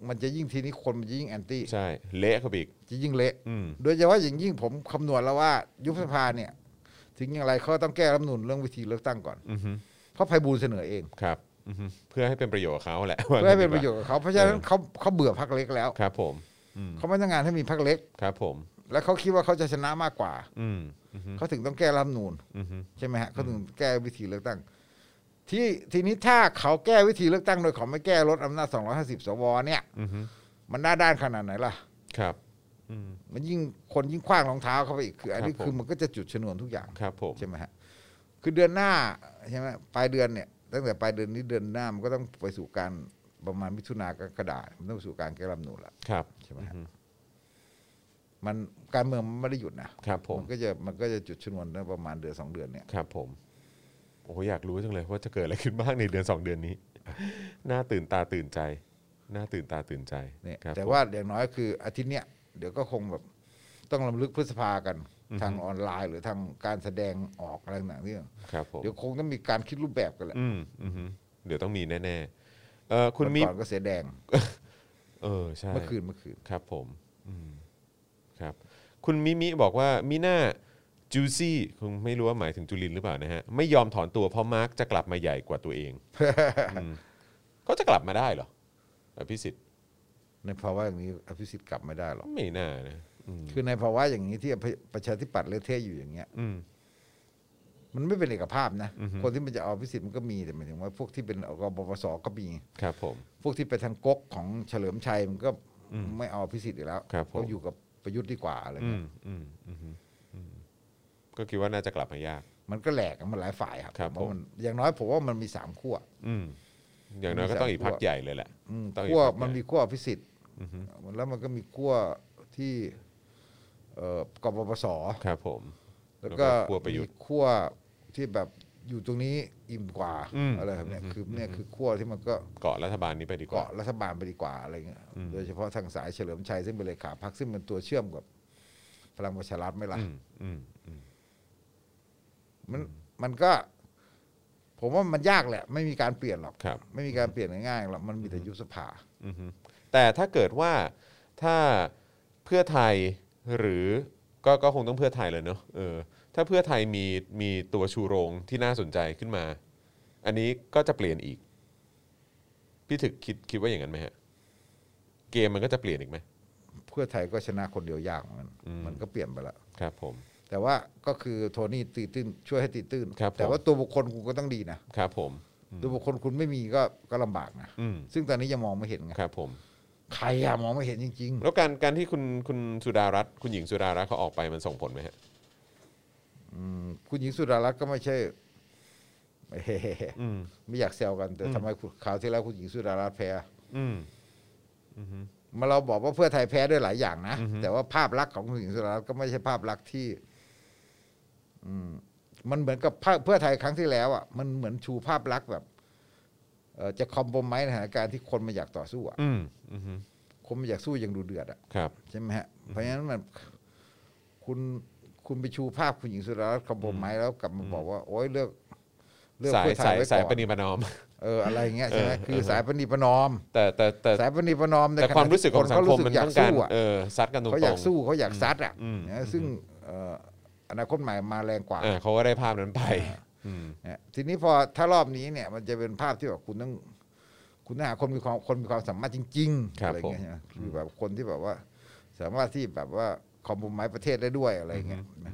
Speaker 3: มันจะยิ่งทีนี้คนมันจะยิ่งแอนตี้
Speaker 2: ใช่เละเขาไปอีก
Speaker 3: จะยิ่งเละ
Speaker 2: อืม
Speaker 3: โดยเฉพาะอย่างยิ่งผมคำนวณแล้วว่ายุบสภาเนี่ย ถึงอย่างไรเขาต้องแก้รัฐธรรมนูนเรื่องวิธีเลือกตั้งก่อน
Speaker 2: อือฮึ
Speaker 3: เพราะไพบูลย์เสนอเอง
Speaker 2: ครับอือฮึเพื่อให้เป็นประโยชน์กับเขาแหละ
Speaker 3: เพื่อให้เป็นประโยชน์กั
Speaker 2: ว่า
Speaker 3: บเขาเพราะฉะนั้น
Speaker 2: เออ
Speaker 3: เขาเขาเบื่อพรรคเล็กแล้ว
Speaker 2: ครับผมอืม
Speaker 3: เขาไม่ต้องการให้มีพรรคเล็ก
Speaker 2: ครับผม
Speaker 3: และเขาคิดว่าเขาจะชนะมากกว่า
Speaker 2: อืมอือฮึ
Speaker 3: เขาถึงต้องแก้รัฐธรรมนูน
Speaker 2: อือฮึ
Speaker 3: ใช่ไหมฮะเขาถึงแก้วิธีเลือกตั้ง ที่ทีนี้ถ้าเขาแก้วิธีเลือกตั้งโดยเขาไม่แก้ลดอำนาจ 250 สวเนี่ย
Speaker 2: อือฮึ
Speaker 3: มันหน้าด้านขนาดไหนล่ะ
Speaker 2: ครับอืม
Speaker 3: มันยิ่งคนยิ่งคว้างรองเท้าเข้าไปอีกคืออันนี้
Speaker 2: ครับผม
Speaker 3: คือมันก็จะจุดชนวนทุกอย่าง
Speaker 2: ครับผม
Speaker 3: ใช่ไหมฮะ คือเดือนหน้าใช่ไหมปลายเดือนเนี่ย ตั้งแต่ปลายเดือนนี้เดือนหน้ามันก็ต้องไปสู่การประมาณมิถุนากรกฎาคมมันต้องไปสู่การแก้รัฐธรรมนูนละ
Speaker 2: ครับ
Speaker 3: ใช่ไหมฮะมันการเมืองมันไม่ได้หยุดนะครับ
Speaker 2: ผม
Speaker 3: นก็จะมันก็จะจุดชนวนนะประมาณเดือนสองเดือนเนี่ย
Speaker 2: ครับผมโอ้โหอยากรู้จังเลยว่าจะเกิดอะไรขึ้นบ้างในเดือนสองเดือนนี้ น่าตื่นตาตื่นใจน่าตื่นตาตื่นใจ
Speaker 3: เนี่ย
Speaker 2: ครับ
Speaker 3: แต่
Speaker 2: ผม
Speaker 3: ว่าอย่างน้อยคืออาทิตย์เนี้ยเดี๋ยวก็คงแบบต้องลำลึกพฤษภากันทางออนไลน์ หรือทางการแสดงออกอะไรต่างๆเนี่ย
Speaker 2: ครับผม
Speaker 3: เดี๋ยวคงต้องมีการคิดรูปแบบกันแหละ
Speaker 2: อืมอืมฮึเดี๋ยวต้องมีแน่ๆเอ่อคุณมี
Speaker 3: วันก่อนก็เสียแดง
Speaker 2: เออใช่
Speaker 3: เมื่อคืนเมื่อคืน
Speaker 2: ครับผมอืมครับ คุณมิมิบอกว่ามิน่าจูซี่คงไม่รู้ว่าหมายถึงจุลินหรือเปล่านะฮะ ไม่ยอมถอนตัวเพราะมาร์กจะกลับมาใหญ่กว่าตัวเอง อืมเขาจะกลับมาได้เหรออภิสิทธิ์
Speaker 3: ในภาวะอย่างนี้อภิสิทธิ์กลับไม่ได้หรอก
Speaker 2: ไม่น่านะอืม
Speaker 3: คือในภาวะอย่างนี้ที่ประชาธิปัตย์เละเทะอยู่อย่างเงี้ย
Speaker 2: อืม
Speaker 3: มันไม่เป็นเอกภาพนะ
Speaker 2: อือฮึ
Speaker 3: คนที่มันจะเอาพิสิทธิ์มันก็มีแต่หมายถึงว่าพวกที่เป็นกบปสก็มี
Speaker 2: ครับผม
Speaker 3: พวกที่ไปทางก๊กของเฉลิมชัยมันก็ไม่เอาพิสิทธิ์อีกแล้ว
Speaker 2: ครับผม
Speaker 3: เขาอยู่กับประยุทธ์ดีกว่าอะไร
Speaker 2: อื
Speaker 3: เงี้
Speaker 2: ม
Speaker 3: ย
Speaker 2: อืมอืมฮึอืมก็คิดว่าน่าจะกลับมายาก
Speaker 3: มันก็แหลกมันหลายฝ่ายครับ
Speaker 2: ครับ
Speaker 3: เพาะ
Speaker 2: ผม
Speaker 3: นอย่างน้อยผมว่ามันมีสามขั้ว
Speaker 2: อืมอย่างน้อยก็ต้องอีกพักใหญ่เลยแหละ
Speaker 3: อืม
Speaker 2: ต้องอีก
Speaker 3: ขั้ว
Speaker 2: พรรคใหญ่
Speaker 3: มันมีขั้วอภิสิทธิ์แล้วมันก็มีขั้วที่เอ่อกบปส
Speaker 2: ครับผม
Speaker 3: แล้วก็
Speaker 2: แล้วก็ขั้วประยุทธ์
Speaker 3: มีขั้วที่แบบอยู่ตรงนี้อิ่มกว่า
Speaker 2: อืม
Speaker 3: อะไรแบบเนี้ยคือเนี่ยคือขั้วที่มันก็
Speaker 2: เกาะรัฐบาลนี้ไปดีกว่า
Speaker 3: เกาะรัฐบาลไปดีกว่าอะไรเงี้ย โดยเฉพาะทางสายเฉลิมชัยซึ่งเป็นเลขาพรรคซึ่งเป็นตัวเชื่อมกับ พลังประชารัฐไหมล่ะ
Speaker 2: อืมอืมอืม
Speaker 3: มันมันก็ ผมว่ามันยากแหละ ไม่มีการเปลี่ยนหรอก
Speaker 2: ครับ
Speaker 3: ไม่มีการเปลี่ยนง่ายๆหรอกมันมีแต่ยุบสภา
Speaker 2: อือฮึแต่ถ้าเกิดว่าถ้าเพื่อไทยหรือก็ก็คงต้องเพื่อไทยเลยเนอะเออถ้าเพื่อไทยมีมีตัวชูโรงที่น่าสนใจขึ้นมา อันนี้ก็จะเปลี่ยนอีก พี่ถึกคิดคิดว่าอย่างนั้นไหมฮะ เกมมันก็จะเปลี่ยนอีกไหม
Speaker 3: เพื่อไทยก็ชนะคนเดียวยากเหมือนกัน
Speaker 2: อืม
Speaker 3: มันก็เปลี่ยนไปแล้ว
Speaker 2: ครับผม
Speaker 3: แต่ว่าก็คือโทนี่ตีตื้นช่วยให้ตีตื้น
Speaker 2: ครับผม
Speaker 3: แต่ว่าตัวบุคคลคุณก็ต้องดีนะครับ
Speaker 2: ผม
Speaker 3: ตัวบุคคลคุณไม่มีก็ก็ลำบากนะ
Speaker 2: อืม
Speaker 3: ซึ่งตอนนี้ยังมองไม่เห็นไง
Speaker 2: ครับผม
Speaker 3: ใครอะมองไม่เห็นจริง
Speaker 2: แล้วการการที่คุณคุณสุดารัตน์คุณหญิงสุดารัตน์เขาออกไปมันส่งผลไหมฮะ
Speaker 3: ๆ อืมคุณหญิงสุดารัตน์ก็ไม่ใช่ เฮ้
Speaker 2: อืม
Speaker 3: ไม่อยากแซวกัน แต่
Speaker 2: อืม
Speaker 3: ทำไมข่าวที่แล้วคุณหญิงสุดารัตน์แพ้
Speaker 2: อืมอือฮึ
Speaker 3: มาเราบอกว่าเพื่อไทยแพ้ด้วยหลายอย่างนะ
Speaker 2: อือฮึ
Speaker 3: แต่ว่าภาพลักษณ์ของคุณหญิงสุดารัตน์ก็ไม่ใช่ภาพลักษณ์ที่ อืม มันเหมือนกับภาพเพื่อไทยครั้งที่แล้วอ่ะมันเหมือนชูภาพลักษณ์แบบเอ่อจะคอมโบไมในสถานการณ์ที่คนมันอยากต่อสู้อ่ะ
Speaker 2: อืมอือฮึ
Speaker 3: คนมันอยากสู้อย่างดูเดือดอ่ะ
Speaker 2: ครับ
Speaker 3: ใช่ไหมฮะ เพราะฉะนั้นมันคุณคุณไปชูภาพคุณหญิงสุดารัตน์คำผมไหมแล้วกลับมาบอกว่า โอ๊ยเลือก เลือก
Speaker 2: สาย
Speaker 3: เพื่อไท
Speaker 2: สาย ย
Speaker 3: ไว้
Speaker 2: สาย
Speaker 3: ก่อ
Speaker 2: ป
Speaker 3: น
Speaker 2: ณิประนอม
Speaker 3: เอออะไรอย่างเงี้ยใช่ไหม
Speaker 2: เออ
Speaker 3: คือ
Speaker 2: เออ
Speaker 3: สายปณิประนอม
Speaker 2: แต่แต่แต่
Speaker 3: สายปณิประนอมใน
Speaker 2: แต่ความรู้สึกของสังคมมัน
Speaker 3: อยาก
Speaker 2: ต้องการ
Speaker 3: สู้อ่ะ
Speaker 2: เออซัดกันตรงๆ
Speaker 3: เขาอยากสู้เขาอยากซัดอ่ะ
Speaker 2: อืม
Speaker 3: นะซึ่งเอ่ออนาคตใหม่มาแรงกว่า
Speaker 2: อ่าเขาก็ได้ภาพนั้นไปอืม
Speaker 3: นะทีนี้พอถ้ารอบนี้เนี่ย มันจะเป็นภาพที่แบบคุณต้อง คุณต้องหาคนมีความคนมีความสามารถจริงๆอะไรอย่างเงี้ยใช่ไหมคือแบบคนที่แบบว่า สามารถที่แบบว่าคอมโบไม้ประเทศได้ด้วยอะไรอย่างเงี้ยนะ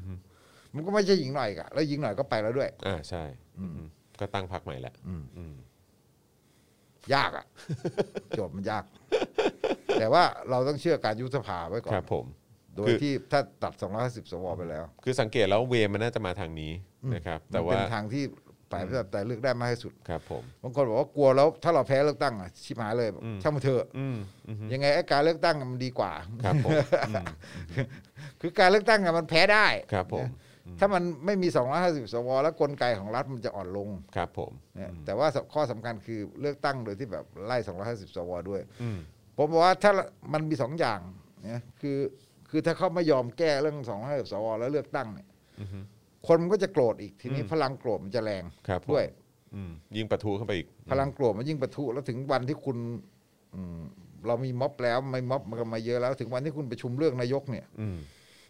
Speaker 3: มันก็ไม่ใช่หญิงหน่อยกะแล้วหญิงหน่อยก็ไปแล้วด้วย
Speaker 2: อ่าใช่อืมก็ตั้งพักใหม่แหละ
Speaker 3: อืม
Speaker 2: อืม
Speaker 3: ยากอะ โจทย์มันยาก แต่ว่าเราต้องเชื่อการยุบสภาไว้ก่อ
Speaker 2: ครั
Speaker 3: น
Speaker 2: บผม
Speaker 3: โดย
Speaker 2: คือ
Speaker 3: ที่ถ้าตัด 250 สวไปแล้ว
Speaker 2: คือสังเกตแล้วเวมันน่าจะมาทางนี้นะครับ
Speaker 3: มั
Speaker 2: แต่
Speaker 3: นเป็
Speaker 2: ว่าน
Speaker 3: ทางที่ฝ่ายประชาธิปไตยเลือกได้มากที่สุด
Speaker 2: ครับผม
Speaker 3: บางคนบอกว่ากลัวแล้วถ้าเราแพ้เลือกตั้งอะชิบหายเลย
Speaker 2: อืม
Speaker 3: ช่างมันเถอะ
Speaker 2: อืมอืม
Speaker 3: ยังไงไอ้การเลือกตั้งมันดีกว่า
Speaker 2: ครับผมอืม
Speaker 3: คือการเลือกตั้งอะมันแพ้ได้
Speaker 2: ครับผม
Speaker 3: ถ้ามันไม่มี 250 สว แล้วกลไกของรัฐมันจะอ่อนลง
Speaker 2: ครับผม
Speaker 3: เนี่ยแต่ว่าข้อสำคัญคือเลือกตั้งโดยที่แบบไล่ 250 สว ด้วย
Speaker 2: อืม
Speaker 3: ผมบอกว่าถ้ามันมีสองอย่างนะคือคือถ้าเขาไม่ยอมแก้เรื่องสองห้าสวแล้วเลือกตั้งเนี่ย
Speaker 2: อืม
Speaker 3: คนมันก็จะโกรธอีกทีนี้
Speaker 2: อืม
Speaker 3: พลังโกรธมันจะแรง
Speaker 2: ครับผม
Speaker 3: ด้วย
Speaker 2: อืมยิงประทูเข้าไปอีก
Speaker 3: พลังโกรธมันยิ่งประทุแล้วถึงวันที่คุณอืมเรามีม็อบแล้วไม่ม็อบมันก็มาเยอะแล้ว ถึงวันที่คุณประชุมเรื่องนายกเนี่ย
Speaker 2: อืม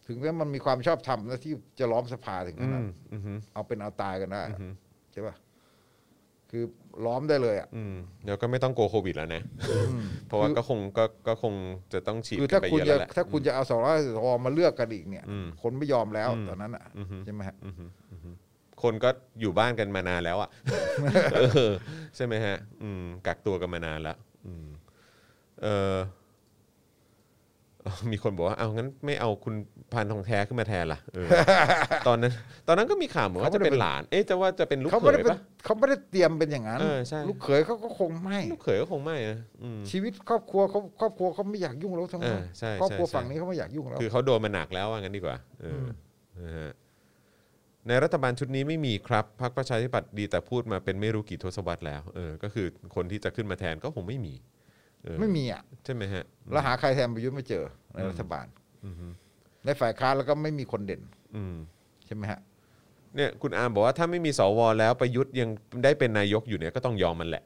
Speaker 3: ถึงแม้มันมีความชอบธรรมนะที่จะล้อมสภาถึงข
Speaker 2: อื
Speaker 3: นาด
Speaker 2: มอืม
Speaker 3: เอาเป็นเอาตายกันได้ใช่ปะคือล้อมได้เลยอ่ะ
Speaker 2: อืมเดี๋ยวก็ไม่ต้องโกลัวโควิดแล้วนะ เพราะว่าก็คงก็ก็คงจะต้องฉีด
Speaker 3: คือ
Speaker 2: กั
Speaker 3: ถ้าน
Speaker 2: ไป
Speaker 3: คุณ
Speaker 2: เยอะ
Speaker 3: จะ
Speaker 2: แล้วแหละ
Speaker 3: ถ้าคุณจะเอาสองร้อยสวมาเลือกกันอีกเนี่ย
Speaker 2: อืม
Speaker 3: คนไม่ยอมแล้ว
Speaker 2: อืม
Speaker 3: ตอนนั้นอ่ะ
Speaker 2: อือฮึ
Speaker 3: ใช่ไหมฮะ
Speaker 2: อือฮึอือฮึคนก็อยู่บ้านกันมานานแล้วอ่ะ เออใช่ไหมฮะ อืมกักตัวกันมานานแล้วอืมเออเอามีคนบอกว่าเอางั้นไม่เอาคุณพันทองแท้ขึ้นมาแทนล่ะเออ ตอนนั้น ตอนนั้นก็มีข่าวเหมือนว่า
Speaker 3: เขา
Speaker 2: จะ
Speaker 3: ไม่ได้
Speaker 2: เป็
Speaker 3: เป็น
Speaker 2: นหลาน เอ๊ะจะว่าจะเป็นลูก
Speaker 3: เขา
Speaker 2: เข
Speaker 3: ไม่ได้
Speaker 2: ย
Speaker 3: เป็น
Speaker 2: ปะ
Speaker 3: เขาไม่ได้เตรียมเป็นอย่างนั้น
Speaker 2: เออใช่
Speaker 3: ลูกเขยเขาก็คงไม่
Speaker 2: ลูกเขยก็คงไม่นะอืม
Speaker 3: ชีวิตครอบครัวเขาครอบครัวเขาไม่อยากยุ่งแล้วทั้งนั้น
Speaker 2: เออใช่
Speaker 3: ครอบครัว
Speaker 2: ใช่
Speaker 3: ฝั่งนี้เขาไม่อยากยุ่งแล้ว
Speaker 2: คือเขาโดนมาหนักแล้วว่างั้นดีกว่าเอออนะฮะในรัฐบาลชุดนี้ไม่มีครับพรรคประชาธิปัตย์ดีแต่พูดมาเป็นไม่รู้กี่ทศวรรษแล้วเออก็คือคนที่จะขึ้นมาแทนก็คงไม่มีเออ
Speaker 3: ไม่มีอ่ะ
Speaker 2: ใช่ไหมฮะ
Speaker 3: แล้วหาใครแทนประยุทธ์ไม่เจอในรัฐบาล
Speaker 2: อือฮึ
Speaker 3: ในฝ่ายค้านแล้วก็ไม่มีคนเด่น
Speaker 2: อืม
Speaker 3: ใช่ไหมฮะ
Speaker 2: เนี่ยคุณอาร์มบอกว่าถ้าไม่มีสวแล้วประยุทธ์ยังได้เป็นนายกอยู่เนี่ยก็ต้องยอมมันแหละ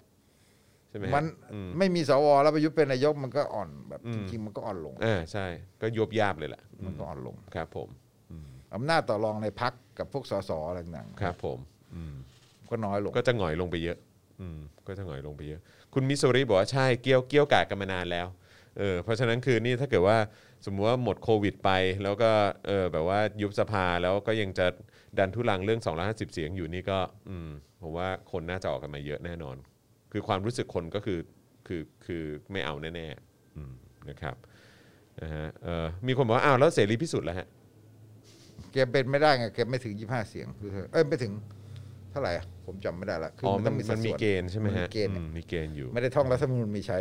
Speaker 2: ใช่ไหมฮะ
Speaker 3: มัน
Speaker 2: อืม
Speaker 3: ไม่มีสวแล้วประยุทธ์เป็นนายกมันก็อ่อนแบบ
Speaker 2: อื
Speaker 3: จ
Speaker 2: ม
Speaker 3: ริงๆมันก็อ่อนลง
Speaker 2: อ่าใช่ ก็ยวบยาบเลยแหละอื
Speaker 3: มัน
Speaker 2: ม
Speaker 3: ก็อ่อนลง
Speaker 2: ครับผม
Speaker 3: อำนาจต่อรองในพักกับพวกสสอะไรต่าง
Speaker 2: ครับผมอืม
Speaker 3: ๆก็น้อยลง
Speaker 2: ก็จะหงอยลงไปเยอะ อืม ก็จะหงอยลงไปเยอะ คุณมิสซูริบอกว่าใช่ เกี้ยวเกี้ยวกาดกันมานานแล้ว เออ เพราะฉะนั้นคือนี่ถ้าเกิดว่าสมมุติว่าหมดโควิดไป แล้วก็ เออ แบบว่ายุบสภาแล้วก็ยังจะดันทุลังเรื่อง250 เสียงอยู่นี่ก็ อืม ผมว่าคนน่าจะออกกันมาเยอะแน่นอน คือความรู้สึกคนก็คือ คือ คือไม่เอาแน่ๆอืมนะครับ นะฮะ เออมีคนบอกว่า อ้าว แล้วเสรีพิสุทธิ์แล้วฮะ
Speaker 3: เกมเป็นไม่ได้ไงเกมไม่ถึงยี่ห้าเสียงคือเธอเอ้ยไม่ถึงเท่าไหร่อะผมจำไม่ได้ละคื
Speaker 2: อ๋อ มัน
Speaker 3: สั
Speaker 2: มั
Speaker 3: ด
Speaker 2: น
Speaker 3: ส่
Speaker 2: มี
Speaker 3: ว
Speaker 2: เกณฑ์ใช่ไหมฮะ
Speaker 3: นเกณฑ์
Speaker 2: อืมมีเกณฑ์อยู่
Speaker 3: ไม่ได้ท่องรัฐธรรมนูญ มีใช้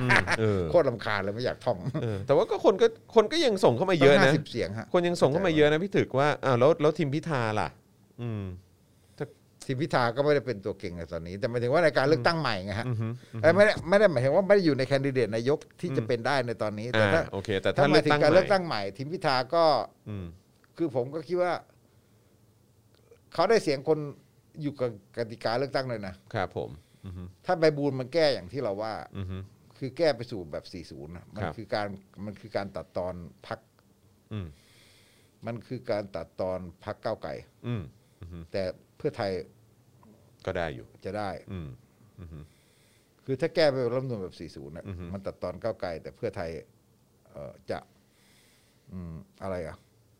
Speaker 2: อืมเออ
Speaker 3: โคตรลำคาญเลยไม่อยากท่อง
Speaker 2: เออแต่ว่าก็คนก็คนก็ยังส่งเข้ามาเยอะ
Speaker 3: ต้ง
Speaker 2: นะ
Speaker 3: สิบเสียงฮะ
Speaker 2: คนยังส่งเข้ามาเยอะนะพี่ถึกว่าอ้าวแล้วแล้วทีมพิธาล่ะ อืมจะ
Speaker 3: ทีมพิธาก็ไม่ได้เป็นตัวเก่งในตอนนี้ แต่หมายถึงว่าในการเลือกตั้งใหม่ไงฮะเอ้ยไม่ได้ไม่ได้หมายถึงว่าไม่ได้อยู่ในแคนดิเดตนายกที่จะเป็นได้ในตอนนี้แต่
Speaker 2: อ่า
Speaker 3: ถ้า
Speaker 2: โอเค แต่ถ้า
Speaker 3: ถ้าหมาถึง
Speaker 2: เลือย กตั้ง
Speaker 3: การ
Speaker 2: ให
Speaker 3: เลือก
Speaker 2: ม่
Speaker 3: ตั้งใหม่ ทีมพิธาก็
Speaker 2: อืม
Speaker 3: คือผมก็คิดว่า เขาได้เสียงคนอยู่กับกติกาเลือกตั้งเลยนะครับ
Speaker 2: ผมอือฮึ
Speaker 3: ถ้าใบบูนมันแก้อย่างที่เราว่า
Speaker 2: อือฮึ
Speaker 3: คือแก้ไปสู่แบบ 40นะมั
Speaker 2: ครับ
Speaker 3: คือการมันคือการตัดตอนพัก
Speaker 2: อืม
Speaker 3: มันคือการตัดตอนพักก้าวไก่
Speaker 2: อืมอือฮึ
Speaker 3: แต่เพื่อไทย
Speaker 2: ก็ได้อยู่
Speaker 3: จะได้
Speaker 2: อืมอือฮึ
Speaker 3: คือถ้าแก้ไปรัฐธรรมนูญแบบ 40นะ
Speaker 2: อือฮึ
Speaker 3: มันตัดตอนก้าวไก่ แต่เพื่อไทย เอ่อจะ อืมอะไรอ่ะ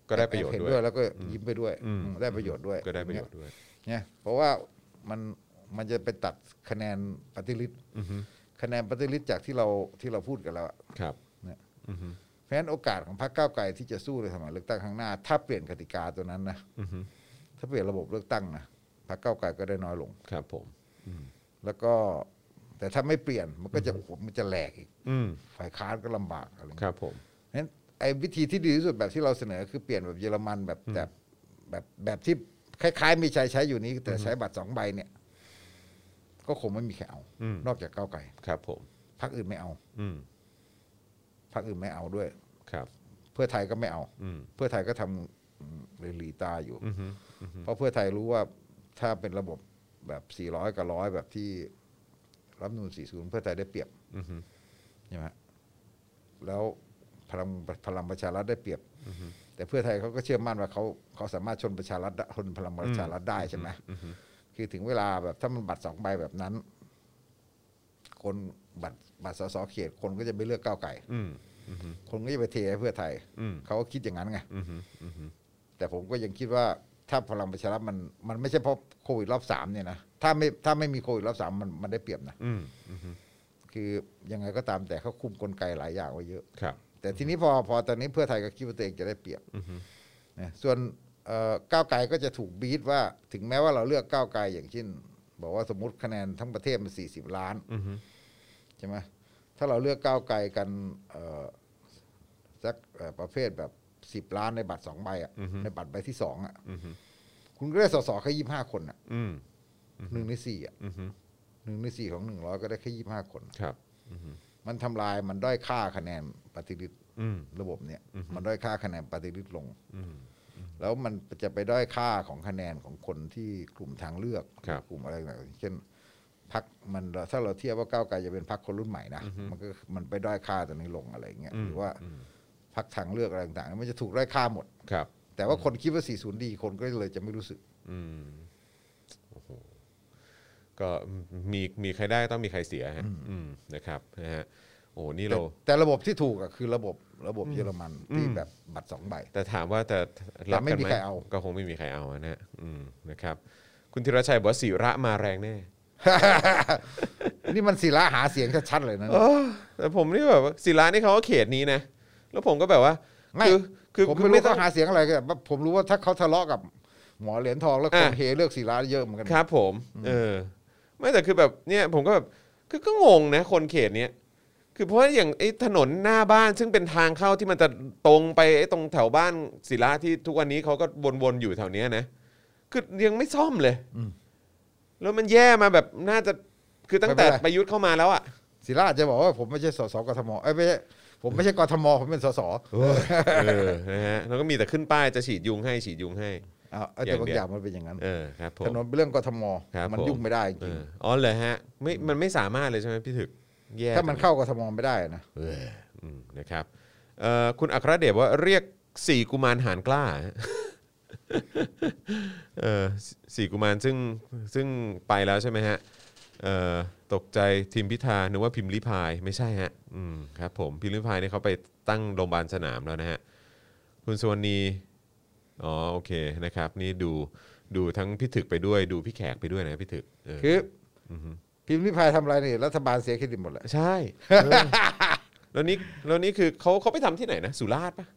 Speaker 2: ก็ได้ประโยชน์
Speaker 3: เห็น
Speaker 2: ด้
Speaker 3: ด้
Speaker 2: วย
Speaker 3: วย แล้วก็ยิ้มไปด้วย
Speaker 2: อืม
Speaker 3: อืมได้ประโยชน์ด้วย
Speaker 2: ก็ได้ประโยชน์ด้วย
Speaker 3: เนี่ยเพราะว่ามันมันจะไปตัดคะแนนปฏิริษ
Speaker 2: อือฮึ
Speaker 3: คะแนนปฏิริษจากที่เราที่เราพูดกันแล้วอะ
Speaker 2: ครับ
Speaker 3: เนี่ย
Speaker 2: อือฮึ
Speaker 3: เพราะฉะนั้นโอกาสของพรรคก้าวไกลที่จะสู้ในสมัยเลือกตั้งข้างหน้า ถ้าเปลี่ยนกติกาตัวนั้นนะ
Speaker 2: อือฮึ
Speaker 3: ถ้าเปลี่ยนระบบเลือกตั้งนะพรรคก้าวไกลก็ได้น้อยลง
Speaker 2: ครับผม
Speaker 3: แล้วก็แต่ถ้าไม่เปลี่ยนมันก็จะโอ้โหมันจะแหลกอีก
Speaker 2: อืม
Speaker 3: ฝ่ายค้านก็ลำบากอะไรเงี้ย
Speaker 2: ครับผม
Speaker 3: เพราะฉะนั้นไอ้วิธีที่ดีที่สุดแบบที่เราเสนอคือเปลี่ยนแบบเยอรมันแบบแบบแบบแบบที่คล้ายๆมีชัยใช้อยู่นี้แต่ใช้บัตรสองใบเนี่ย ก็คงไม่มีใครเอา
Speaker 2: อืม
Speaker 3: นอกจากก้าวไกล
Speaker 2: ครับผม
Speaker 3: พรรคอื่นไม่เอา
Speaker 2: อืม
Speaker 3: พรรคอื่นไม่เอาด้วย
Speaker 2: ครับ
Speaker 3: เพื่อไทยก็ไม่เอา
Speaker 2: อืม
Speaker 3: เพื่อไทยก็ทำเรลีตาอยู่
Speaker 2: อือฮึอือฮึ
Speaker 3: เพราะเพื่อไทยรู้ว่าถ้าเป็นระบบแบบ 400 กับร้อยแบบที่รัฐธรรมนูน40 เพื่อไทยได้เปรียบ
Speaker 2: อือฮึ
Speaker 3: ใช่ไหมแล้วพลังพลังประชารัฐได้เปรียบ แต่เพื่อไทยเขาก็เชื่อมั่นว่าเขาเขาสามารถชนประชารัฐได้ชนพลังประชารัฐได้ใช่ไหมคือถึงเวลาแบบถ้ามันบัตรสองใบแบบนั้น คนบัตรบัตรสสเขต คนก็จะไม่เลือกก้าวไก่
Speaker 2: อืมอือฮึ
Speaker 3: คนก็จะไปเทให้เพื่อไทย
Speaker 2: อืม
Speaker 3: เขาก็คิดอย่างนั้นไง
Speaker 2: อือฮึอือฮึ
Speaker 3: แต่ผมก็ยังคิดว่าถ้าพลังประชารัฐมันมันไม่ใช่เพราะโควิดรอบสามเนี่ยนะถ้าไม่ถ้าไม่มีโควิดรอบสามมันมันได้เปรียบนะ
Speaker 2: อืมอือฮึ
Speaker 3: คือยังไงก็ตามแต่เขาคุมกลไกหลายอย่างไว้เยอะ
Speaker 2: ครับ
Speaker 3: แต่ทีนี้พอพอตอนนี้เพื่อไทยก็คิดว่าตัวเองจะได้เปรียบ
Speaker 2: อือฮึ
Speaker 3: นะส่วนเอ่อก้าวไกลก็จะถูกบีทว่าถึงแม้ว่าเราเลือกก้าวไกลอย่างเช่นบอกว่าสมมติคะแนนทั้งประเทศมันสี่สิบล้าน
Speaker 2: อือฮึ
Speaker 3: ใช่ไหมถ้าเราเลือกก้าวไกลกันเอ่อสักเอ่อประเภทแบบสิบล้านในบัตรสองใบอะในบัตรใบที่สองอะ
Speaker 2: อือฮึ
Speaker 3: คุณก็ได้สสแค่ยี่ห้าคนอะ
Speaker 2: อืม
Speaker 3: หนึ่งในสี่อ่ะ
Speaker 2: อือฮึ
Speaker 3: หนึ่งในสี่ของหนึ่งร้อยก็ได้แค่ยี่ห้าคน
Speaker 2: ครับ
Speaker 3: มันทำลายมันด้อยค่าคะแนนปฏิริษ
Speaker 2: อืม
Speaker 3: ระบบเนี่ย มันด้อยค่าคะแนนปฏิริษลง
Speaker 2: อืม
Speaker 3: แล้วมันจะไปด้อยค่าของคะแนนของคนที่กลุ่มทางเลือก
Speaker 2: ครับ
Speaker 3: กลุ่มอะไรต่างๆเช่นพักมันถ้าเราเทียบว่าก้าวไกลจะเป็นพักคนรุ่นใหม่นะมันก็มันไปด้อยค่าตรงนี้ลงอะไรอย่างเงี้ยหรือว่าพักทางเลือกอะไรต่างๆมันจะถูกด้อยค่าหมด
Speaker 2: ครับ
Speaker 3: แต่ว่าคนคิดว่า 40 ดีคนก็เลยจะไม่รู้สึก
Speaker 2: อืมโอ้โหก็มีมีใครได้ต้องมีใครเสียฮะอืมนะครับนะฮะโอ้นี่
Speaker 3: แต่
Speaker 2: เรา
Speaker 3: แต่ระบบที่ถูกอะคือระบบระบบเยอรมันที่แบบบัตรสองใบ
Speaker 2: แต่ถามว่าแต่รับ
Speaker 3: แต่ไม่
Speaker 2: กัน
Speaker 3: มี
Speaker 2: ไหม
Speaker 3: ใครเอา
Speaker 2: ก็คงไม่มีใครเอานะฮะอืมนะครับ คุณธีรชัยบอกว่าศิระมาแรงแน่
Speaker 3: นี่มันศิลาหาเสียงชัดๆเลยนะ
Speaker 2: เออแต่ผมนี่แบบว่าศิระนี่เขาก็เขตนี้นะ แล้วผมก็แบบว่า
Speaker 3: ไม่
Speaker 2: คือคือ
Speaker 3: ผม
Speaker 2: คื
Speaker 3: ไม่
Speaker 2: อ
Speaker 3: รู้
Speaker 2: ต้อ
Speaker 3: เขา
Speaker 2: ง
Speaker 3: หาเสียงอะไรกันแต่ผมรู้ว่าถ้าเขาทะเลาะกับหมอเหรียญทองแล้วคน
Speaker 2: อ่ะ
Speaker 3: เฮเลือกศิลาเยอะเหมือนกัน
Speaker 2: ครับผมเออไม่แต่คือแบบเนี่ยผมก็แบบคือก็งงนะคนเขตเนี้ยคือเพราะว่าอย่างไอ้ถนนหน้าบ้านซึ่งเป็นทางเข้าที่มันจะตรงไปไอ้ตรงแถวบ้านศิลาที่ทุกวันนี้เขาก็วนๆอยู่แถวเนี้ยนะคือยังไม่ซ่อมเลย
Speaker 3: อืม
Speaker 2: แล้วมันแย่มาแบบน่าจะคือตั้งแต่
Speaker 3: ไม่เป็นไร
Speaker 2: ประยุทธ์เข้ามาแล้วอ่ะ
Speaker 3: ศิลาอาจจะบอกว่าผมไม่ใช่สสกทมเอ้ยไม่ใช่ผมไม่ใช่กทมผมเป็นสส
Speaker 2: เออนะฮะแล้วก็มีแต่ขึ้นป้ายจะฉีดยุงให้ฉีดยุงให้
Speaker 3: อ่ะเอาแต่บางอย่างมันเป็นอย่างนั้น
Speaker 2: เออครับผม
Speaker 3: ถนนเป็นเรื่องกทม
Speaker 2: ครับ
Speaker 3: มัน
Speaker 2: ผม
Speaker 3: ยุ่งไม่ได้จ
Speaker 2: เอ
Speaker 3: ริง
Speaker 2: ออ๋อเลยฮะไม่มันไม่สามารถเลยใช่ไหมพี่ถึกแย่
Speaker 3: ๆถ้ามันเข้ากทมไม่ได้นะ
Speaker 2: เอออืมนะครับเอ่อคุณอัครเดชว่าเรียกสี่กุมารหานกล้าฮะ เออสี่สี่กุมารซึ่งซึ่งไปแล้วใช่ไหมฮะเอ่อตกใจทีมพิธานึกว่าพิมพ์ลิพายไม่ใช่ฮะอืมครับผมพิมพ์ลิพายเนี่ยเขาไปตั้งโรงพยาบาลสนามแล้วนะฮะคุณสวนีอ๋อโอเคนะครับ นี่ดูดูทั้งพี่ถึกไปด้วยดูพี่แขกไปด้วยนะพี่ถึกเออ
Speaker 3: คืออพิมพ์ริพายทำอะไรนี่รัฐบาลเสียเครดิตหมดแหละ
Speaker 2: ใช่เออ แล้วนี่แล้วนี่คือเขาเขาไปทำที่ไหนนะ สุราษฎร์ปะ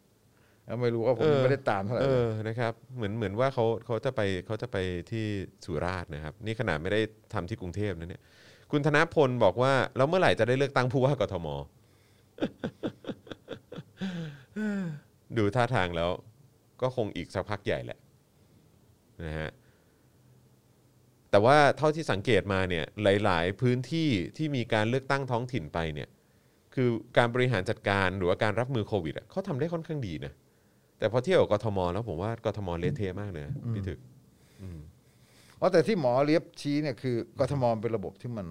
Speaker 3: เอาไม่รู้ว่าผม
Speaker 2: เออ
Speaker 3: ไม่ได้ตามเท่าไหร่
Speaker 2: เออนะครับ เหมือนเหมือนว่าเขาเขาจะไปเขาจะไปที่สุราษฎร์นะครับ นี่ขนาดไม่ได้ทำที่กรุงเทพนะเนี่ย คุณธนพลบอกว่า แล้วเมื่อไหร่จะได้เลือกตั้งผู้ว่ากทม ดูท่าทางแล้ว ก็คงอีกสักพักใหญ่แหละนะฮะ แต่ว่าเท่าที่สังเกตมาเนี่ยหลาย ๆ พื้นที่ที่มีการเลือกตั้งท้องถิ่นไปเนี่ยคือการบริหารจัดการหรือว่าการรับมือโควิดอะเขาทำได้ค่อนข้างดีนะแต่พอเที่ยวกับกทมแล้วผมว่ากทมเละเทะมากเลยนะพี่ถึก
Speaker 3: อ๋อแต่ที่หมอเลียบชี้เนี่ยคือกทมเป็นระบบที่มัน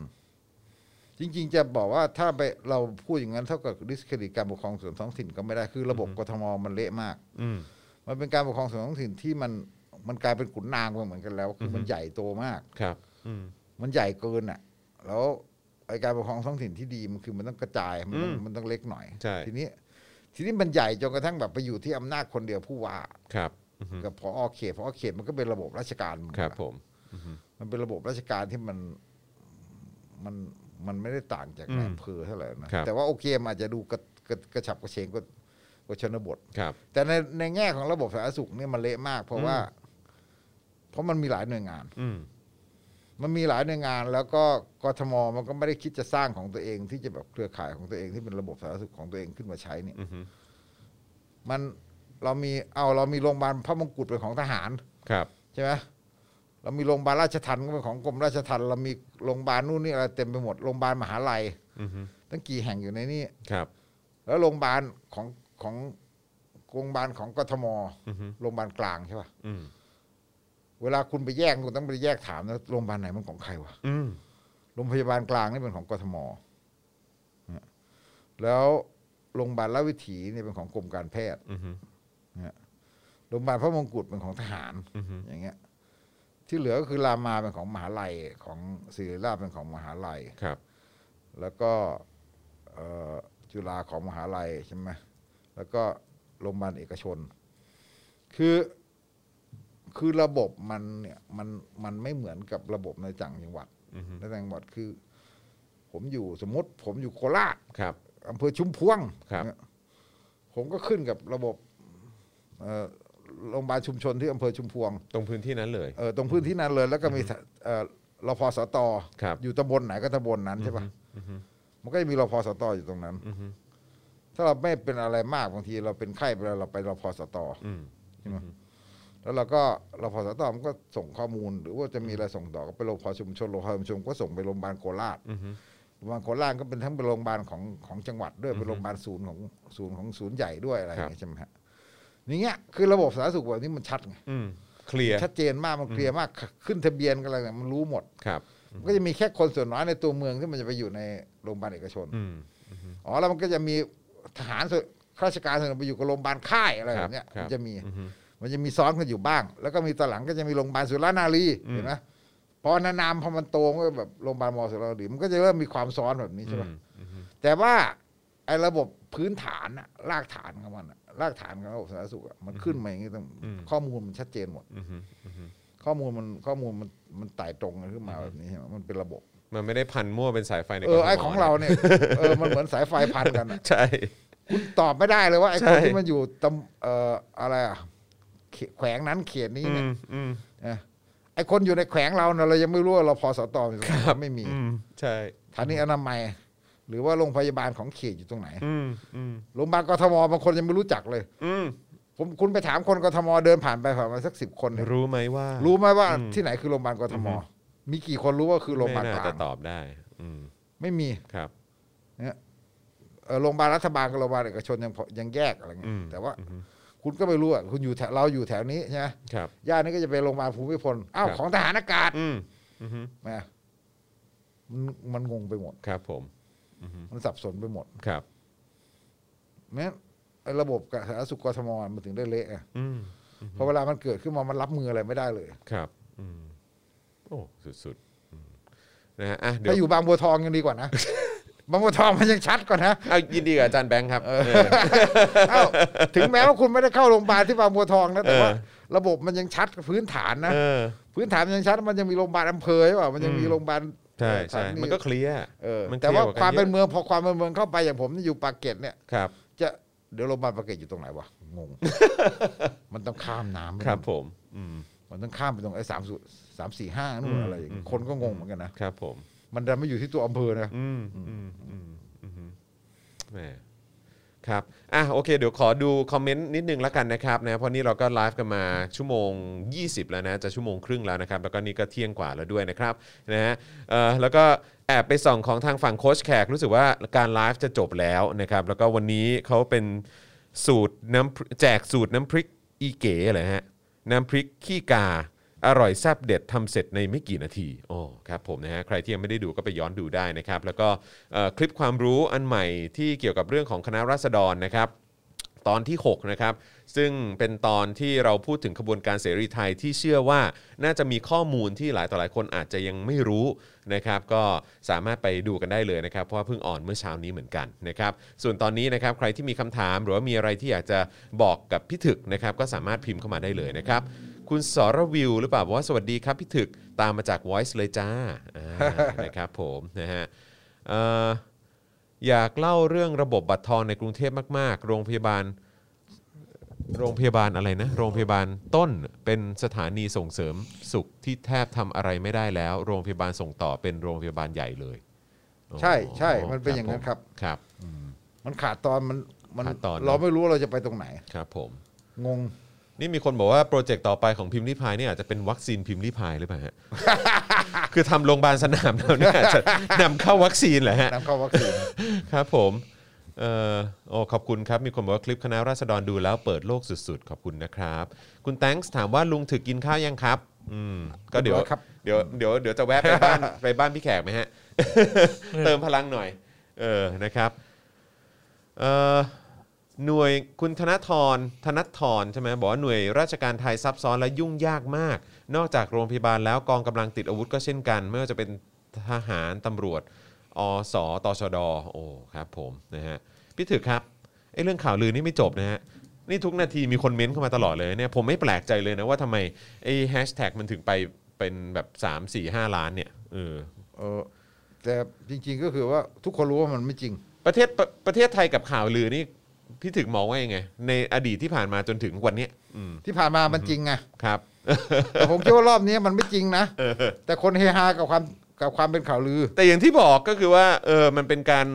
Speaker 3: จริง ๆ จะบอกว่าถ้าไปเราพูดอย่างนั้นเท่ากับดิสเครดิตการปกครองส่วนท้องถิ่นก็ไม่ได้คือระบบกทมมันเละมาก
Speaker 2: อืม
Speaker 3: มันเป็นการปกครองส่วนท้องถิ่นที่มันมันกลายเป็นขุนนางไปเหมือนกันแล้ว คือมันใหญ่โตมาก
Speaker 2: ครับอืม
Speaker 3: มันใหญ่เกินอ่ะ แล้วไอการปกครองท้องถิ่นที่ดีมันคือมันต้องกระจายมันต้อง
Speaker 2: อืม
Speaker 3: มันต้องเล็กหน่อย
Speaker 2: ใช่
Speaker 3: ทีนี้ ทีนี้มันใหญ่จนกระทั่งแบบไปอยู่ที่อำนาจคนเดียวผู้ว่า
Speaker 2: ครับอือฮึ
Speaker 3: กับพอเขตพอเขตมันก็เป็นระบบราชการเหมือน
Speaker 2: ค
Speaker 3: กัน
Speaker 2: รับ
Speaker 3: อะ
Speaker 2: ผม
Speaker 3: มันเป็นระบบราชการที่มันมันมันไม่ได้ต่างจาก
Speaker 2: อืม
Speaker 3: ในอำเภอเท่าไหร่นะครับ แต่ว่าโอเคมันอาจจะดูกระกระกระฉับกระเฉงกว่ากว่าชนบท
Speaker 2: ครับ
Speaker 3: แต่ในในแง่ของระบบสาธารณสุขเนี่ยมันเละมาก เพราะว่า เพราะมันมีหลายหน่วยงาน
Speaker 2: อืม
Speaker 3: มันมีหลายหน่วยงาน แล้วก็กทมมันก็ไม่ได้คิดจะสร้างของตัวเอง ที่จะแบบเครือข่ายของตัวเองที่เป็นระบบสาธารณสุขของตัวเองขึ้นมาใช้เนี่ย
Speaker 2: อือฮึ
Speaker 3: มันเรามีเอาเรามีโรงพยาบาลพระมงกุฎเป็นของทหาร
Speaker 2: ครับ
Speaker 3: ใช่ไหมเรามีโรงพยาบาลราชทันก็เป็นของกรมราชทันเรามีโรงพยาบาลนู่นนี่อะไรเต็มไปหมด โรงพยาบาลมหาลัย
Speaker 2: อือฮึ
Speaker 3: ตั้งกี่แห่งอยู่ในนี้
Speaker 2: ครับ
Speaker 3: แล้วโรงพยาบาลของของโรงพยาบาลของกทม
Speaker 2: อือฮึ
Speaker 3: โรงพยาบาลกลางใช่ป่ะ
Speaker 2: อืม
Speaker 3: เวลาคุณไปแยกคุณต้องไปแยกถามนะโรงพยาบาลไหนมันของใครวะ
Speaker 2: อืม
Speaker 3: โรงพยาบาลกลางนี่เป็นของกทมนะแล้วโรงพยาบาลราชวิถีเนี่ยเป็นของกรมการแพทย์
Speaker 2: อือฮึ
Speaker 3: โรงพยาบาลพระมงกุฎเป็นของทหาร
Speaker 2: อือฮึ
Speaker 3: อย่างเงี้ย ที่เหลือก็คือรามาเป็นของมหาลัยของศิริราชเป็นของมหาลัย
Speaker 2: ครับ
Speaker 3: แล้วก็เอ่อจุฬาของมหาลัยใช่ไหมแล้วก็โรงพยาบาลเอกชน คือคือระบบมันเนี่ยมันมันไม่เหมือนกับระบบในต่างจังหวัด
Speaker 2: อือฮึ
Speaker 3: ในต่างจังหวัดคือ ผมอยู่สมมติ ผมอยู่โคราช
Speaker 2: ครับ
Speaker 3: อำเภอชุมพวง
Speaker 2: ครับ
Speaker 3: เนี่ยผมก็ขึ้นกับระบบเอ่อโรงพยาบาลชุมชนที่อำเภอชุมพวง
Speaker 2: ตรงพื้นที่นั้นเลย
Speaker 3: เออตรงพื้นที่นั้นเลยแล้วก็มีเอ่อรพสต
Speaker 2: ครับ
Speaker 3: อยู่ตำบลไหนก็ตำบลนั้นใช่ปะมันก็จะมีรพสตอยู่ตรงนั้น
Speaker 2: อือฮึ
Speaker 3: ถ้าเราไม่เป็นอะไรมากบางทีเราเป็นไข้ไปแล้วเราไปรพสต
Speaker 2: อืม
Speaker 3: ใช่ไหมแล้วเราก็รพสตมันก็ส่งข้อมูล หรือว่าจะมีอะไรส่งต่อก็ไปโรงพยาบาลชุมชนโรงพยาบาลชุมชนก็ส่งไปโรงพยาบาลโคราช
Speaker 2: อือฮึ
Speaker 3: โรงพยาบาลโคราชก็เป็นทั้งเป็นโรงพยาบาลของของจังหวัดด้วยเป็นโรงพยาบาลศูนย์ของศูนย์ของศูนย์ใหญ่ด้วยอะไรอย่างเงี้ยใช่ไหมฮะอย่างเงี้ยคือระบบสาธารณสุขแบบนี้มันชัดไง
Speaker 2: อืมเคลียร์
Speaker 3: ชัดเจนมากมันเคลียร์มากขึ้นทะเบียนกันอะไรเนี่ยมันรู้หมด
Speaker 2: ครับ
Speaker 3: มันก็จะมีแค่คนส่วนน้อยในตัวเมืองที่มันจะไปอยู่ในโรงพยาบาลเอกชน
Speaker 2: อืม
Speaker 3: อ๋อแล้วมันก็จะมีทหารส่วนข้าราชการส่วนหนึ่งไปอยู่กับโรงพยาบาลค่ายอะไร
Speaker 2: ค
Speaker 3: แบ
Speaker 2: รับบ
Speaker 3: เนี้ย
Speaker 2: ครับ
Speaker 3: มันจะมี
Speaker 2: อือฮึ
Speaker 3: มันจะมีซ้อนกันอยู่บ้าง แล้วก็มีตอนหลังก็จะมีโรงพยาบาลสุรานารี
Speaker 2: อืม
Speaker 3: เห็นไหมพอนานๆพอมันโตมันก็แบบโรงพยาบาลมอสุรานารีมันก็จะเริ่มมีความซ้อนแบบนี้ใช่ไหม
Speaker 2: อือฮึ
Speaker 3: แต่ว่าไอ้ระบบพื้นฐานอะรากฐานของมันอะรากฐานของระบบสาธารณสุขอะมันขึ้นมาอย่างนี้ต้องข้อมูลมันชัดเจนหมด
Speaker 2: อือฮึอือฮึ
Speaker 3: ข้อมูลมันข้อมูลมันมันไต่ตรงกันขึ้นมาแบบนี้ใช่ไหมมันเป็นระบบ
Speaker 2: มันไม่ได้พันมั่วเป็นสายไฟใน
Speaker 3: เออก
Speaker 2: ทม
Speaker 3: ไอของเราเนี่ยเออมันเหมือนสายไฟพัน กันอะ
Speaker 2: ใช่
Speaker 3: คุณตอบไม่ได้เลยว่าไอ
Speaker 2: ใช่
Speaker 3: คนที่มันอยู่ตำเอ่ออะไรอ่ะเขแขวงนั้นเขตนี้
Speaker 2: อื
Speaker 3: เนี่ย
Speaker 2: มอืม
Speaker 3: นะไอคนอยู่ในแขวงเราเนี่ยเรายังไม่รู้ว่าเราพอสตออยู่ตรงไหนไม่มี
Speaker 2: อืมใช่
Speaker 3: ฐานีอนามัย หรือว่าโรงพยาบาลของเขตอยู่ตรงไหน
Speaker 2: อืมอืม
Speaker 3: โรงพยาบาลกทมบางคนยังไม่รู้จักเลย
Speaker 2: อืม
Speaker 3: ผมคุณไปถามคนกทมเดินผ่านไปผ่านมาสักสิบคนเนี่ย
Speaker 2: รู้ไหมว่า
Speaker 3: รู้ไหมว่าที่ไหนคือโรงพยาบาลกทมมีกี่คนรู้ว่าคือโรงพยาบาล
Speaker 2: ไม่
Speaker 3: ก
Speaker 2: น่า
Speaker 3: ลา
Speaker 2: จะ
Speaker 3: ง
Speaker 2: ตอบได้ อืม
Speaker 3: ไม่มี
Speaker 2: ครับ
Speaker 3: เนี่ยเอ่อโรงพยาบาลรัฐบาลกับโรงพยาบาลเอกชนยังพอยังแยกอะไร
Speaker 2: อื
Speaker 3: เงี้ย
Speaker 2: ม
Speaker 3: แต่ว่าคุณก็ไม่รู้อ่ะคุณอยู่แถวเราอยู่แถวนี้ใช่ไหม
Speaker 2: ครับ
Speaker 3: ย่านนี้ก็จะเป็นโรงพยาบาลภูมิพลอ้าว
Speaker 2: ครับ
Speaker 3: ของทหารอากาศ
Speaker 2: อืมอือฮึ
Speaker 3: แหมมันมันงงไปหมด
Speaker 2: ครับผม
Speaker 3: มันสับสนไปหมด
Speaker 2: ครับ
Speaker 3: เนี่ยไอ้ระบบสาธารณสุขกทมมันถึงได้เละไง
Speaker 2: อืม
Speaker 3: เพราะเวลามันเกิดขึ้นมามันรับมืออะไรไม่ได้เลย
Speaker 2: ครับอืมโอ้สุดๆอืมนะฮะอ่ะเดี๋ยว
Speaker 3: ถ้าอยู่บางบัวทองยังดีกว่านะ บางบัวทองมันยังชัดกว่านะ
Speaker 2: เอายินดีกับอาจารย์แบงค์ครับเออ
Speaker 3: เอ้าถึงแม้ว่าคุณไม่ได้เข้าโรงพยาบาลที่บางบัวทองนะแต่ว่า
Speaker 2: เออ
Speaker 3: ระบบมันยังชัดพื้นฐานนะ
Speaker 2: เออ
Speaker 3: พื้นฐานมันยังชัดมันยังมีโรงพยาบาลอำเภอใช่ป่ะมันยังมี
Speaker 2: อืม
Speaker 3: โรงพยาบาล
Speaker 2: ใช่
Speaker 3: สถา
Speaker 2: ใช่มันก็เคลียร์
Speaker 3: เออ
Speaker 2: มัน
Speaker 3: แต่ว่า
Speaker 2: ลีย
Speaker 3: ความเป็น
Speaker 2: ยอะ
Speaker 3: เมืองพอความเป็นเมืองเข้าไปอย่างผมนี่อยู่ปากเกร็ดเนี่ย
Speaker 2: ครับ
Speaker 3: จะเดี๋ยวโรงพยาบาลปากเกร็ดอยู่ตรงไหนวะงง มันต้องข้ามน้ำไป
Speaker 2: ครับผมอืม
Speaker 3: มันต้องข้ามไปตรงไอ้สามสุสามสี่ห้านู่
Speaker 2: อื
Speaker 3: น
Speaker 2: ม
Speaker 3: อะไรอย่างเงี้ย
Speaker 2: อืม
Speaker 3: คนก็งงเหมือนกันนะครับ
Speaker 2: ผม
Speaker 3: มันดันไม่อยู่ที่ตัวอำเภอนะ
Speaker 2: อืมอืมอืมอืมแหม ครับ อ่ะ โอเค เดี๋ยวขอดูคอมเมนต์นิดนึงละกันนะครับนะ เพราะนี่เราก็ไลฟ์กันมาชั่วโมง 20 แล้วนะ จะชั่วโมงครึ่งแล้วนะครับ แล้วก็นี่ก็เที่ยงกว่าแล้วด้วยนะครับ นะฮะ เอ่อ แล้วก็แอบไปส่องของทางฝั่งโค้ชแขก รู้สึกว่าการไลฟ์จะจบแล้วนะครับ แล้วก็วันนี้เขาเป็นสูตรน้ำแจกสูตรน้ำพริกอีเก๋เหรอฮะ น้ำพริกขี้กา อร่อยแซ่บเด็ดทำเสร็จในไม่กี่นาทีอ๋อครับผมนะฮะใครที่ยังไม่ได้ดูก็ไปย้อนดูได้นะครับ แล้วก็เอ่อคลิปความรู้อันใหม่ที่เกี่ยวกับเรื่องของคณะราษฎรนะครับ ตอนที่ 6 นะครับ ซึ่งเป็นตอนที่เราพูดถึงขบวนการเสรีไทยที่เชื่อว่าน่าจะมีข้อมูลที่หลายต่อหลายคนอาจจะยังไม่รู้นะครับ ก็สามารถไปดูกันได้เลยนะครับ เพราะว่าเพิ่งอ่อนเมื่อเช้านี้เหมือนกันนะครับ ส่วนตอนนี้นะครับใครที่มีคำถามหรือว่ามีอะไรที่อยากจะบอกกับพี่ถึกนะครับ ก็สามารถพิมพ์เข้ามาได้เลยนะครับ คุณสรวิวหรือเปล่าบอกว่าสวัสดีครับพี่ถึกตามมาจาก Voice เลยจ้าอ่า นะครับผมนะฮะเอ่ออยากเล่าเรื่องระบบบัตรทองในกรุงเทพมาก ๆ โรงพยาบาล โรงพยาบาลอะไรนะ โรงพยาบาลต้นเป็นสถานีส่งเสริมสุขที่แทบทำอะไรไม่ได้แล้ว โรงพยาบาลส่งต่อเป็นโรงพยาบาลใหญ่เลย
Speaker 3: ใช่ใช่มันเป็นอย่างนั้นครับ
Speaker 2: ผมครับ
Speaker 3: มันขาดตอนมันมัน
Speaker 2: ขาดตอน
Speaker 3: เราไม่รู้ว่าเราจะไปตรงไหน
Speaker 2: ครับผม
Speaker 3: งง
Speaker 2: นี่มีคนบอกว่าโปรเจกต์ต่อไปของพิมพ์ริพายเนี่ยอาจจะเป็นวัคซีนพิมพ์ริพายหรือเปล่าฮะ คือทำโรงพยาบาลสนามแล้วเนี่ยอาจจะนำเข้าวัคซีนเหรอฮะ
Speaker 3: น้ำเข้าวัคซีน
Speaker 2: ครับผมเอ่อโอ้ขอบคุณครับ มีคนบอกว่าคลิปคณะราษฎรดูแล้วเปิดโลกสุดๆ ขอบคุณนะครับ คุณแตงส์ถามว่าลุงถึกกินข้าวยังครับ อืม ก็เดี๋ยว
Speaker 3: เรียบร้อยครับ
Speaker 2: เดี๋ยวเดี๋ยวเดี๋ยวจะแวะไปบ้าน ไปบ้านพี่แขกไหมฮะ เติมพลังหน่อย เออ นะครับ เอ่อ หน่วยคุณธนทรธนัททรใช่ไหมบอกว่าหน่วยราชการไทยซับซ้อนและยุ่งยากมาก นอกจากโรงพยาบาลแล้วกองกำลังติดอาวุธก็เช่นกัน ไม่ว่าจะเป็นทหารตำรวจอสตชดโอ้ครับผมนะฮะพี่ถือครับไอ้เรื่องข่าวลือนี่ไม่จบนะฮะนี่ทุกนาทีมีคนเม้นเข้ามาตลอดเลยเนี่ยผมไม่แปลกใจเลยนะว่าทำไมไอ้แฮชแท็กมันถึงไปเป็นแบบ3 4 5 ล้านเนี่ยเออ
Speaker 3: เออแต่จริง ๆก็คือว่าทุกคนรู้ว่ามันไม่จริง
Speaker 2: ประเทศประประเทศไทยกับข่าวลือนี่พี่ถึกมองว่ายังไง ในอดีตที่ผ่านมาจนถึงวันเนี้ยอืม
Speaker 3: ที่ผ่านมามันจริงไง
Speaker 2: ครับ
Speaker 3: แต่ผมคิดว่ารอบนี้มันไม่จริงนะแต่คนเฮฮากับความกับความเป็นข่าวลือ
Speaker 2: แต่อย่างที่บอกก็คือว่าเออมันเป็นการ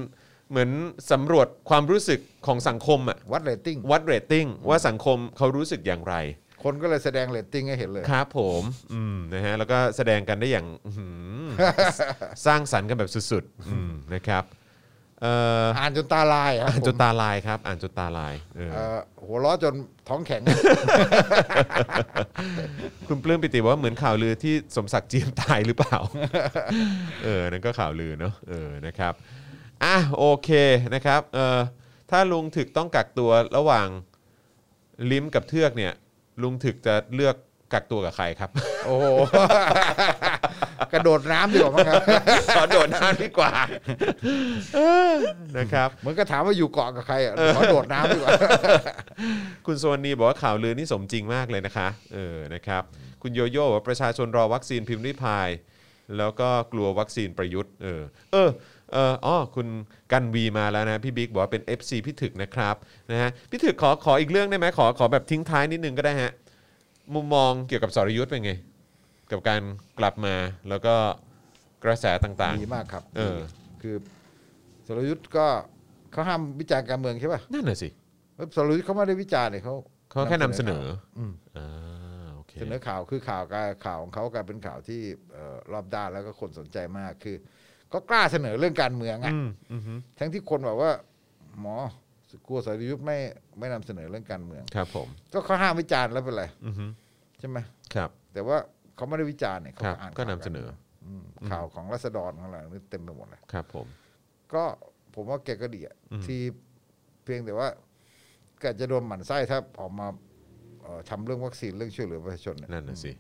Speaker 2: เหมือนสำรวจความรู้สึกของสังคมอะ
Speaker 3: วัดเรตติ้ง
Speaker 2: วัดเรตติ้งว่าสังคมเขารู้สึกอย่างไร
Speaker 3: คนก็เลยแสดงเรตติ้งให้เห็นเลย
Speaker 2: ครับผมอืมนะฮะแล้วก็แสดงกันได้อย่างอื้อ หือสร้างสรรค์กันแบบสุดๆอืมนะครับเอ่อ
Speaker 3: อ่านจนตาลายครับ
Speaker 2: อ่านจน
Speaker 3: ผม
Speaker 2: ตาลายครับ อ่านจนตาลายเออ
Speaker 3: เอ่อหัวล้อจนท้องแข็ง
Speaker 2: คุณปลื้มปิติบอกว่าเหมือนข่าวลือที่สมศักดิ์เจียมตายหรือ เปล่า เออนั่นก็ข่าวลือเนาะเออนะครับอ่ะโอเคนะครับเออถ้าลุงถึกต้องกักตัวระหว่างลิ้มกับเทือกเนี่ย ลุงถึกจะเลือกกักตัวกับใครครับ
Speaker 3: โอ้โห กระโดดน้ำดีกว่ามั้งครับ
Speaker 2: ขอโดดน้ำดีกว่าเออนะครับ
Speaker 3: เหมือนก็ถามว่าอยู่เกาะกับใครอ่ะขอโดดน้ำดีกว่า
Speaker 2: คุณโซนีบอกว่าข่าวลือนี่สมจริงมากเลยนะคะ เออ นะครับ คุณโยโย่บอกว่าประชาชนรอวัคซีนพิมพ์ริพาย แล้วก็กลัววัคซีนประยุทธ์ เออ เออ เอออ๋อ คุณกันวีมาแล้วนะ พี่บิ๊กบอกว่าเป็น FC พี่ถึกนะครับ นะฮะ พี่ถึกขอ ขออีกเรื่องได้ไหมขอ ขอแบบทิ้งท้ายนิดนึงก็ได้ฮะ มุมมองเกี่ยวกับสรยุทธ์เป็นไง กับการกลับมา แล้วก็กระแสต่าง
Speaker 3: ดีมากครับ
Speaker 2: เออ
Speaker 3: คือสรยุทธ์ก็เขาห้ามวิจารณ์การเมืองใช่ป่ะ
Speaker 2: ๆ นั่นน่ะสิ
Speaker 3: เอ้ยสรยุทธ์เขาไม่ได้วิจารณ์เลยเขา
Speaker 2: เขาแค่นำเสนอ
Speaker 3: อืม
Speaker 2: อ่าโอเค
Speaker 3: เสนอข่าวคือข่าวการข่าวของเขากลายเป็นข่าวที่เอ่อรอบด้านแล้วก็คนสนใจมากคือ ก็กล้าเสนอเรื่องการเมืองอ่ะ
Speaker 2: อืมอือฮึ
Speaker 3: ทั้งที่คนบอกว่า หมอกลัวสรยุทธ์ไม่ไม่นำเสนอเรื่องการเมือง
Speaker 2: ครับผม
Speaker 3: ก็เขาห้ามวิจารณ์แล้วเป็นไร
Speaker 2: อือฮึ
Speaker 3: ใช่ไหม
Speaker 2: ครับ
Speaker 3: แต่ว่าเขาไม่ได้วิจารณ์เนี่ยเขา
Speaker 2: ครับ
Speaker 3: อ่าน
Speaker 2: ก็นำ
Speaker 3: ข่าว
Speaker 2: เสนอ
Speaker 3: มข่าวของรัษฎรของอะไรนี่เต็มไปหมดเลย
Speaker 2: ครับผม
Speaker 3: ก็ผมว่าแกก็ดีอะ
Speaker 2: อืม
Speaker 3: ที่เพียงแต่ว่าแกจะโดนหมั่นไส้ถ้าออกมาเอ่อทำเรื่องวัคซีนเรื่องช่วยเหลือประชาชนเนี่ย
Speaker 2: นั่นน่ะสิ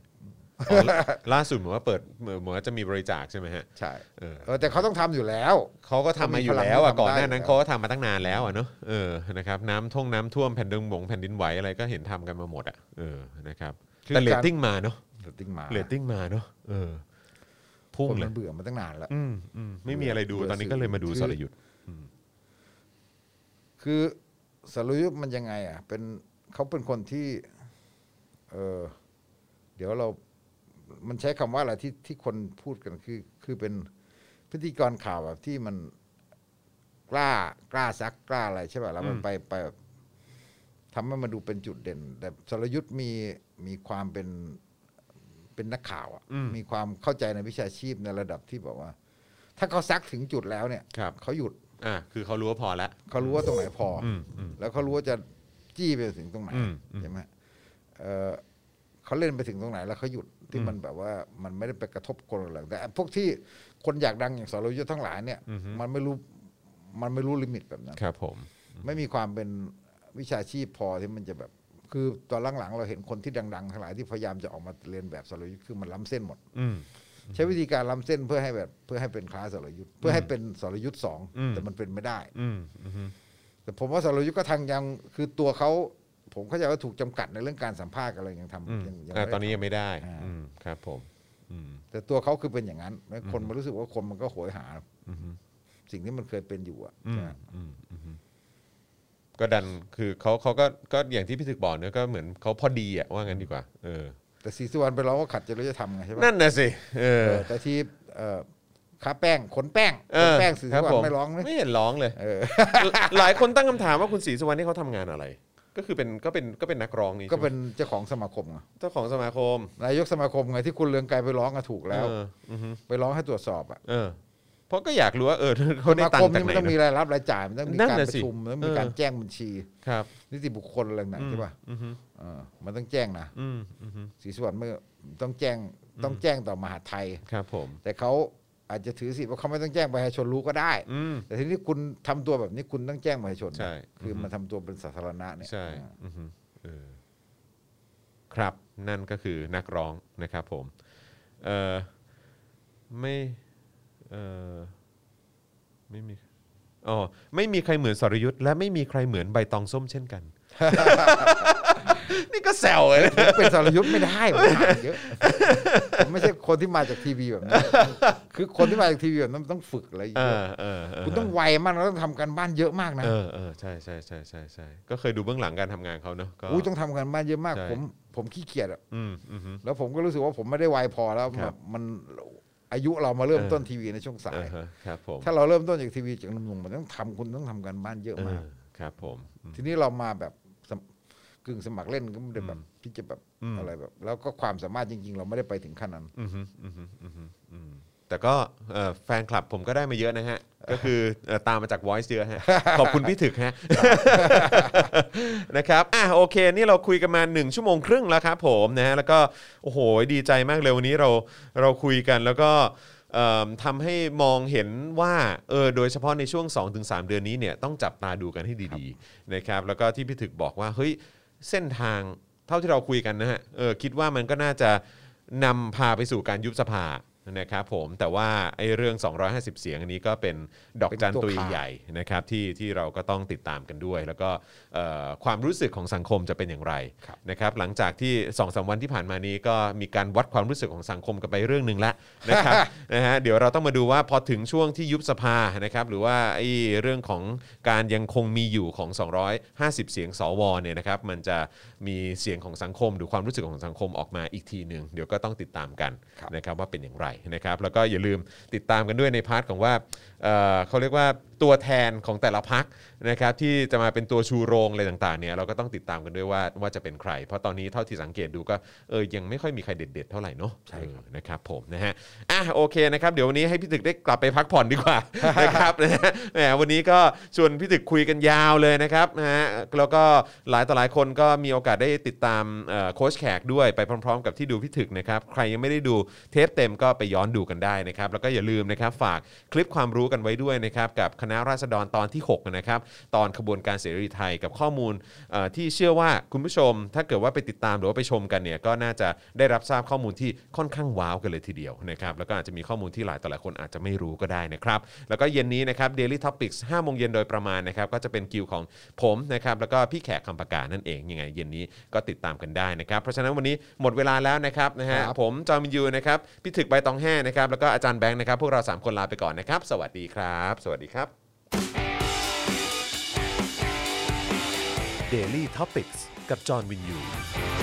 Speaker 2: อ๋อล่าล่าสุดเหมือนว่าเปิดเหมือนเหมือนว่าจะมีบริจาคใช่ไหมฮะ
Speaker 3: ใช่
Speaker 2: เออ
Speaker 3: เออแต่เขาต้องทำอยู่แล้ว
Speaker 2: เขาก็ทำมาอยู่แล้วอ่ะ
Speaker 3: เขามีพลัง
Speaker 2: ก่อนหน้านั้น
Speaker 3: ได้อยู่แล้ว
Speaker 2: เขาก็ทำมาตั้งนานแล้วอ่ะเนอะเออนะครับน้ำท่วงน้ำท่วมแผ่นดินหมงแผ่นดินไหวอะไรก็เห็นทำกันมาหมดอ่ะเออนะครับ
Speaker 3: คือ
Speaker 2: แต่เรต
Speaker 3: การ
Speaker 2: ติ้งมาเนอะ
Speaker 3: เรตติ้งมา
Speaker 2: เรตติ้งมาเนอะเออพุ่ง
Speaker 3: คน
Speaker 2: เล
Speaker 3: มั
Speaker 2: ย
Speaker 3: นเบื่อมาตั้งนานแล้ว
Speaker 2: อืมอืมไม่มีอะไรดู
Speaker 3: เบื่อ
Speaker 2: ตอนนี้ก็เลยมาดู
Speaker 3: คือ
Speaker 2: สรยุทธ์
Speaker 3: คือสรยุทธ์มันยังไง อ่ะ เป็นเขาเป็นคนที่ เออเดี๋ยวเรา มันใช้คำว่าอะไรที่ที่คนพูดกันคือ คือเป็นพิธีกรข่าวแบบที่มัน กล้ากล้าซักกล้าอะไรใช่ป่ะแล้วมัน
Speaker 2: อืม
Speaker 3: ไปไปแบบทำให้มันดูเป็นจุดเด่น แต่สรยุทธ์มีมีความเป็นเป็นนักข่าวอะมีความเข้าใจในวิชาชีพในระดับที่บอกว่า ถ้าเขาซักถึงจุดแล้วเนี่ย
Speaker 2: ครับ
Speaker 3: เขาหยุด
Speaker 2: อ่าคือเขารู้ว่าพอแล้ว
Speaker 3: เขารู้ว่าตรงไหนพออ
Speaker 2: อืมอืม
Speaker 3: แล้วเขารู้ว่าจะจี้ไปถึงตรงไหน
Speaker 2: อืมอืม
Speaker 3: ใช่ไหมเอ่อเขาเล่นไปถึงตรงไหน แล้วเขาหยุดที่มันแบบว่ามันไม่ได้ไปกระทบคนหรอกแต่พวกที่คนอยากดังอย่างสรยุทธ์ทั้งหลายเนี่ย มันไม่รู้มันไม่รู้ลิมิตแบบนั้น
Speaker 2: ครับผม
Speaker 3: ไม่มีความเป็นวิชาชีพพอที่มันจะแบบ คือตอนหลังๆ เราเห็นคนที่ดังๆทั้งหลายที่พยายามจะออกมาเรียนแบบสรยุทธ์คือมันล้ำเส้นหมด
Speaker 2: อืม
Speaker 3: ใช้วิธีการล้ำเส้นเพื่อให้แบบเพื่อให้เป็นคล้ายสรยุทธ์เพื่อให้เป็นสรยุทธ์สอง
Speaker 2: อืม
Speaker 3: แต่มันเป็นไม่ได้
Speaker 2: อืมอืม
Speaker 3: แต่ผมว่าสรยุทธ์ก็ทางยังคือตัวเขาผมเข้าใจว่าถูกจำกัดในเรื่องการสัมภาษณ์อะไรยังทำยังยังไม่
Speaker 2: อ่า
Speaker 3: ได้
Speaker 2: ตอนนี้ยังไม่ได้
Speaker 3: อ่า
Speaker 2: อืมครับผม อืม
Speaker 3: แต่ตัวเขาคือเป็นอย่างนั้นแล้วคนมันรู้สึกว่าคนมันก็โหยหา
Speaker 2: อือฮึ
Speaker 3: สิ่งที่มันเคยเป็นอยู่อะ
Speaker 2: อืม
Speaker 3: ใช่ไหม
Speaker 2: อืมอืมก็ดันคือเขาเขาก็ก็อย่างที่พี่ถึกบอกเนี่ยก็เหมือนเขาพอดีอ่ะว่างั้นดีกว่า เออ
Speaker 3: แต่ศรีสุวรรณไปร้องว่าขัดจริยธรรมไงใช่ปะ
Speaker 2: นั่นน่ะสิเออ
Speaker 3: เออแต่ที่เอ่อค้าแป้งขนแป้ง
Speaker 2: เอ
Speaker 3: ขน
Speaker 2: อ
Speaker 3: แป้งสื่อ
Speaker 2: คบ
Speaker 3: ว่า
Speaker 2: ผ
Speaker 3: ไม่ร้องนะ
Speaker 2: ไม่เห็นร้องเลย
Speaker 3: เออ
Speaker 2: หลายหลายคนตั้งคำถามว่าคุณศรีสุวรรณนี่เขาทำงานอะไร ก็คือเป็นก็เป็นก็เป็นนักร้องนี่
Speaker 3: ก็เป็น
Speaker 2: ใช่ไหม
Speaker 3: เจ้าของสมาคมไง
Speaker 2: เจ้าของสมาคม
Speaker 3: นายกสมาคมไงที่คุณเลืองไกรไปร้องก็ถูกแล้ว
Speaker 2: เอออือฮึ
Speaker 3: ไปร้องให้ตรวจสอบอ่ะ
Speaker 2: เออ เพราะก็อยากรู้ว่าเออ เขา
Speaker 3: ส
Speaker 2: ได้
Speaker 3: มา
Speaker 2: ตัง
Speaker 3: คม
Speaker 2: ค์จาก
Speaker 3: นี่
Speaker 2: ไหน
Speaker 3: มันต้องมี
Speaker 2: นะ
Speaker 3: รายรับรายจ่ายมันต้องมี
Speaker 2: นั่น
Speaker 3: การ
Speaker 2: น่ะ
Speaker 3: ประ
Speaker 2: สิ
Speaker 3: ชุมมันต้องมีการ
Speaker 2: เออ
Speaker 3: แจ้งบัญชี
Speaker 2: ครับ
Speaker 3: นิติบุคคลอะไรต่าง
Speaker 2: อืม
Speaker 3: ๆใช่ป่ะ
Speaker 2: อือฮึ
Speaker 3: เออมันต้องแจ้งนะ
Speaker 2: อืมอือฮึ
Speaker 3: ศรีสุวรรณไม่ต้องแจ้งต้องแจ้งต่อมหาดไทย
Speaker 2: ครับผม
Speaker 3: แต่เขาอาจจะถือสิทธิ์ว่าเขาไม่ต้องแจ้งประชาชนรู้ก็ได้
Speaker 2: อืม
Speaker 3: แต่ทีนี้คุณทำตัวแบบนี้คุณต้องแจ้งประชาชนนะ
Speaker 2: ใช่
Speaker 3: คือมันทำตัวเป็นสาธารณะเนี่ย
Speaker 2: ใช่
Speaker 3: อ่า
Speaker 2: อือฮึเออครับนั่นก็คือนักร้องนะครับผม เออไม่เออไม่มีอ๋อไม่มีใครเหมือนสรยุทธ์และไม่มีใครเหมือนใบตองส้มเช่น กัน นี่ก็แซวเลยนะ
Speaker 3: ผมเป็นสรยุทธ์ไม่ได้ผมอ่านเยอะผมไม่ใช่คนที่มาจากทีวีแบบนั้นคือคนที่มาจากทีวีแบบนั้นมันต้องฝึกอะไร
Speaker 2: เอ
Speaker 3: เยอะ
Speaker 2: อเออเออ
Speaker 3: คุณต้องไวมากแล้วต้องทำการบ้านเยอะมากนะ
Speaker 2: เออเออใช่ใช่ใช่ใช่ใช่ก็เคยดูเบื้องหลังการทำงานเขาเนอะก็
Speaker 3: อู้ยต้องทำการบ้านเยอะมาก
Speaker 2: ใช่
Speaker 3: ผมผมขี้เกียจอะ
Speaker 2: อืมอืมอืม
Speaker 3: แล้วผมก็รู้สึกว่าผมไม่ได้ไวพอแล้ว
Speaker 2: ครับ
Speaker 3: มันอายุเรามาเริ่มต้นทีวีในช่วงสาย
Speaker 2: อ่าฮะครับผม
Speaker 3: ถ้าเราเริ่มต้นจากทีวีจากหนุ่มๆมันต้องทำคุณต้องทำการบ้านเยอะ
Speaker 2: เอ
Speaker 3: มา
Speaker 2: อก ครับผมอืม
Speaker 3: ทีนี้เรามาแบบสมกึ่งสมัครเล่นก็ไม่ได้แบบที่จะแบบ
Speaker 2: อืม
Speaker 3: อะไรแบบ แล้วก็ความสามารถจริง ๆ เราไม่ได้ไปถึงขั้นนั้น
Speaker 2: อืมฮึอืมฮึอืมฮึอืมแต่ก็เอ่อแฟนคลับผมก็ได้มาเยอะ นะฮะ ก็คือเอ่อตามมาจาก Voice เยอะฮะ ขอบคุณพี่ถึกฮะ นะครับอ่ะโอเค นี่เราคุยกันมา 1 ชั่วโมงครึ่งแล้วครับผมนะฮะแล้วก็โอ้โหดีใจมากเลยวันนี้เราเราคุยกันแล้วก็เอิ่มทำให้มองเห็นว่าเออโดยเฉพาะในช่วง 2-3 เดือนนี้เนี่ยต้องจับตาดูกันให้ดีๆนะครับแล้วก็ที่พี่ถึกบอกว่าเฮ้ยเส้นทางเท่าที่เราคุยกันนะฮะเออคิดว่ามันก็น่าจะ นำพาไปสู่การยุบสภานะครับผมแต่ว่าไอ้เรื่อง 250 เสียงอันนี้ก็เป็นดอกจัน
Speaker 3: เป็นตั
Speaker 2: ตัว ว
Speaker 3: ขาด
Speaker 2: ใหญ่นะครับที่ที่เราก็ต้องติดตามกันด้วย แล้วก็เอ่อความรู้สึกของสังคมจะเป็นอย่างไรนะครับหลังจากที่2อสวันที่ผ่านมานี้ก็มีการวัดความรู้สึกของสังคมกันไปเรื่องหนึ่งแล้ว นะครับ นะฮะเดี๋ยวเราต้องมาดูว่าพอถึงช่วงที่ยุบสภานะครับหรือว่าไอ้เรื่องของการยังคงมีอยู่ของ 250 เสียงสวเนี่ยนะครับมันจะมีเสียงของสังคม หรือความรู้สึกของสังคมออกมาอีกทีหนึ่งเดี๋ยวก็ต้องติดตามกัน
Speaker 3: ครับ
Speaker 2: นะครับว่าเป็นอย่างไรนะครับแล้วก็อย่าลืมติดตามกันด้วยในพาร์ทของว่าเอ่อเขาเรียกว่าตัวแทนของแต่ละพักนะครับที่จะมาเป็นตัวชูโรงอะไรต่างๆเนี่ยเราก็ต้องติดตามกันด้วยว่าว่าจะเป็นใคร เพราะตอนนี้เท่าที่สังเกตดูก็เออยังไม่ค่อยมีใครเด็ด ๆ เท่าไหร่เนาะใช่นะครับผมนะฮะ อ่ะโอเคนะครับเดี๋ยววันนี้ให้พี่ตึกได้กลับไปพักผ่อนดีกว่า นะครับ นะฮะแหมวันนี้ก็ชวนพี่ตึกคุยกันยาวเลยนะครับนะฮะแล้วก็หลายต่อหลายคนก็มีโอกาสได้ติดตามเอ่อโค้ชแขกด้วยไปพร้อม ๆ กับที่ดูพี่ตึกนะครับใครยังไม่ได้ดูเทปเต็มก็ไปย้อนดูกันได้นะครับแล้วก็อย่าลืมนะครับฝากคลิปความรู้กันไว้ด้วยนะครับกับคณะราษฎรตอนที่6นะครับตอนขบวนการเสรีไทยกับข้อมูลเอ่อที่เชื่อว่าคุณผู้ชม ถ้าเกิดว่าไปติดตามหรือว่าไปชมกันเนี่ยก็น่าจะได้รับทราบข้อมูลที่ค่อนข้างว้าวกันเลยทีเดียวนะครับแล้วก็อาจจะมีข้อมูลที่หลายต่อหลายคนอาจจะไม่รู้ก็ได้นะครับ แล้วก็เย็นนี้นะครับ Daily Topics 5โมงเย็นโดยประมาณนะครับก็จะเป็นคิวของผมนะครับแล้วก็พี่แขกคำปากานั่นเองยังไงเย็นนี้ก็ติดตามกันได้นะครับเพราะฉะนั้นวันนี้หมดเวลาแล้วนะครับนะฮะ
Speaker 3: ครับ
Speaker 2: ผมจอมินยูนะครับพี่ถึกใบตองแห้นะครับแล้วก็อาจารย์แบงค์นะครับพวกเราสามคนลาไปก่อนนะครับสวัสดีครับ สวัสดีครับ
Speaker 1: Daily t o p i c กกับจอห์นวินยู